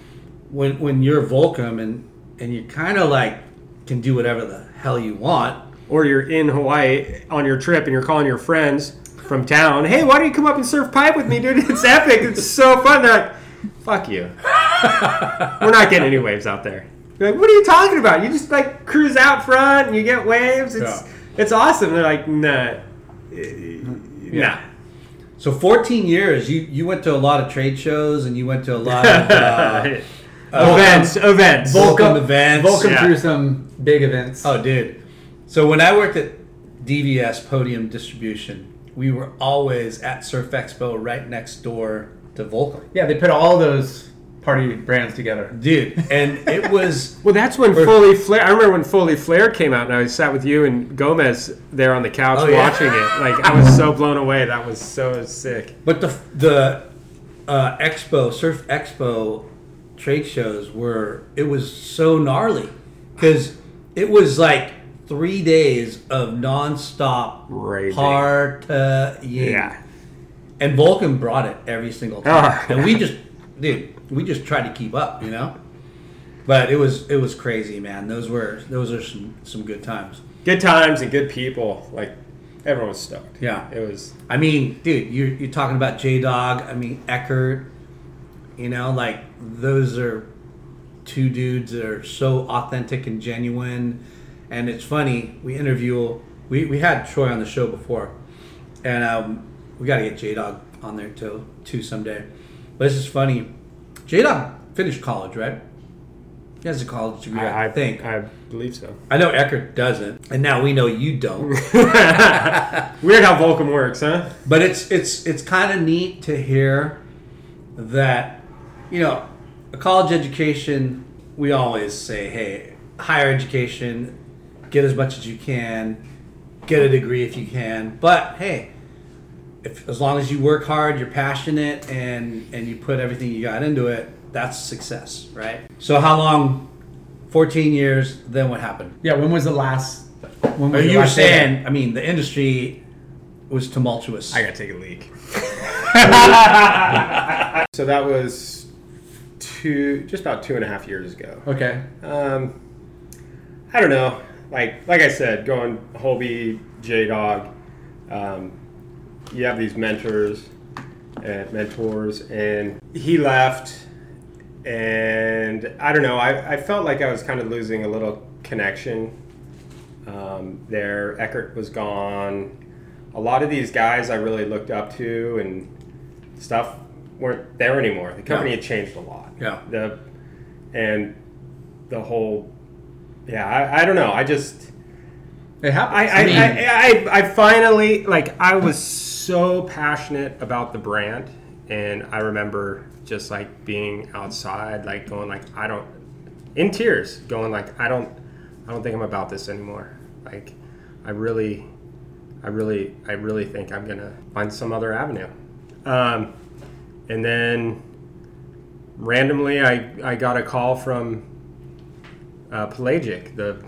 D: when when you're Volcom and and you kind of like can do whatever the hell you want
E: Or you're in Hawaii on your trip and you're calling your friends from town, hey, why don't you come up and surf pipe with me, dude? It's epic. It's so fun. They're like, fuck you. We're not getting any waves out there. You're like, what are you talking about? You just like cruise out front and you get waves. It's it's awesome. They're like, nah. eh, Yeah.
D: so 14 years you you went to a lot of trade shows and you went to a lot of uh, um,
E: events, events.
D: Volcom events
C: Volcom
E: Yeah.
C: through some big events.
D: Oh, dude. So when I worked at DVS Podium Distribution, we were always at Surf Expo right next door to Volcom.
C: yeah, they put all those party brands together.
D: Dude, and it was
E: Well, that's when Fully Flare. I remember when Fully Flare came out, and I sat with you and Gomez there on the couch
D: Oh, yeah.
E: watching it. Like I was so blown away. That was so sick.
D: But the the uh, expo surf expo trade shows were it was so gnarly because it was like three days of nonstop
E: Raging.
D: partying.
E: Yeah,
D: and Vulcan brought it every single time, and we just dude we just tried to keep up, you know. But it was it was crazy, man. Those were those are some some good times.
E: good times and good people. Like everyone was stoked.
D: Yeah.
E: it was.
D: I mean, dude, you're, you're talking about J Dog. I mean, Eckert. You know, like those are two dudes that are so authentic and genuine. And it's funny, we interview, we, we had Troy on the show before, and um, we got to get J Dog on there too, too someday. But it's just funny. J Dog finished college, right? He has a college degree, I, think. I,
E: I believe so.
D: know Eckert doesn't, and now we know you don't.
E: Weird how Volcom works, huh?
D: but it's it's it's kind of neat to hear that you know a college education we always say hey higher education get as much as you can get a degree if you can but hey if as long as you work hard you're passionate and and you put everything you got into it that's success right so how long 14 years then what happened
C: Yeah, when was the last? When was
D: but
C: the
D: you were
C: last day?
D: saying, I mean, the industry was tumultuous.
E: I gotta take a leak. so that was two, just about two and a half years ago.
C: Okay.
E: Um, I don't know. Like like I said, going Hobie, J Dog, um, you have these mentors and mentors, and he left, and I don't know. I, I felt like I was kind of losing a little connection um, there. Eckert was gone. A lot of these guys I really looked up to and stuff weren't there anymore. The company
D: Yeah.
E: had changed a lot.
D: Yeah.
E: The and the whole yeah i, I don't know i just
C: It happened.
E: I I, I, I I finally like i was so passionate about the brand and i remember just like being outside like going like i don't in tears going like i don't i don't think i'm about this anymore like i really i really i really think i'm gonna find some other avenue um, and then randomly I, I got a call from uh, pelagic the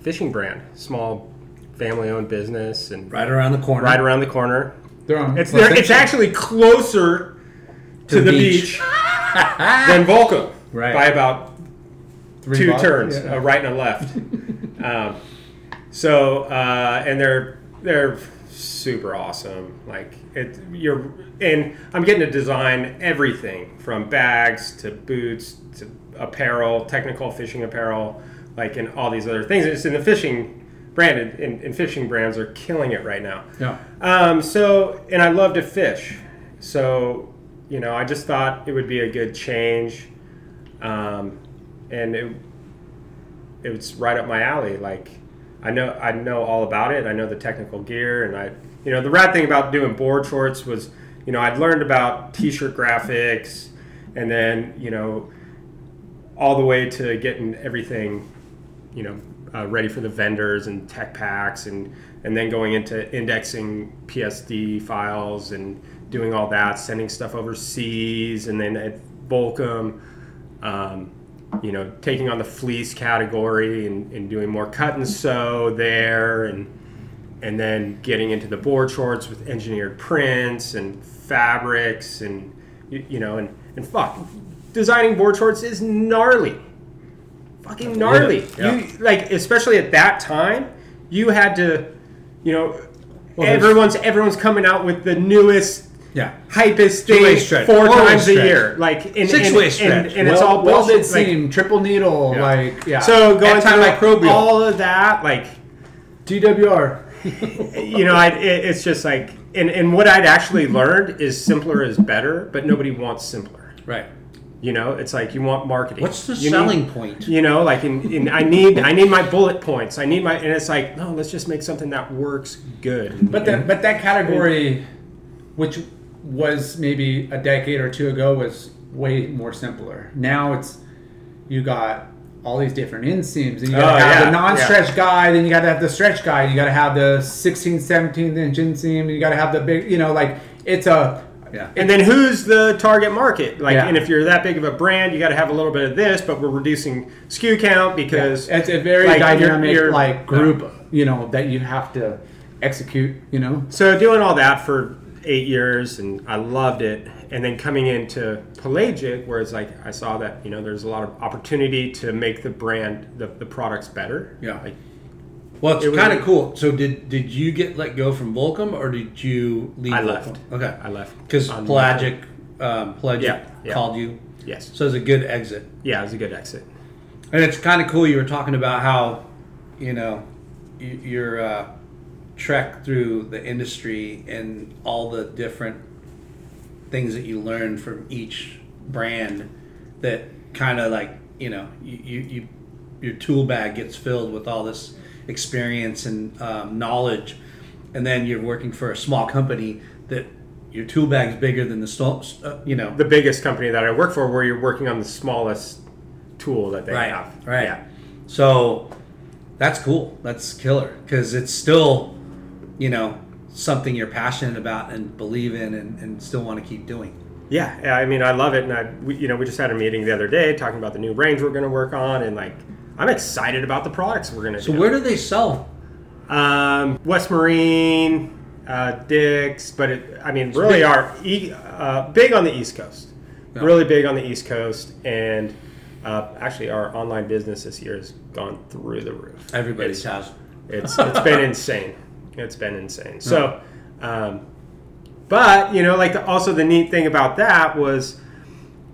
E: fishing brand small family-owned business and
D: right around the corner.
E: right around the corner
C: They're on-
E: it's
C: well,
E: there, it's
C: thank
E: actually closer to,
D: the
E: the,
D: beach.
E: beach, than Volcom
D: Right.
E: by about
C: you.
E: two
C: Reebok?
E: turns,
C: Yeah.
E: a right and a left. um, so uh, and they're they're super awesome. Like it, you're and I'm getting to design everything from bags to boots to apparel, technical fishing apparel, like and all these other things. It's in the fishing brand, and, and, and fishing brands are killing it right now.
D: Yeah.
E: Um, so, and I love to fish. So, you know, I just thought it would be a good change. Um, and it, it was right up my alley. Like, I know, I know all about it. I know the technical gear. And I, you know, the rad thing about doing board shorts was, you know, I'd learned about t shirt graphics and then, you know, all the way to getting everything you know, uh, ready for the vendors and tech packs, and and then going into indexing PSD files and doing all that, sending stuff overseas, and then at Volcom, um, you know, taking on the fleece category and, and doing more cut and sew there, and and then getting into the board shorts with engineered prints and fabrics, and you, you know, and and fuck, designing board shorts is gnarly fucking gnarly.
D: Yeah.
E: You like, especially at that time, you had to, you know,
D: there's-
E: everyone's everyone's coming out with the newest,
D: Yeah.
E: hypest
D: Two-way
E: thing
D: stretch,
E: four
D: four-way
E: times a
D: stretch.
E: year. Like and, and,
D: Six-way
E: and-
D: stretch.
E: and, it's all
C: well,
E: bullshit.
C: welded
E: like-
C: seam, triple needle, like yeah.
E: so going through
D: Antimicrobial.
E: all of that, like
C: DWR.
E: you know, I, it, it's just like, and, and what I'd actually learned is simpler is better, but nobody wants simpler.
D: Right.
E: You know, it's like you want marketing.
D: What's the
E: You need-
D: selling point?
E: You know, like in, in I need I need my bullet points. I need my and it's like no, let's just make something that works good.
C: But that but that category, which was maybe a decade or two ago, was way more simpler. Now it's you got all these different inseams, and you gotta
E: Oh,
C: have
E: yeah,
C: the non-stretch guy, then you gotta have the stretch guy, you gotta have the 16, 17 inch inseam, and you gotta have the big, you know, like it's a
D: Yeah.
E: and then who's the target market? Like,
C: Yeah.
E: and if you're that big of a brand, you got to have a little bit of this, but we're reducing SKU count because
C: it's a very
E: like, you're-
C: dynamic
E: you're-
C: like group, you know, that you have to execute, you know.
E: So doing all that for eight years, and I loved it. And then coming into Pelagic, where it's like I saw that you know there's a lot of opportunity to make the brand, the, the products better.
D: Yeah.
E: Like,
D: Well, it's
E: It was-
D: kind of cool. So did did you get let go from Volcom or did you leave?
E: I
D: Volcom?
E: left.
D: Okay.
E: I left
D: because
E: on-
D: Pelagic, um, Pelagic
E: Yeah, yeah.
D: called you.
E: Yes.
D: So it's a good exit.
E: Yeah, it was a good exit.
D: And it's kind of cool. You were talking about how, you know, y- your uh, trek through the industry and all the different things that you learn from each brand that kind of like, you know, you, you, you, your tool bag gets filled with all this experience and um, knowledge. And then you're working for a small company that your tool bag's bigger than the, small- uh, you know,
E: The biggest company that I work for, where you're working on the smallest tool that they
D: right,
E: have.
D: Right.
E: Yeah.
D: So that's cool. That's killer because it's still, you know, something you're passionate about and believe in and, and still want to keep doing.
E: Yeah, yeah, I mean, I love it, and I, we, you know, we just had a meeting the other day talking about the new range we're going to work on, and like, I'm excited about the products we're going to.
D: So where do they sell?
E: Um, West Marine, uh, Dix, but it, I mean, really
D: big.
E: are e- uh, big on the East Coast. Really big on the East Coast, and uh, actually, our online business this year has gone through the roof.
D: Everybody's house.
E: It's it's been insane. It's been insane. So, um, but you know, like the, also the neat thing about that was,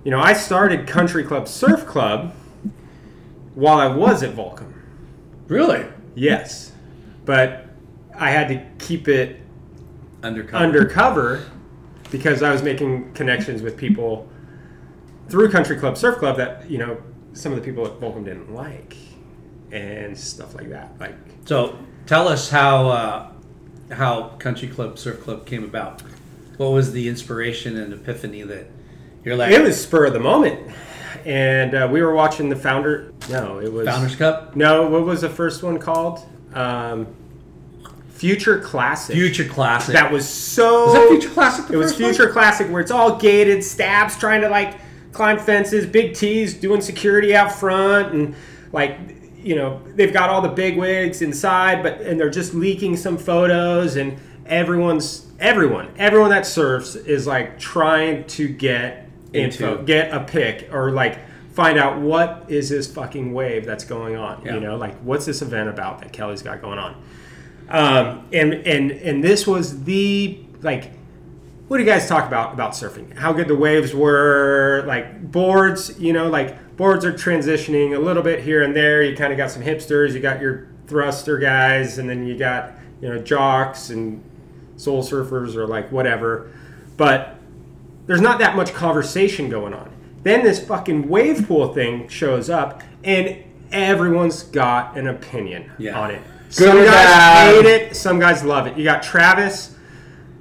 E: you know, I started Country Club Surf Club while I was at Volcom.
D: Really?
E: Yes, but I had to keep it
D: Undercover.
E: undercover because I was making connections with people through Country Club Surf Club that you know some of the people at Volcom didn't like and stuff like that. Like
D: So tell us how uh, how Country Club Surf Club came about. What was the inspiration and epiphany that you're like
E: It was spur of the moment, and uh, we were watching the founder. No, it was
D: Founders Cup,
E: No, what was the first one called? Um, Future Classic.
D: Future Classic.
E: That was so.
D: Was that Future Classic the
E: it was
D: first one?
E: Future Classic, where it's all gated, stabs trying to like climb fences, big T's doing security out front, and like you know they've got all the big wigs inside, but and they're just leaking some photos, and everyone's everyone everyone that surfs is like trying to get info,
D: Into-
E: get a pick, or like find out what is this fucking wave that's going on.
D: Yeah.
E: You know, like what's this event about that Kelly's got going on? um, and and and this was the like what do you guys talk about about surfing how good the waves were like boards you know like boards are transitioning a little bit here and there you kind of got some hipsters you got your thruster guys and then you got you know jocks and soul surfers or like whatever but there's not that much conversation going on then this fucking wave pool thing shows up and everyone's got an opinion
D: Yeah.
E: on it some
C: or
E: guys
C: bad?
E: hate it some guys love it you got travis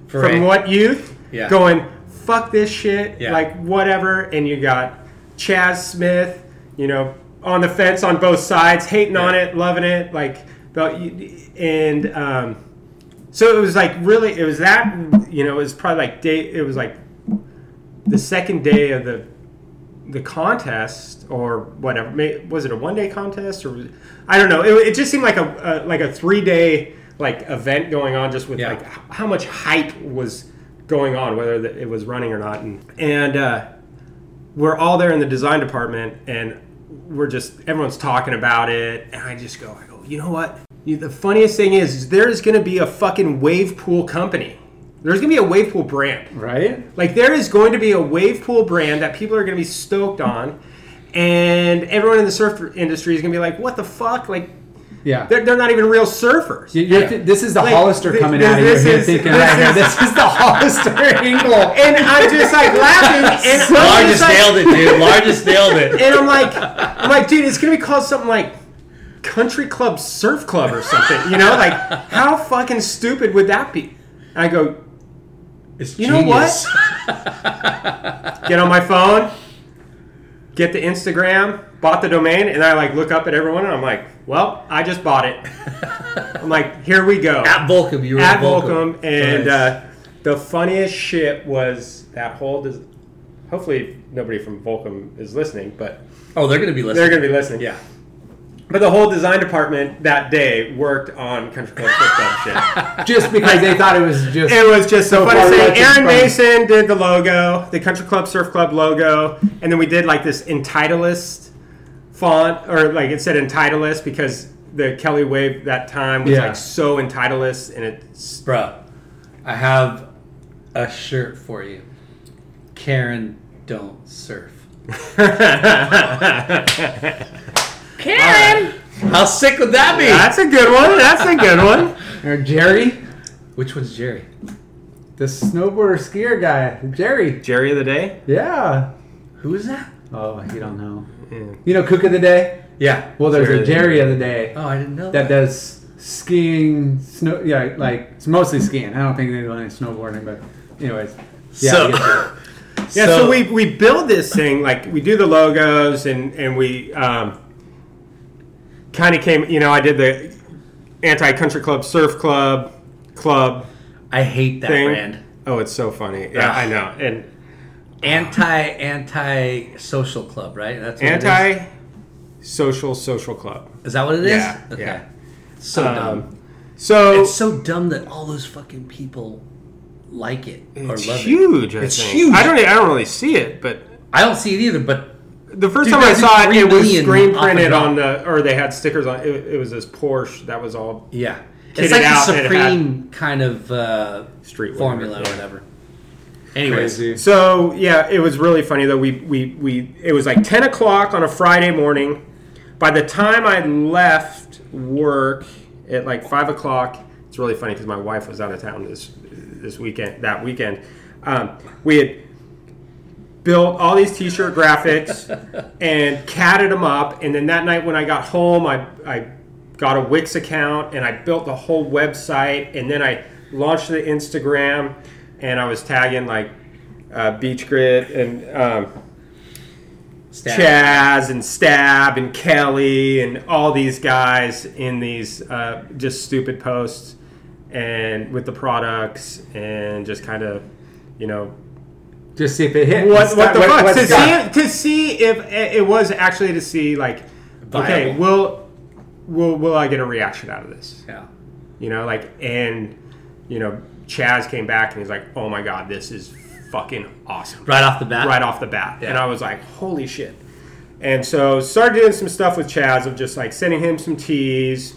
D: Foray.
E: from what youth
D: Yeah.
E: going fuck this shit
D: Yeah.
E: like whatever and you got chaz smith you know on the fence on both sides hating on
D: Yeah.
E: it loving it like but you- and um, so it was like really it was that you know it was probably like day it was like the second day of the the contest or whatever May- was it a one day contest or was- I don't know it, it just seemed like a, a like a three day like event going on just with
D: Yeah.
E: like h- how much hype was going on whether that it was running or not and and uh, we're all there in the design department and we're just everyone's talking about it and I just go I go you know what you, the funniest thing is, is there is going to be a fucking wave pool company there's going to be a wave pool brand
C: Right?
E: like there is going to be a wave pool brand that people are going to be stoked on, and everyone in the surf industry is going to be like, "What the fuck?" Like
C: Yeah.
E: they're, they're not even real surfers.
C: You- you're thi- this is the
E: Like,
C: Hollister
E: thi-
C: coming
E: thi-
C: out of here.
E: this
C: You're
E: is-
C: thinking
E: this
C: right now,
E: is-
C: this is the Hollister angle.
E: And I'm just like laughing, and I'm just
D: Largest
E: like,
D: nailed it, dude. Largest nailed it.
E: and I'm like, I'm like, dude, it's gonna be called something like Country Club Surf Club or something. You know, like how fucking stupid would that be? And I go,
D: It's
E: You know
D: genius.
E: get on my phone, get the Instagram, bought the domain, and I like look up at everyone and I'm like, well, I just bought it. I'm like, here we go.
D: At Volcom, you were
E: At
D: at Volcom,
E: Volcom, and
D: Nice.
E: uh, the funniest shit was that whole. Des- Hopefully, nobody from Volcom is listening, but
D: oh, they're gonna be listening.
E: they're going to be listening. Yeah. But the whole design department that day worked on Country Club Flip Flop shit.
C: Just because they thought it was just.
E: It was just so,
C: So
E: funny.
C: far,
E: funny.
C: that's
E: Aaron
C: funny.
E: Mason did the logo, the Country Club Surf Club logo, and then we did like this Entitlist font, or like it said Entitlist because the Kelly Wave that time was
C: Yeah.
E: like so Entitlist, and it's
D: Bruh, I have a shirt for you. Karen, don't surf. How sick would that be?
E: That's a good one. That's a good one.
C: Or Jerry,
D: Which one's Jerry?
C: the snowboarder skier guy. Jerry.
E: Jerry of the day.
C: Yeah.
D: Who is that?
C: Oh, you don't know. You know Cook of the Day?
D: Yeah.
C: Well, there's a
E: Mm. Jerry of the
C: Jerry of the Day
D: Oh, I didn't know
C: that
D: that.
C: does skiing, snow. Yeah, like it's mostly skiing. I don't think they do any snowboarding, but anyways. Yeah,
D: So-
C: I get you.
E: Yeah, so,
D: So-
E: we, we build this thing like we do the logos and and we um, kind of came. You know, I did the anti country club, surf club, club
D: I hate that
E: thing.
D: brand.
E: Oh, it's so funny. Yeah,
D: Ah.
E: I know. And
D: Anti anti social club, right? That's what it is.
E: anti social social club.
D: Is that what it is?
E: Yeah,
D: Okay.
E: yeah.
D: So dumb.
E: Um, so
D: It's so dumb that all those fucking people like it or
E: it's
D: love it.
E: huge. I
D: It's
E: think.
D: huge.
E: I don't e, I don't really see it, but
D: I don't see it either, but
E: The first
D: Dude,
E: time I
D: that's
E: saw it,
D: three
E: it was
D: million
E: screen
D: off the
E: printed
D: top.
E: on the, or they had stickers on. It, it was this Porsche that was all
D: yeah.
E: Kitted
D: it's like
E: out
D: the
E: and it had-
D: supreme kind of uh,
E: Street
D: formula
E: whatever,
D: or whatever. Anyways,
C: Crazy.
E: So yeah, it was really funny though. We we we it was like ten o'clock on a Friday morning. By the time I left work at like five o'clock, it's really funny because my wife was out of town this this weekend that weekend. Um, we had built all these t-shirt graphics and catted them up and then that night when i got home I, I got a wix account and i built the whole website and then i launched the instagram and i was tagging like uh, beach grit and um,
D: stat.
E: Chaz and Stab and Kelly and all these guys in these uh, just stupid posts and with the products and just kind of, you know,
C: Just see if it hit.
E: what, what the fuck
C: what's
E: to see
C: got-
E: it, to see if it it was actually to see like, okay,
D: Viable.
E: will will will I get a reaction out of this?
D: Yeah.
E: You know, like and you know, Chaz came back and he's like, oh my god, this is fucking awesome
D: Right off the bat.
E: right off the bat.
D: Yeah.
E: And I was like, holy shit. And so started doing some stuff with Chaz of just like sending him some teas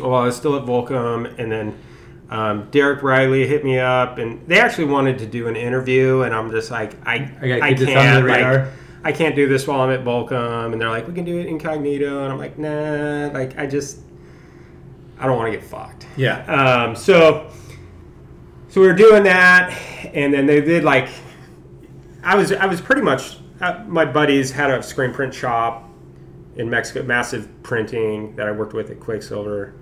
E: while I was still at Volcom. And then um, Derek Riley hit me up and they actually wanted to do an interview. And I'm just like, I,
C: I gotta
E: I,
C: keep this under
E: can't.
C: the radar.
E: like, I can't do this while I'm at Volcom. And they're like, we can do it incognito. And I'm like, nah, like I just, I don't want to get fucked.
D: Yeah.
E: Um, so, so we were doing that, and then they did like, I was I was pretty much uh, my buddies had a screen print shop in Mexico, massive printing that I worked with at Quicksilver,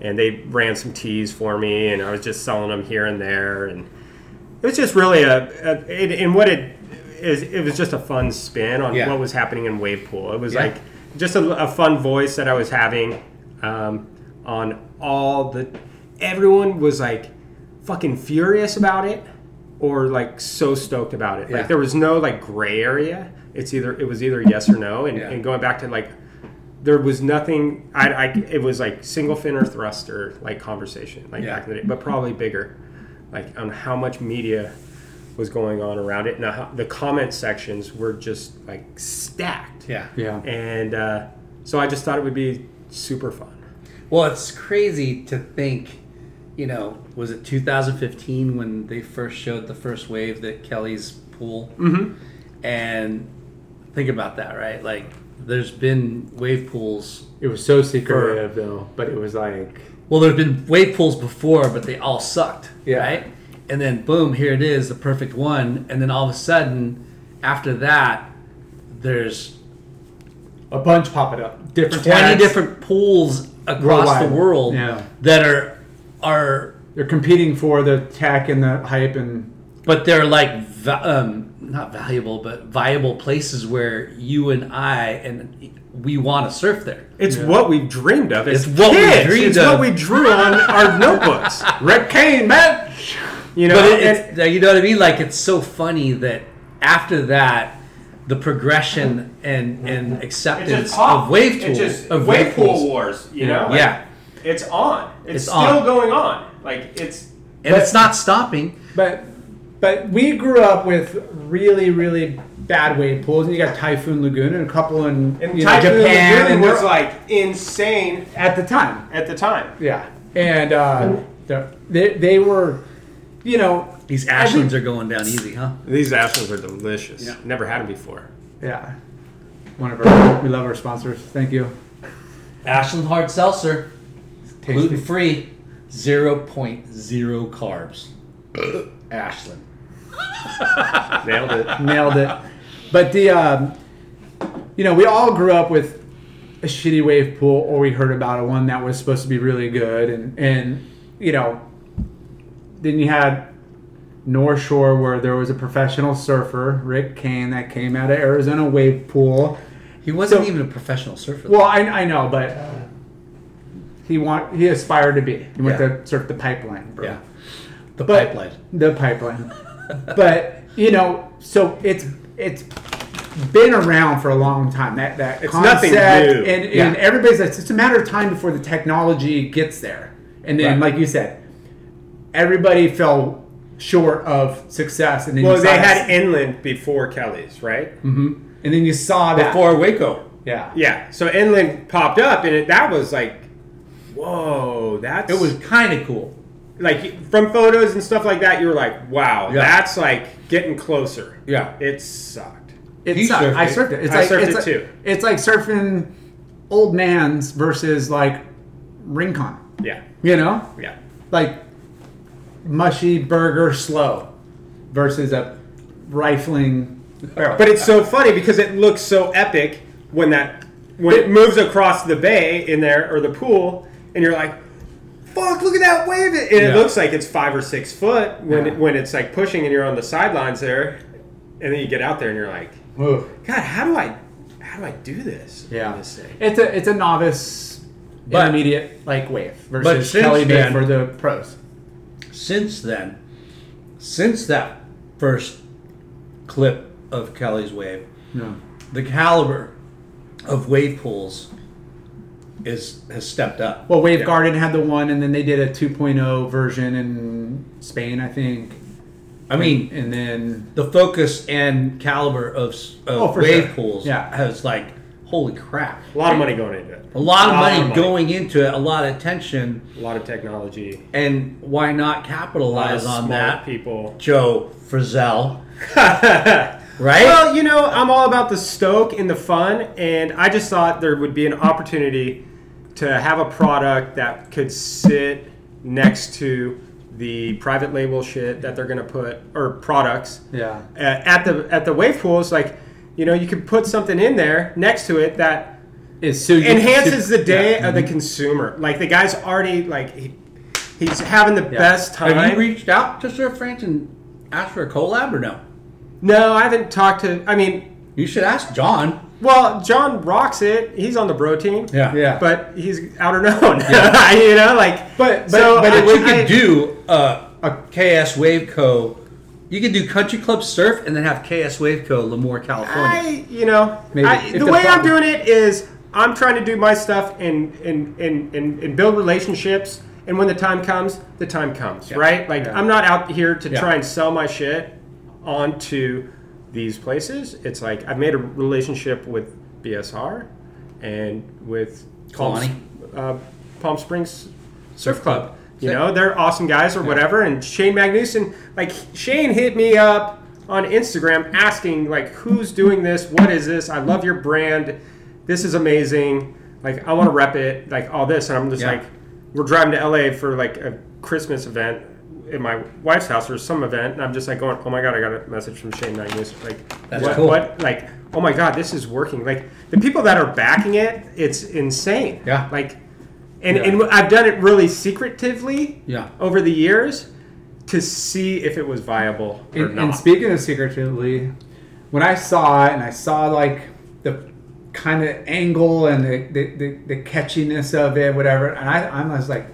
E: and they ran some teas for me, and I was just selling them here and there, and it was just really a, a it, and what it is, it was just a fun spin on
D: Yeah.
E: what was happening in wave pool. It was
D: Yeah.
E: like just a, a fun voice that I was having um, on all the. Everyone was like fucking furious about it, or like so stoked about it.
D: Yeah.
E: Like there was no like gray area. It's either it was either yes or no, and,
D: Yeah.
E: and going back to like there was nothing. I, I it was like single fin or thruster like conversation like
D: Yeah.
E: back in the day, but probably bigger, like on how much media was going on around it, and how, the comment sections were just like stacked.
D: Yeah.
C: Yeah.
E: And uh, so I just thought it would be super fun.
D: Well, it's crazy to think, you know, was it 2015 when they first showed the first wave that Kelly's pool? Mm-hmm. And think about that, right? Like, there's been wave pools.
C: It was so secretive though, but it was like
D: Well, there've been wave pools before, but they all sucked,
C: Yeah.
D: right? And then boom, here it is, the perfect one. And then all of a sudden, after that, there's
C: a bunch popping up, different
D: 20
C: tags.
D: different pools across
C: Worldwide.
D: the world
C: Yeah.
D: that are are
C: They're competing for the tech and the hype and
D: but they're like va- um, not valuable but viable places where you and i and we want to surf there
E: It's what we dreamed of. as
D: It's what we
E: kids.
D: dreamed
E: it's
D: of.
E: what we drew on our notebooks.
C: Rick Kane, man.
E: You know,
D: but it,
E: and-
D: it's, you know what i mean like it's so funny that after that the progression and and acceptance of wave tools of wave pools
E: wars. You know, like,
D: yeah
E: it's on. It's,
D: It's
E: still
D: on.
E: going on. Like it's
D: and it's not stopping
C: But but we grew up with really really bad wave pools, and you got Typhoon Lagoon and a couple in,
E: and
C: you know,
E: Typhoon
C: Japan,
E: Lagoon
C: and
E: was
C: we're-
E: like insane
C: at the time.
E: at the time.
C: Yeah, and uh, the- they they were, you know,
D: these ashlands are going down easy huh
E: These assholes are delicious. Never had them before.
C: Yeah. One of our, we love our sponsors. Thank you.
D: Ashland Hard Seltzer,
C: Tasty.
D: gluten free, 0.0 carbs. Ashland.
E: Nailed it.
C: Nailed it. But the, um, you know, we all grew up with a shitty wave pool, or we heard about a one that was supposed to be really good, and and you know, then you had North Shore where there was a professional surfer, Rick Kane, that came out of Arizona wave pool.
D: He wasn't
C: So-
D: even a professional surfer.
C: Well, I, I know, but he want he aspired to be. He went
D: Yeah.
C: to surf the pipeline, bro.
D: yeah. The
C: But-
D: pipeline.
C: The pipeline. but you know, so it's it's been around for a long time. That that
E: It's
C: concept,
E: nothing new.
C: and and
D: Yeah.
C: everybody's like, it's just a matter of time before the technology gets there. And then,
D: Right.
C: like you said, everybody fell short of success. And then
E: Well,
C: you
E: they
C: saw
E: had
C: this-
E: inland before Kelly's, right?
C: and then you saw that
D: Mm-hmm. Before Waco.
C: Yeah,
E: Yeah. So inland popped up, and it, that was like, whoa, that's
D: It was kind of cool.
E: like from photos and stuff like that. You were like, wow,
D: Yeah.
E: that's like getting closer.
D: Yeah.
E: It sucked.
C: It's
D: You
C: not-
D: surfed
C: I
D: it.
C: surfed it. It's
E: I
C: like,
E: surfed
C: it's
E: it
C: like,
E: too.
C: It's like surfing old man's versus like Rincon.
E: Yeah.
C: You know,
E: Yeah.
C: like mushy burger slow versus a rifling barrel.
E: But it's so funny because it looks so epic when that when it moves across the bay in there or the pool, and you're like, "Fuck! Look at that wave!" And
D: Yeah.
E: it looks like it's five or six foot when
C: Yeah.
E: it, when it's like pushing, and you're on the sidelines there, and then you get out there and you're like,
C: Ooh,
E: "God, how do I how do I do this?"
C: yeah,
E: This thing?
C: it's a it's a novice
D: But-
C: intermediate like wave
D: but
C: versus
D: since
C: Kelly Bay
D: then-
C: for the pros.
D: Since then, since that first clip of Kelly's wave,
C: No,
D: the caliber of wave pools is has stepped up.
C: well, Wave Garden had the one, and then they did a 2.0 version in Spain, I think,
D: I mean,
C: and then
D: the focus and caliber of, s-
C: Oh,
D: of
C: for
D: wave
C: sure.
D: pools
C: Yeah.
D: has like holy crap.
E: A lot of money going into it.
D: A lot of money going into it, a lot of attention,
E: A lot of technology.
D: and why not
E: A lot
D: capitalize
E: of
D: on
E: smart
D: that?
E: people.
D: Joe Frizzell, right?
E: Well, you know, I'm all about the stoke and the fun, and I just thought there would be an opportunity to have a product that could sit next to the private label shit that they're gonna put or products.
C: Yeah.
E: Uh, At the at the wave pools, like, you know, you could put something in there next to it that
C: is so you-
E: enhances
C: so-
E: the day of the consumer. Like the guy's already like he, he's having the best time.
D: Have you reached out to Sir France and asked for a collab or no?
E: no, I haven't talked to. I mean,
D: You should ask John.
E: well, John rocks it. He's on the bro team.
C: Yeah.
E: but he's outer known. you know, like
C: But- but-
E: so
C: but
E: I-
D: But you
E: I-
D: could do uh, a KS Wave Co. You could do Country Club Surf and then have KS Wave Co. Lemoore, California.
E: I you know
C: Maybe.
E: I,
C: If
E: the
C: the
E: way I'm
C: problem-
E: doing it is I'm trying to do my stuff and and and and, and build relationships. And when the time comes, the time comes, right? Like I'm not out here to try and sell my shit onto these places. It's like I've made a relationship with BSR and with
D: Kalani.
E: Palm, uh, Palm Springs
D: Surf Club.
E: You know, they're awesome guys or whatever. And Shane Magnuson, like Shane hit me up on Instagram asking like, who's doing this? What is this? I love your brand. This is amazing. Like, I want to rep it. Like all this, and I'm just
D: Yeah.
E: like, we're driving to LA for like a Christmas event at my wife's house or some event, and I'm just like going, oh my god, I got a message from Shane Magnuson. Like,
D: That's
E: what,
D: cool.
E: what? Like, oh my god, this is working. Like the people that are backing it, it's insane.
D: Yeah.
E: Like, and and I've done it really secretively.
D: Yeah.
E: Over the years, to see if it was viable or
C: And,
E: not.
C: and speaking of secretively, when I saw it and I saw like the kind of angle and the, the, the, the catchiness of it, whatever, and I, I'm just like,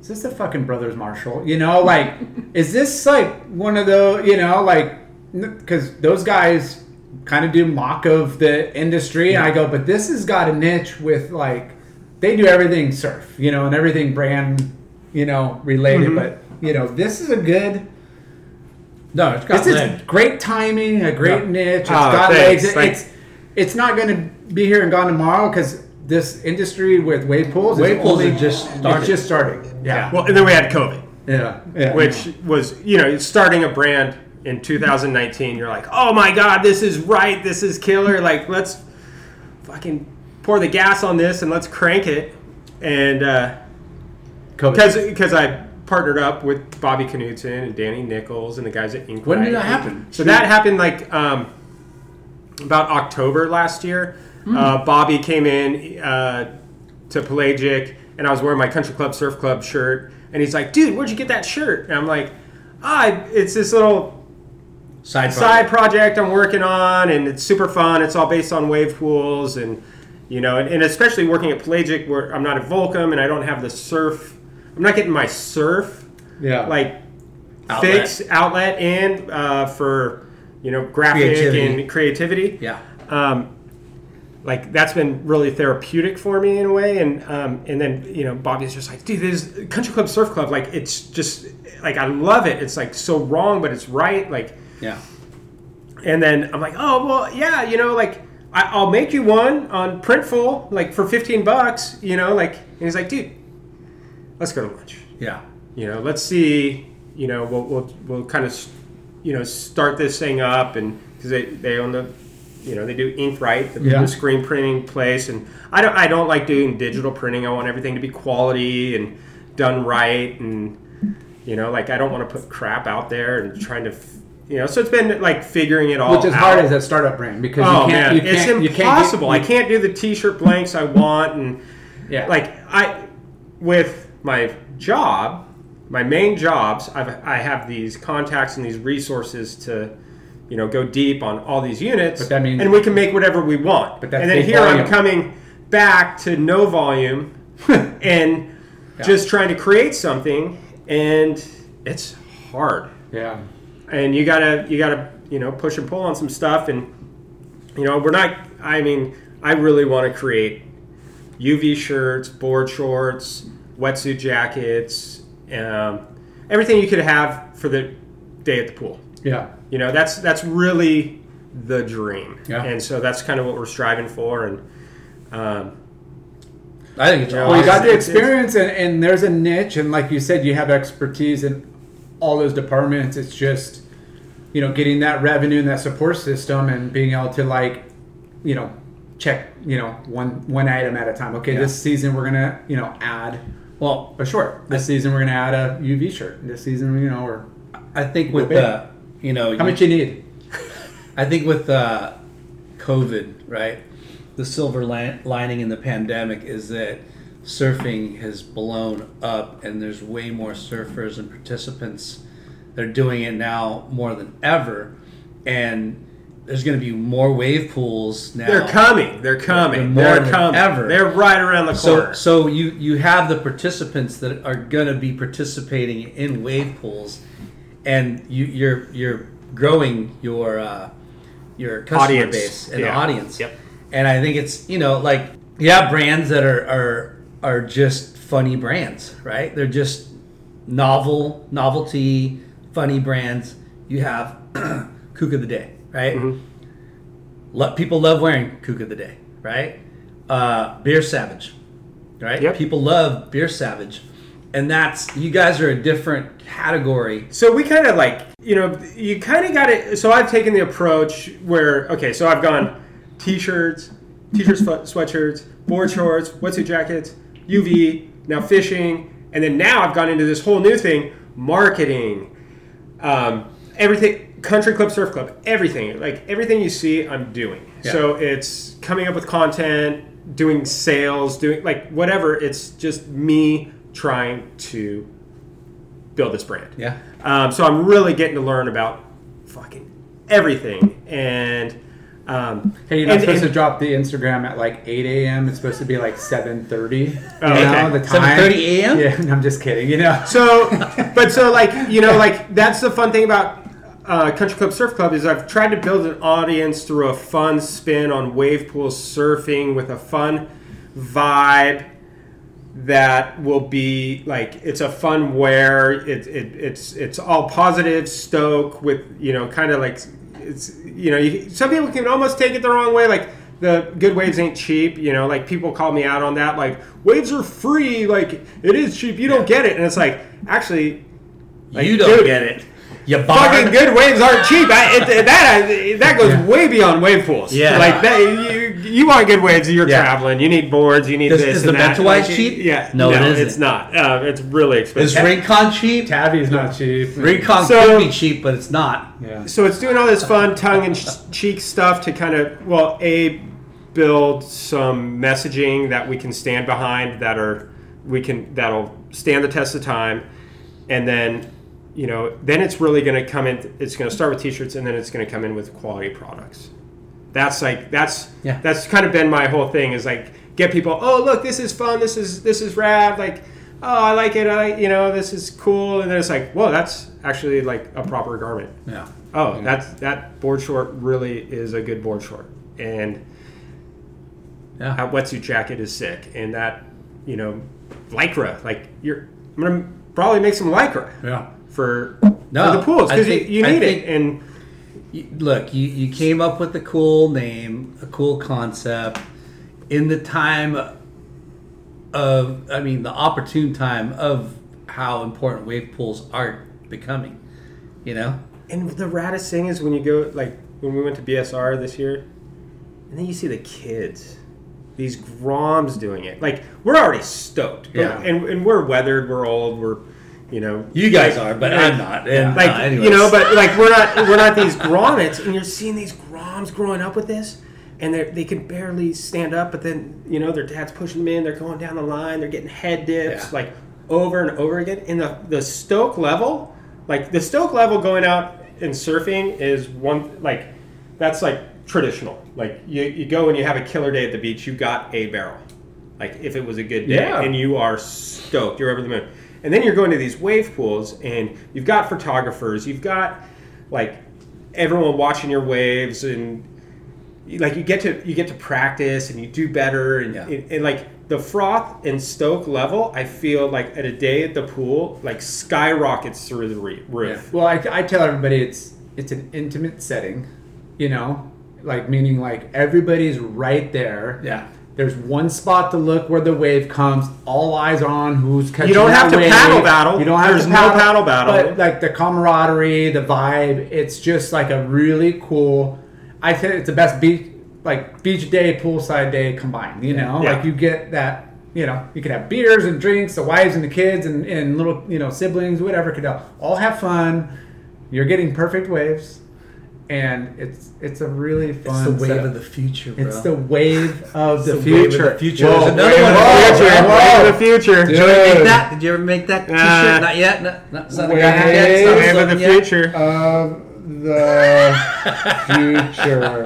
C: is this the fucking Brothers Marshall? You know, like, is this like one of those, you know, like, because those guys kind of do mock of the industry, and I go, but this has got a niche with like, they do everything surf, you know, and everything brand, you know, related,
D: Mm-hmm.
C: but, you know, this is a good.
D: No, it's got
C: This
D: leg.
C: is great timing, a great
D: Yeah. Ah,
C: niche. It's
E: Oh,
C: got
E: thanks.
C: legs. It-
E: Like-
C: it's it's not going to be here and gone tomorrow because this industry with wave pools, is
D: Wave pools
C: only-
D: are just
C: It's
D: starting.
C: just starting. Yeah,
E: Well, and then we had COVID,
C: yeah, yeah.
E: which was you know starting a brand in 2019 you're like, oh my god, this is right, this is killer. Like let's fucking pour the gas on this and let's crank it. And uh,
C: COVID.
E: because because I partnered up with Bobby Knutson and Danny Nichols and the guys at Ink.
D: When did
E: Right.
D: that happen?
E: So that happened like um, about October last year.
D: Hmm.
E: Uh, Bobby came in uh, to Pelagic, and I was wearing my Country Club Surf Club shirt, and he's like, "Dude, where'd you get that shirt?" And I'm like, "Ah, it's this little
D: Side
E: side project I'm working on, and it's super fun. It's all based on wave pools, and you know, and, and especially working at Pelagic, where I'm not at Volcom, and I don't have the surf. I'm not getting my surf
C: yeah.
E: like
D: Outlet.
E: fix outlet in uh, for you know graphic
D: Creativity.
E: and creativity.
D: Yeah.
E: Um, like that's been really therapeutic for me in a way, and um, and then you know Bobby's just like, dude, this country club surf club, like it's just like I love it. It's like so wrong, but it's right. Like
D: Yeah.
E: and then I'm like, oh well, yeah, you know, like I, I'll make you one on Printful, like for 15 bucks, you know, like. And he's like, dude, let's go to lunch.
D: Yeah.
E: You know, let's see. You know, we'll we'll, we'll kind of, you know, start this thing up, and because they they own the, you know, they do ink right, the, the
C: Yeah.
E: screen printing place, and I don't I don't like doing digital printing. I want everything to be quality and done right, and you know, like I don't want to put crap out there and trying to. f- You know, so it's been like figuring it all
C: which is
E: out
C: hard as a startup brand because
E: oh
C: you can't,
E: man,
C: you can't,
E: it's
C: you can't get-
E: impossible.
C: you-
E: I can't do the t-shirt blanks I want, and
C: Yeah.
E: like I with my job, my main jobs, I've, I have these contacts and these resources to, you know, go deep on all these units.
C: But that means-
E: and we can make whatever we want. But
C: that's
E: and then
C: big
E: here
C: volume.
E: I'm coming back to no volume, and just trying to create something, and it's hard
C: Yeah.
E: and you gotta you gotta you know push and pull on some stuff and you know we're not i mean i really want to create uv shirts board shorts wetsuit jackets um, everything you could have for the day at the pool
C: Yeah.
E: you know that's that's really the dream
C: Yeah.
E: and so that's kind of what we're striving for and um,
D: I think it's
C: Well, you got the
E: It's- it's-
C: experience, and, and there's a niche, and like you said, you have expertise in all those departments. It's just, you know, getting that revenue and that support system, and being able to like, you know, check, you know, one one item at a time. Okay, this season we're gonna, you know, add
D: Well,
C: a short. This season we're gonna add a UV shirt. This season, you know, or
D: I think with
C: Whip it.
D: the, you know,
C: how
D: you-
C: much you need.
D: I think with uh, COVID, right, the silver li- lining in the pandemic is that surfing has blown up, and there's way more surfers and participants. They're doing it now more than ever, and there's going to be more wave pools now.
E: they're coming they're coming
D: They're more
E: they're,
D: than
E: coming
D: ever.
E: they're right around the
D: So,
E: corner
D: so you you have the participants that are going to be participating in wave pools, and you, you're you're growing your uh, your customer
E: Audience.
D: base and
E: Yeah.
D: audience.
E: Yep.
D: And I think it's you know like yeah brands that are are are just funny brands, right? They're just novel novelty funny brands. You have kook of the day, right?
E: Mm-hmm.
D: Lo- people love wearing kook of the day, right? Uh, beer savage, right?
E: Yep.
D: People love beer savage, and that's you guys are a different category.
E: So we kind of like, you know, you kind of got it. So I've taken the approach where, okay, so I've gone t-shirts, t-shirts, fu- sweatshirts, board shorts, wetsuit jackets, UV, now fishing, and then now I've gone into this whole new thing, marketing, um, everything, country club, surf club, everything, like everything you see, I'm doing. So it's coming up with content, doing sales, doing like whatever. It's just me trying to build this brand.
D: Yeah.
E: Um, so I'm really getting to learn about fucking everything. And um,
C: Hey, you're not
E: and-
C: supposed
E: and-
C: to drop the Instagram at like 8 a.m. It's supposed to be like 7:30.
E: Oh,
C: you know,
E: okay.
C: the time.
D: 7:30 a.m.?
C: Yeah, I'm just kidding. You know.
E: So, but so like you know, like that's the fun thing about uh, Country Club Surf Club is I've tried to build an audience through a fun spin on wave pool surfing with a fun vibe that will be like it's a fun wear. It, it it's it's all positive stoke with you know kind of like it's you know you, some people can almost take it the wrong way like. The good waves ain't cheap, you know. Like people call me out on that. Like waves are free. Like it is cheap. You don't get it, and it's like actually like,
D: you don't
E: dude,
D: get it. You barb.
E: fucking good waves aren't cheap. I, it, it- that I, that goes way beyond wave pools.
D: Yeah.
E: like that. You, you want good waves. You're
D: Yeah.
E: traveling. You need boards. You need
D: Is-
E: this.
D: is
E: and
D: the
E: that.
D: Mental
E: Like,
D: Ice cheap?
E: Yeah,
G: No, it isn't.
E: It's not. Uh, it's really expensive.
D: Is Raycon cheap?
C: Tabby's not cheap.
D: Raycon
E: So-
D: could be cheap, but it's not.
C: Yeah.
E: so it's doing all this fun tongue and cheek stuff to kind of well a build some messaging that we can stand behind that are we can that'll stand the test of time and then you know then it's really going to come in it's going to start with t-shirts and then it's going to come in with quality products that's like that's
D: Yeah.
E: that's kind of been my whole thing is like get people oh look this is fun this is this is rad like oh i like it i like- you know this is cool and then it's like whoa that's actually like a proper garment
D: Yeah.
E: Oh, that's that board short really is a good board short, and
D: Yeah.
E: that wetsuit jacket is sick, and that you know lycra like you're I'm gonna probably make some lycra
D: Yeah.
E: for,
D: No,
E: for the pools
D: I
E: because you,
D: think-
E: you
D: I
E: need
D: think-
E: it, and
D: You- look, you, you came up with a cool name, a cool concept in the time of, I mean, the opportune time of how important wave pools are becoming, you know?
E: and the raddest thing is when you go like when we went to BSR this year, and then you see the kids. These groms doing it. Like, we're already stoked.
D: Yeah.
E: And, and we're weathered, we're old, we're, you know.
D: You guys are, but I'm not. And,
E: like
D: uh, anyways.
E: you know but like we're not we're not these grommets and you're seeing these groms growing up with this and they they can barely stand up but then you know their dad's pushing them in they're going down the line they're getting head dips
D: Yeah.
E: like over and over again and the the stoke level like the stoke level going out and surfing is one like that's like traditional like you, you go and you have a killer day at the beach you got a barrel like if it was a good day
D: Yeah.
E: and you are stoked you're over the moon and then you're going to these wave pools and you've got photographers you've got like everyone watching your waves and you- like you get to you get to practice and you do better and,
D: Yeah.
E: and, and, like the froth and stoke level i feel like at a day at the pool like skyrockets through the re- roof
C: Well, I, I tell everybody it's it's an intimate setting, you know, like meaning like everybody's right there.
D: Yeah.
C: There's one spot to look where the wave comes. All eyes on who's catching.
E: don't
C: that
E: have to
C: wave.
E: paddle battle.
C: You don't have
E: There's
C: to
E: no
C: paddle,
E: paddle battle.
C: But like the camaraderie, the vibe. It's just like a really cool. I think it's the best beach, like beach day, poolside day combined. You know,
E: Yeah.
C: like you get that. You know, you can have beers and drinks, the wives and the kids and, and little you know siblings, whatever could all have fun. You're getting perfect waves, and it's it's a really
D: it's
C: fun.
D: the wave
C: setup.
D: of the future, bro.
C: It's the wave of the,
D: the wave of
C: future.
D: the future.
C: Whoa,
D: There's another
C: wave
D: one.
C: of the
D: Whoa,
C: future.
E: Wave of
C: Whoa.
E: the future
C: Dude.
D: Make that? Did you ever make that T-shirt?
E: Uh,
D: not yet. No, no, it's not
C: Wave
D: not yet. It's not
E: Wave of the
D: something yet.
E: future
C: Of the future.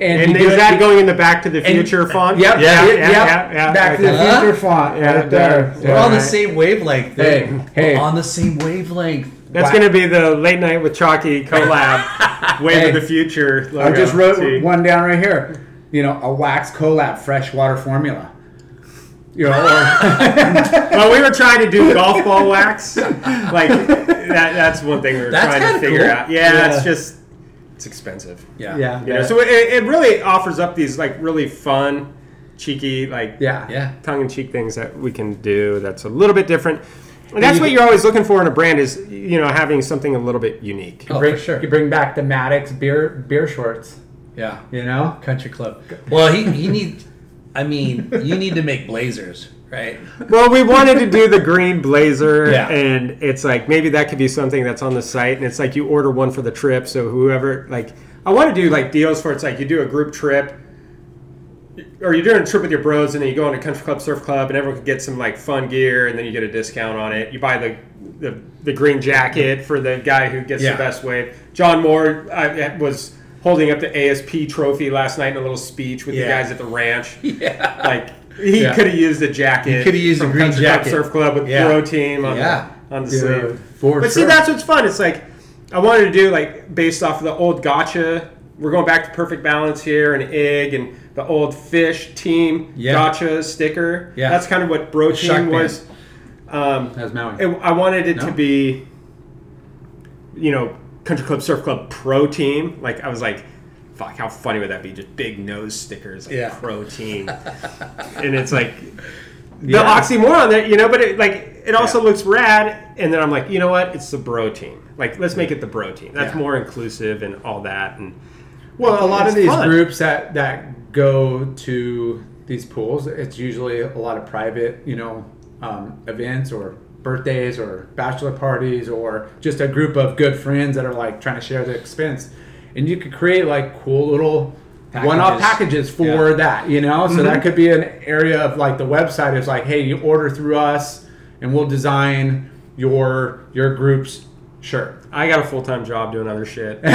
C: And,
E: and
C: you do
E: is
C: it-
E: that going in the back to the future font
C: Yep.
E: yeah
C: yep,
E: yeah, yeah, yeah,
C: Back to the
D: Huh?
C: future font.
E: Yeah,
C: right there.
E: there.
D: We're on the
E: Alright.
D: same wavelength.
C: Hey,
D: dude.
C: hey.
D: We're on the same wavelength.
E: that's going to be the late night with chalky collab wave
C: Hey.
E: of the future
C: I
E: logo.
C: just wrote
E: See?
C: one down right here. You know, a wax collab freshwater formula. You know,
E: well, we were trying to do golf ball wax. Like that, that's one thing we were
D: That's
E: trying to
D: kinda
E: figure
D: cool.
E: out. Yeah,
D: Yeah.
E: it's just it's expensive.
C: or
D: Yeah.
C: yeah,
E: You know, so it, it really offers up these like really fun, cheeky, like
C: yeah,
D: Yeah.
E: tongue in cheek things that we can do that's a little bit different. And that's what you're always looking for in a brand is you know having something a little bit unique.
D: Oh,
C: Bring,
D: for sure.
C: You bring back the Maddox beer beer shorts.
D: Yeah.
C: You know,
D: Country club. Well, he he need. I mean, you need to make blazers, right?
E: Well, we wanted to do the green blazer,
D: Yeah.
E: and it's like maybe that could be something that's on the site, and it's like you order one for the trip, so whoever like I want to do like deals for it's like you do a group trip, or you're doing a trip with your bros, and then you go on a country club, surf club, and everyone can get some like fun gear, and then you get a discount on it. You buy the the, the green jacket for the guy who gets
D: Yeah.
E: the best wave. John Moore I, was holding up the ASP trophy last night in a little speech with the
D: Yeah.
E: guys at the ranch. Yeah, like he could have used a jacket.
D: You coulda used
E: from
D: a green
E: Country Club
D: jacket.
E: surf club with
D: Yeah.
E: pro team on
D: Yeah.
E: the, on the
C: Yeah,
E: sleeve.
C: for
E: but see,
C: sure.
E: that's what's fun. It's like I wanted to do like based off of the old gotcha. We're going back to perfect balance here and egg and the old fish team
D: Yeah.
E: gotcha sticker.
D: Yeah.
E: that's kind of what bro
D: The shark
E: team was.
D: band.
E: Um,
C: that's
E: it,
C: Maui.
E: I wanted it
D: No?
E: to be, you know, country club surf club pro team. Like I was like, fuck, how funny would that be? Just big nose stickers, like
D: Yeah.
E: pro team, and it's like the
D: Yeah.
E: oxymoron that you know, but it like it also looks rad. And then I'm like, you know what? It's the bro team. Like, let's make it the bro team. That's more inclusive and all that. And
C: Well, a lot of
E: It's
C: these
E: fun.
C: groups that that go to these pools, it's usually a lot of private, you know, um, events or birthdays or bachelor parties or just a group of good friends that are like trying to share the expense, and you could create like cool little one-off packages
D: Packages.
C: for
D: Yeah.
C: that, you know. So that could be an area of like the website is like, hey, you order through us, and we'll design your your group's shirt.
E: I got a full time job doing other shit. I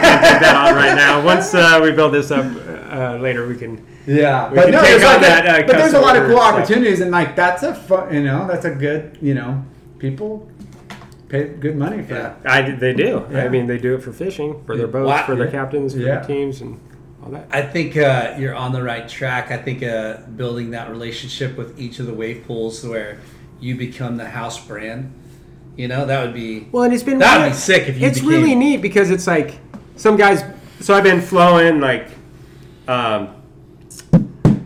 E: can't take that on right now. Once uh, we build this up uh, later, we can.
C: Yeah, but
E: can
C: no,
E: take
C: there's
E: on
C: like
E: that,
C: a-
E: uh,
C: but there's a
E: custom
C: lot of
E: order
C: cool
E: stuff.
C: opportunities, and like that's a fun, you know, that's a good, you know, people pay good money for that.
E: I, they do.
C: Yeah.
E: I mean, they do it for fishing, for their boats,
D: Wow.
E: for their captains, for
C: Yeah.
E: their teams, and all that.
D: I think uh, you're on the right track. I think uh, building that relationship with each of the wave pools where you become the house brand, you know, that would be.
E: Well, and it's been
D: That'd be sick if you
E: It's
D: became-
E: really neat because it's like some guys. So I've been flowing like um,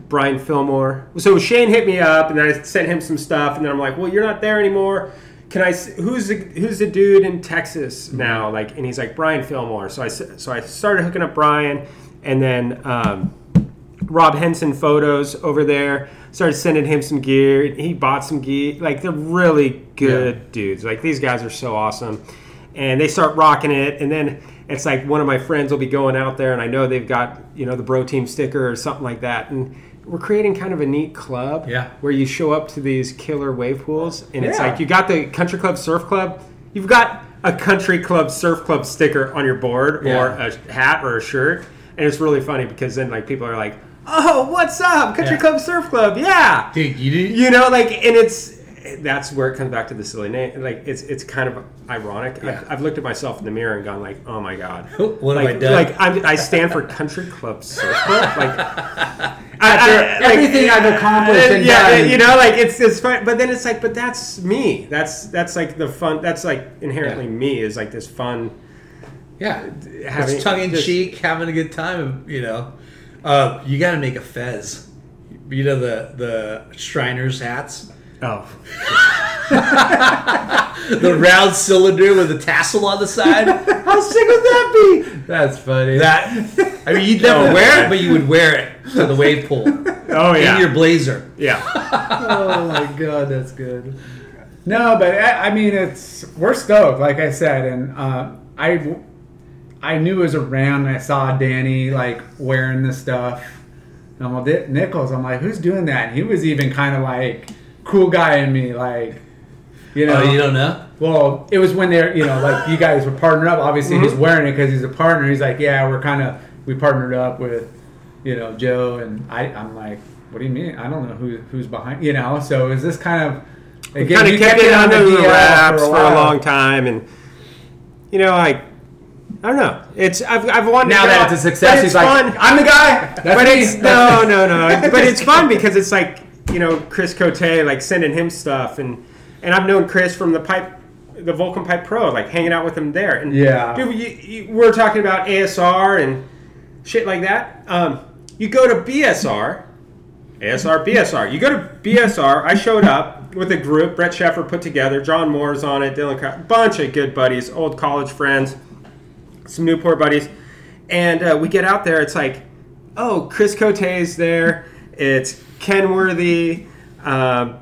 E: Brian Fillmore. So Shane hit me up, and I sent him some stuff, and then I'm like, "Well, you're not there anymore. Can I? s- Who's the, who's the dude in Texas now? Like, and he's like Brian Fillmore. So I s- so I started hooking up Brian, and then um, Rob Henson photos over there. Started sending him some gear. He bought some gear. Like they're really good dudes. Like these guys are so awesome, and they start rocking it. And then it's like one of my friends will be going out there, and I know they've got you know the Bro Team sticker or something like that, and. We're creating kind of a neat club
D: Yeah.
E: where you show up to these killer wave pools, and it's
C: Yeah.
E: like you got the country club surf club, you've got a country club surf club sticker on your board or
D: Yeah.
E: a hat or a shirt, and it's really funny because then like people are like, "Oh, what's up, country club surf club? Yeah,
D: Dude, you did.
E: you know, like, and it's that's where it comes back to the silly name. Like, it's it's kind of ironic. I've, I've looked at myself in the mirror and gone like, "Oh my god,
D: What have
E: like,
D: I done?
E: Like, I'm, I stand for country club surf club. Like, I- I, like,
C: Everything I've accomplished
E: uh,
C: and
E: yeah,
C: done.
E: you know, like it's it's fun, but then it's like, but that's me. That's that's like the fun. That's like inherently
D: Yeah.
E: me is like this fun.
D: Yeah,
E: having-
D: it's tongue in
E: just-
D: cheek, having a good time. You know, uh, you got to make a fez. You know the the Shriners hats,
E: Oh,
D: the round cylinder with a tassel on the side. Uh, How sick would that be?
C: That's funny.
D: That I mean, you'd never
E: Oh,
D: wear it,
E: man.
D: but you would wear it to the wave pool
E: oh yeah,
D: in your blazer.
E: yeah.
C: oh my god, that's good. No, but I, I mean, it's we're stoked, like I said, and uh, I I knew it was around. And I saw Danny like wearing this stuff, and I'm like, "Dick Nichols, I'm like, who's doing that? And he was even kind of like cool guy in me, like. You know,
D: Oh, you don't know?
C: Well, it was when they're, you know, like you guys were partnered up. Obviously, he's
E: Mm-hmm.
C: wearing it because he's a partner. He's like, yeah, we're kind of, we partnered up with, you know, Joe. And I, I'm like, what do you mean? I don't know who, who's behind, you know? So is this kind of, again,
E: Kind
C: you
E: of kept it under the
C: DL
E: wraps for a
C: while.
E: long time, and you know, like I don't know. It's I've I've wanted
C: Now
E: to go
C: that
E: out,
C: it's a success,
E: but
C: he's
E: it's
C: like,
E: fun.
C: I'm the guy. That's
E: but
C: me.
E: it's no, no, no. But it's fun because it's like you know Chris Cote like sending him stuff, and and I've known Chris from the pipe, the Vulcan Pipe Pro, like hanging out with him there. And
C: Yeah.
E: dude, you, you, we're talking about ASR and shit like that. Um, you go to BSR, ASR, BSR. You go to BSR. I showed up with a group Brett Sheffer put together. John Moore's on it. Dylan, Crow, bunch of good buddies, old college friends some Newport buddies, and uh, we get out there. It's like, oh, Chris Cote is there. It's Ken Worthy um,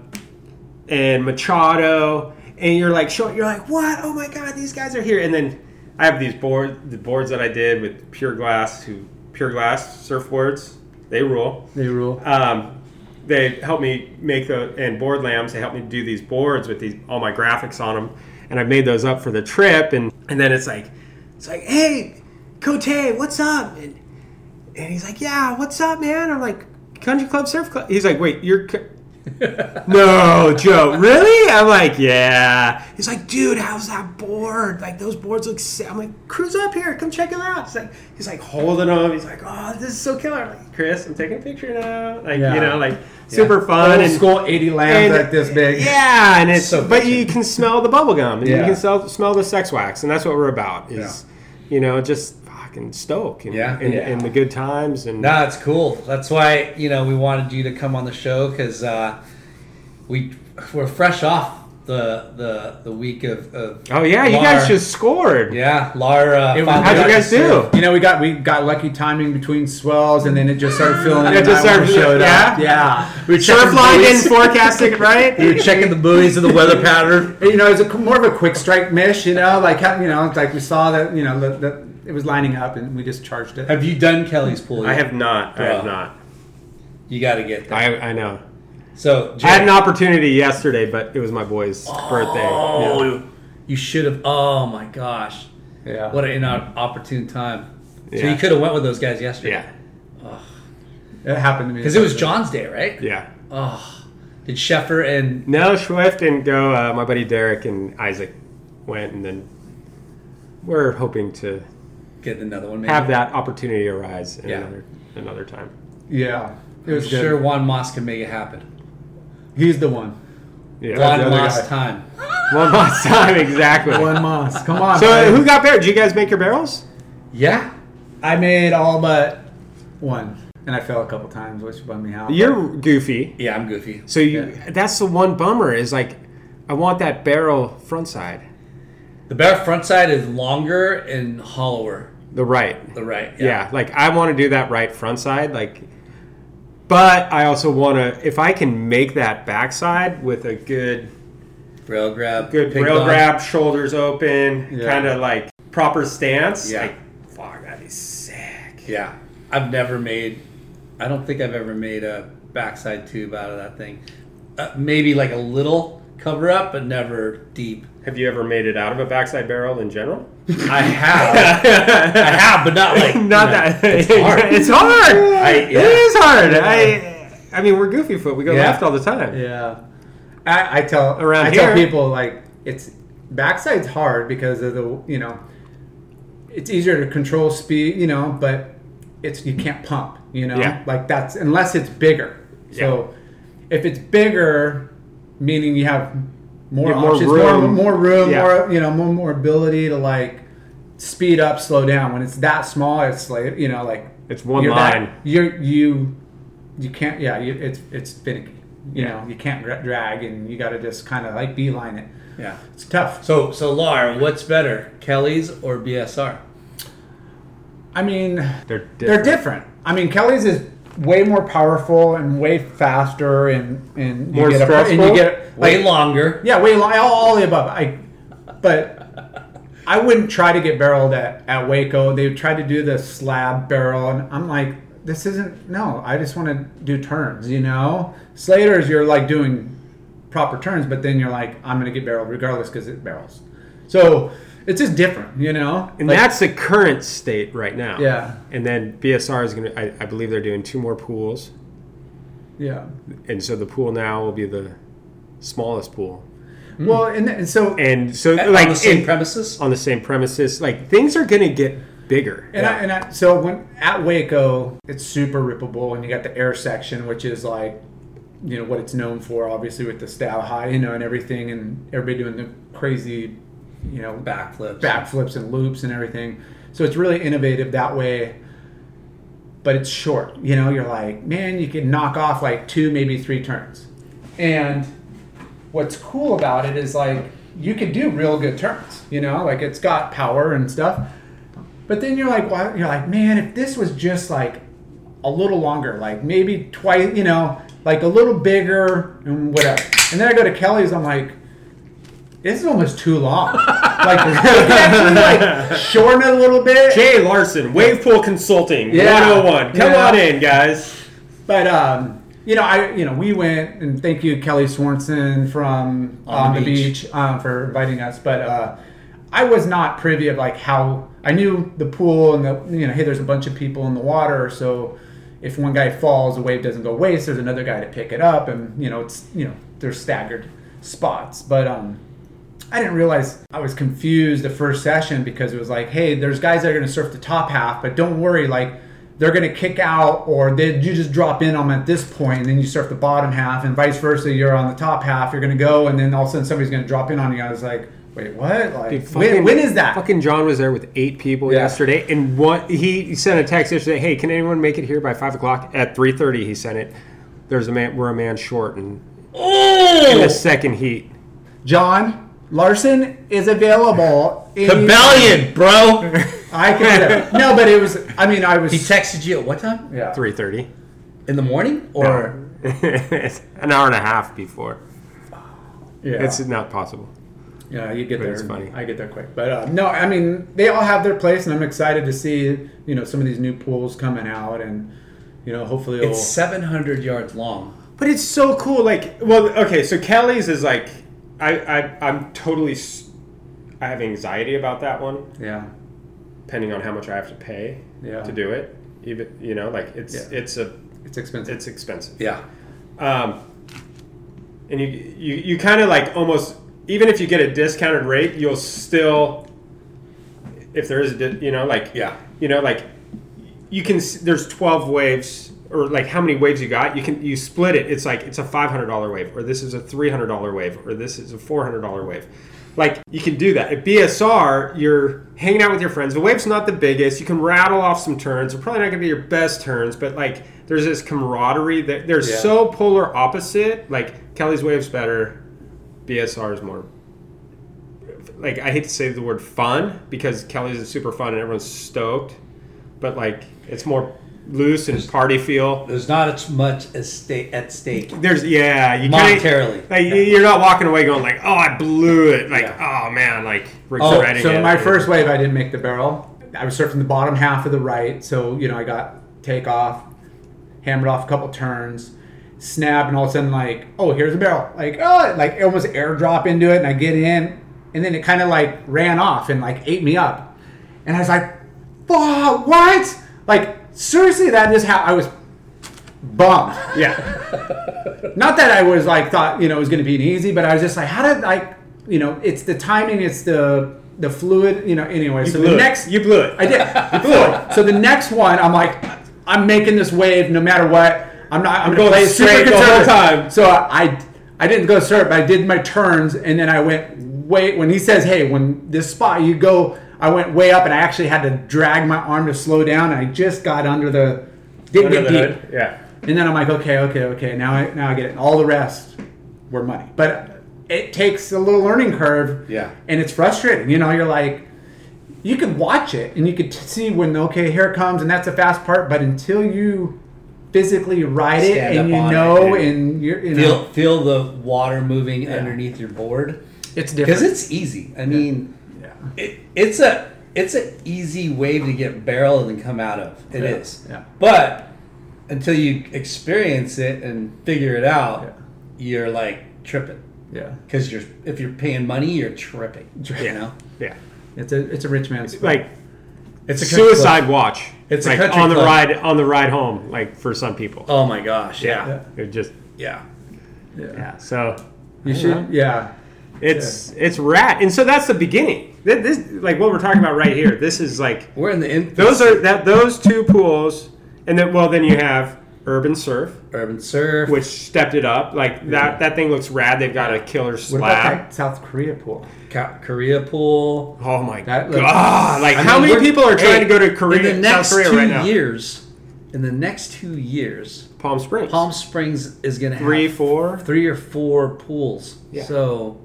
E: and Machado, and you're like, show, you're like, what? Oh my God, these guys are here. And then I have these board, the boards that I did with Pure Glass, who Pure Glass surfboards, they rule.
C: They rule.
E: Um, they helped me make the and board lambs. They helped me do these boards with these all my graphics on them, and I've made those up for the trip. And and then it's like, it's like, hey, Cote, what's up? And and he's like, yeah, what's up, man? I'm like, Country Club Surf Club. He's like, wait, you're. Co- no, Joe, really? I'm like, yeah. He's like, dude, how's that board? Like, those boards look sick. I'm like, cruise up here, come check it out. It's like, he's like holding them. He's like, oh, this is so killer. I'm like, Chris, I'm taking a picture now. Like,
C: Yeah.
E: you know, like super fun
C: Old
E: and
C: school 80 lambs like this big.
E: Yeah, and it's
D: So
E: but
D: good.
E: you can smell the bubble gum and
C: Yeah.
E: you can smell, smell the sex wax, and that's what we're about. Is you know just fucking stoke and,
D: Yeah.
E: and,
D: Yeah.
E: and the good times and
D: No, it's cool. That's why you know we wanted you to come on the show because uh, we we're fresh off the the the week of, of
E: Oh yeah, you
D: Lar-
E: guys just scored.
D: yeah Lar. Uh,
C: It was-
D: finally
E: How'd
D: got
E: you
D: to
E: guys
D: serve.
E: do?
C: You know, we got we got lucky timing between swells, and then it just started filling.
E: It
C: in
E: just
C: and I
E: started-
C: showed up.
E: yeah?
C: yeah. We were checking
E: Surfline
C: buoys.
E: didn't forecast it right.
D: We were checking the buoys and the weather pattern.
C: You know, it was a, more of a quick strike mish. You know, like you know, it's like we saw that you know that, that it was lining up, and we just charged it.
D: Have you done Kelly's pool? Yet?
E: I have not. I have
D: Bro.
E: not.
D: You got to get there.
E: I I know.
D: so
E: I had
D: Jay,
E: an opportunity yesterday, but it was my boy's birthday. Yeah.
H: Oh,
D: you should have. Oh my gosh,
C: Yeah.
D: what an inopportune time. So
E: Yeah.
D: you could have went with those guys yesterday.
E: Yeah.
C: It happened to me
D: Because it was John's day, right?
E: Yeah.
D: Oh, did Sheffer and
E: No, Swift and go. Uh, my buddy Derek and Isaac went, and then we're hoping to
D: get another one? Maybe?
E: have that opportunity arise in
D: Yeah.
E: another another time.
C: Yeah, it was
D: I'm
C: good.
D: sure Juan Moss can make it happen.
C: He's the one.
E: Yeah.
C: the
D: Juan
C: other
D: Moss
C: guy.
D: time.
E: One last time, exactly.
C: One Moss. Come on.
E: So uh,
C: man.
E: who got barrel? Did you guys make your barrels?
D: Yeah.
C: I made all but one, and I fell a couple times, which bummed me out.
E: You're goofy.
D: Yeah, I'm goofy.
E: So you
C: Yeah.
E: that's the one bummer is like I want that barrel front side.
D: The bare front side is longer and hollower.
E: The right.
D: The right.
E: Yeah. Like I want to do that right front side like but I also want to if I can make that backside with a good
D: Rail grab.
E: good
D: pig
E: rail
D: dog.
E: grab, shoulders open,
C: Yeah.
E: kind of like proper stance.
D: Yeah.
E: Like fuck, that'd be sick.
D: Yeah. I've never made, I don't think I've ever made a backside tube out of that thing. Uh, maybe like a little cover up, but never deep.
E: Have you ever made it out of a backside barrel in general?
D: I have. I have, but not like.
E: not
D: you know,
E: that
D: It's hard.
E: it's hard.
D: I- yeah.
E: It is hard. I I mean, we're goofy foot. We go
C: Yeah.
E: left all the time.
C: Yeah. I, I tell
E: Around
C: I tell
E: here.
C: people like it's backside's hard because of the you know it's easier to control speed, you know, but it's you can't pump, you know?
E: Yeah.
C: Like that's unless it's bigger. So if it's bigger, meaning you have more
E: You have more
C: options, more
E: room.
C: more room,
E: Yeah.
C: more you know, more more ability to like speed up, slow down. When it's that small, it's like you know, like
E: It's one
C: you're
E: line.
C: That, you're you you can't yeah you, it's it's finicky you know you can't dra- drag and you got to just kind of like beeline it
D: Yeah.
C: it's tough
D: So, so Lar, what's better, Kelly's or BSR?
C: i mean
E: They're
C: they're
E: different.
C: different i mean kelly's is way more powerful and way faster and and
E: More
C: you get a, and
E: stressful?
C: you get
D: Way
C: like,
D: longer.
C: yeah way long all, all the above i but i wouldn't try to get barreled at, at waco they tried to do the slab barrel and i'm like this isn't no i just want to do turns you know slaters you're like doing proper turns but then you're like i'm gonna get barreled regardless because it barrels so it's just different you know
E: And
C: Like,
E: that's the current state right now.
C: Yeah.
E: And then BSR is going to, I I believe they're doing two more pools.
C: yeah
E: And so the pool now will be the smallest pool.
C: well and, and so
E: And so,
D: Like
E: like,
D: on the same
E: it-
D: premises.
E: on the same premises, like, things are going to get bigger.
C: And, I, and I, so when at Waco, it's super rippable, and you got the air section, which is like, you know, what it's known for, obviously with the style high, you know, and everything, and everybody doing the crazy, you know,
D: Backflips.
C: backflips and loops and everything. So it's really innovative that way. But it's short, you know. You're like, man, you can knock off like two, maybe three turns. And what's cool about it is like you can do real good turns, you know, like it's got power and stuff. But then you're like, why? You're like, man, if this was just like a little longer, like maybe twice, you know, like a little bigger and whatever. And then I go to Kelly's, I'm like, this is almost too long. like, we can actually, like shorten it a little bit.
E: Jay Larson, Wave Pool Consulting,
C: Yeah.
E: 101. Come
C: Yeah.
E: on in, guys.
C: But um, you know, I you know, we went and thank you Kelly Swanson from on, the, beach, um, for inviting us. But uh, I was not privy of like how I knew the pool and the you know, hey, there's a bunch of people in the water, so if one guy falls, the wave doesn't go waste. There's another guy to pick it up, and you know, it's you know, there's staggered spots. But um, I didn't realize I was confused the first session because it was like, hey, there's guys that are going to surf the top half, but don't worry, like they're going to kick out or they, you just drop in on them at this point and then you surf the bottom half and vice versa. You're on the top half, you're going to go, and then all of a sudden somebody's going to drop in on you. I was like, wait, what? Like, when, when is that?
E: Fucking John was there with eight people
C: Yeah.
E: yesterday, and one he sent a text yesterday. Hey, can anyone make it here by five o'clock? At three thirty, he sent it. There's a man. We're a man short, and in the second heat.
C: John Larson is available. in-
D: Cabellion, bro.
C: I can. No, but it was. I mean, I was.
D: He texted you at what time?
C: yeah.
I: Three thirty.
D: In the morning or?
I: An hour and a half before.
C: Yeah.
I: It's not possible.
C: Yeah, you get there.
I: it's funny.
C: I get there quick, but uh, no, I mean they all have their place, and I'm excited to see you know some of these new pools coming out, and you know hopefully it'll,
D: It's 700 yards long.
E: But it's so cool. Like, well, okay, so Kelly's is like, I, I, I'm totally, s- I have anxiety about that one,
C: yeah
E: depending on how much I have to pay
C: Yeah.
E: to do it. Even, you know, like it's,
C: Yeah.
E: it's a,
C: it's expensive.
E: it's expensive.
D: Yeah.
E: Um, and you, you, you kind of like almost, even if you get a discounted rate, you'll still, if there is, a, di- you know, like,
D: Yeah.
E: you know, like you can, s- there's 12 waves or like how many waves you got. You can, you split it. It's like, it's a $500 wave or this is a $300 wave or this is a $400 wave. Like you can do that. At BSR, you're hanging out with your friends. The wave's not the biggest. You can rattle off some turns. They're probably not going to be your best turns, but like there's this camaraderie that they're so polar opposite. Like Kelly's wave's better. BSR is more like I hate to say the word fun because Kelly's is super fun and everyone's stoked, but like it's more loose and party feel.
D: There's not as much as sta- at stake.
E: There's yeah, you
D: Monetarily.
E: Kinda, like, You're not walking away going like, oh, I blew it. Like oh man, like
C: So,
E: regretting
C: so
E: it.
C: my first wave, I didn't make the barrel. I was surfing the bottom half of the right, so you know I got takeoff, hammered off a couple turns, snap, and all of a sudden like, oh, here's a barrel. Like, oh, like it almost airdrop into it, and I get in, and then it kind of like ran off and like ate me up, and I was like, oh, what? Like seriously, that is how I was bummed.
E: yeah.
C: Not that I was like thought you know it was going to be an easy, but I was just like, how did like you know it's the timing, it's the the fluid, you know. Anyway, so
E: blew
C: the
E: it.
C: next
E: you blew it.
C: I did. I blew it. So the next one, I'm like, I'm making this wave no matter what. I'm not. I'm, gonna
E: going
C: play
E: straight
C: super
E: the whole
C: conservative.
E: time.
C: So I, I didn't go serve, but I did my turns, and then I went way. When he says, "Hey, when this spot you go," I went way up, and I actually had to drag my arm to slow down. And I just got under the, didn't
E: Under
C: get
E: the
C: deep.
E: hood. Yeah.
C: And then I'm like, okay, okay, okay. Now I now I get it. And all the rest were money, but it takes a little learning curve.
D: Yeah.
C: and it's frustrating. You know, you're like, you could watch it and you could t- see when okay, here it comes, and that's a fast part. But until you physically ride it
D: Stand
C: and you
D: up on it,
C: know,
D: yeah.
C: and you're, you know,
D: Feel feel the water moving underneath your board
C: it's
D: because
C: different.
D: it's easy. I mean, it, it's a it's an easy wave to get barreled and come out of. It is,
C: yeah.
D: but until you experience it and figure it out, you're like tripping
C: yeah,
D: because you're if you're paying money, you're tripping. You know,
E: Yeah.
C: it's a it's a rich man's sport.
E: Like
D: it's
E: suicide watch.
D: It's a
E: like
D: country
E: on the
D: club.
E: ride on the ride home. Like for some people.
D: Oh my gosh!
E: yeah.
D: Yeah,
E: It just
D: yeah.
E: yeah. So
C: you should yeah.
E: it's it's rat, and so that's the beginning. Th- This like what we're talking about right here. This is like
D: We're in the infancy.
E: Those are that those two pools, and then well, then you have Urban Surf,
D: urban surf.
E: which stepped it up. Like that that thing looks rad. They've got a killer
C: What about
E: slab.
C: that South Korea pool?
D: Ka- Korea pool.
E: Oh my
C: That
E: god!
C: looks-
E: like
D: I
E: how
D: mean,
E: many
D: we're-
E: people are trying
D: hey,
E: to go to Korea,
D: in the next
E: South
D: two
E: Korea right now?
D: years? In the next two years,
E: Palm Springs,
D: Palm Springs is going to have
E: three, four.
D: three or four pools.
E: Yeah.
D: So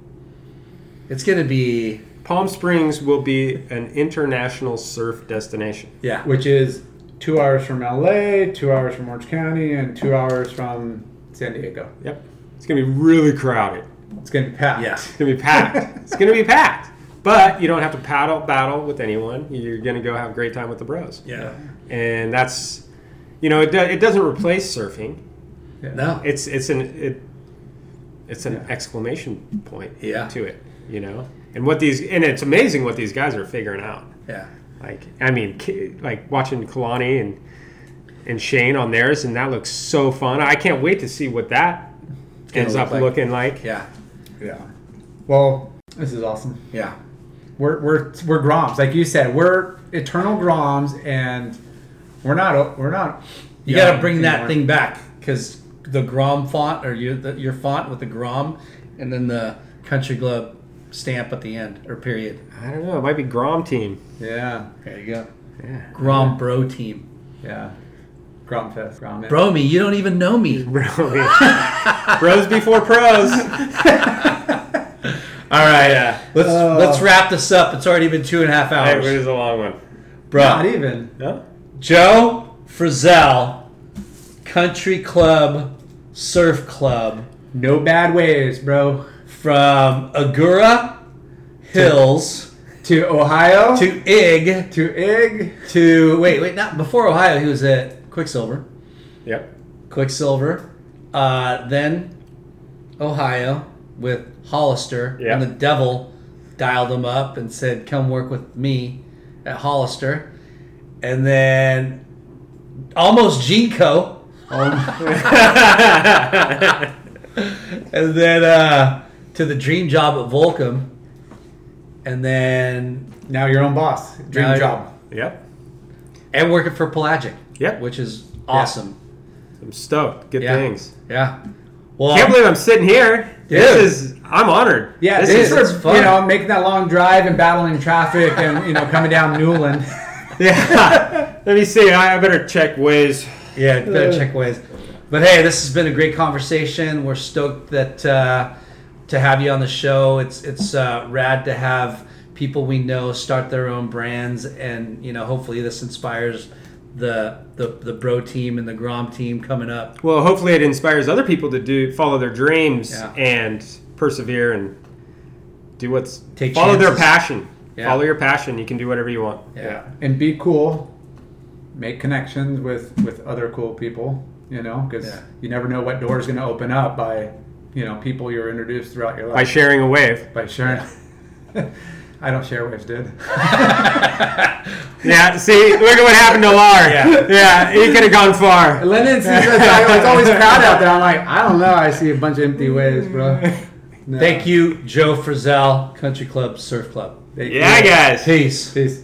D: it's going to be
E: Palm Springs will be an international surf destination.
D: yeah.
C: which is two hours from LA, two hours from Orange County, and two hours from San Diego.
E: Yep, it's gonna be really crowded.
C: It's gonna be packed.
D: Yeah.
E: It's gonna be packed. it's gonna be packed. But you don't have to paddle battle with anyone. You're gonna go have a great time with the bros.
D: Yeah.
E: and that's you know it, do, it doesn't replace surfing
D: No.
E: it's it's an it, it's an exclamation point
D: Yeah.
E: to it you know and what these and it's amazing what these guys are figuring out
D: yeah.
E: like i mean ki- like watching kalani and and shane on theirs and that looks so fun i can't wait to see what that ends
D: look
E: up
D: like-
E: looking like
D: Yeah.
C: Yeah. Well, this is awesome.
D: Yeah.
C: We're we're we're groms, like you said. We're eternal groms, and we're not we're not.
D: You got to bring that thing back because the Grom font or your the, your font with the Grom and then the Country Club stamp at the end or period.
E: i don't know it might be grom team
C: Yeah.
D: There you go. Grom Bro Team.
C: Yeah. Gromfest. Gromfest.
D: Bro, me, you don't even know me.
E: Bros before pros.
D: All right, uh, let's let's wrap this up. It's already been two and a half
E: Hey,
D: hours,
E: it was a long one.
D: bro.
C: Not even.
E: No?
D: Joe Frizzell, Country Club Surf Club
C: No bad waves, bro.
D: from Agura Hills
C: To Ohio.
D: to Ig
C: to Ig.
D: to wait, wait, not before Ohio. He was at Quicksilver,
E: Yep.
D: Quicksilver, uh, then Ohio with Hollister,
E: Yeah.
D: and the devil dialed him up and said, "Come work with me at Hollister," and then almost Jinko. and then uh, to the dream job at Volcom, and then
C: Now your own boss. Dream
D: Now-
C: job.
E: Yep.
D: and working for Pelagic.
E: Yep.
D: which is awesome.
E: I'm stoked. Good
D: Yeah,
E: things.
D: Yeah. Well,
E: Can't believe I'm sitting here.
D: Dude.
E: This is I'm honored.
C: Yeah,
E: this
C: this
D: is-
C: is
D: it's
C: for
D: fun.
C: you know making that long drive and battling traffic and you know coming down Newland.
E: Yeah. Let me see. I I better check ways.
D: yeah, better check ways. But hey, this has been a great conversation. We're stoked that uh, to have you on the show. It's it's uh, rad to have people we know start their own brands, and you know, hopefully, this inspires the the the bro team and the Grom team coming up.
E: Well, hopefully it inspires other people to do follow their dreams
D: Yeah.
E: and persevere and do what's
D: Take
E: follow their
D: chances.
E: passion.
D: Yeah.
E: Follow your passion. You can do whatever you want.
D: Yeah.
C: and be cool. Make connections with with other cool people. You know, because
D: Yeah.
C: you never know what door is going to open up by you know people you're introduced throughout your
E: By
C: life.
E: sharing a wave.
C: By sharing. I don't share waves, dude.
E: Yeah, see, look at what happened to Lar. Yeah, he could have gone far.
C: Lennon sees us. I- It's always crowd out there. I'm like, I don't know. I see a bunch of empty waves, bro. No.
D: Thank you, Joe Frizzell, Country Club Surf Club.
C: Thank
E: Yeah,
C: you.
E: guys.
D: Peace.
C: Peace.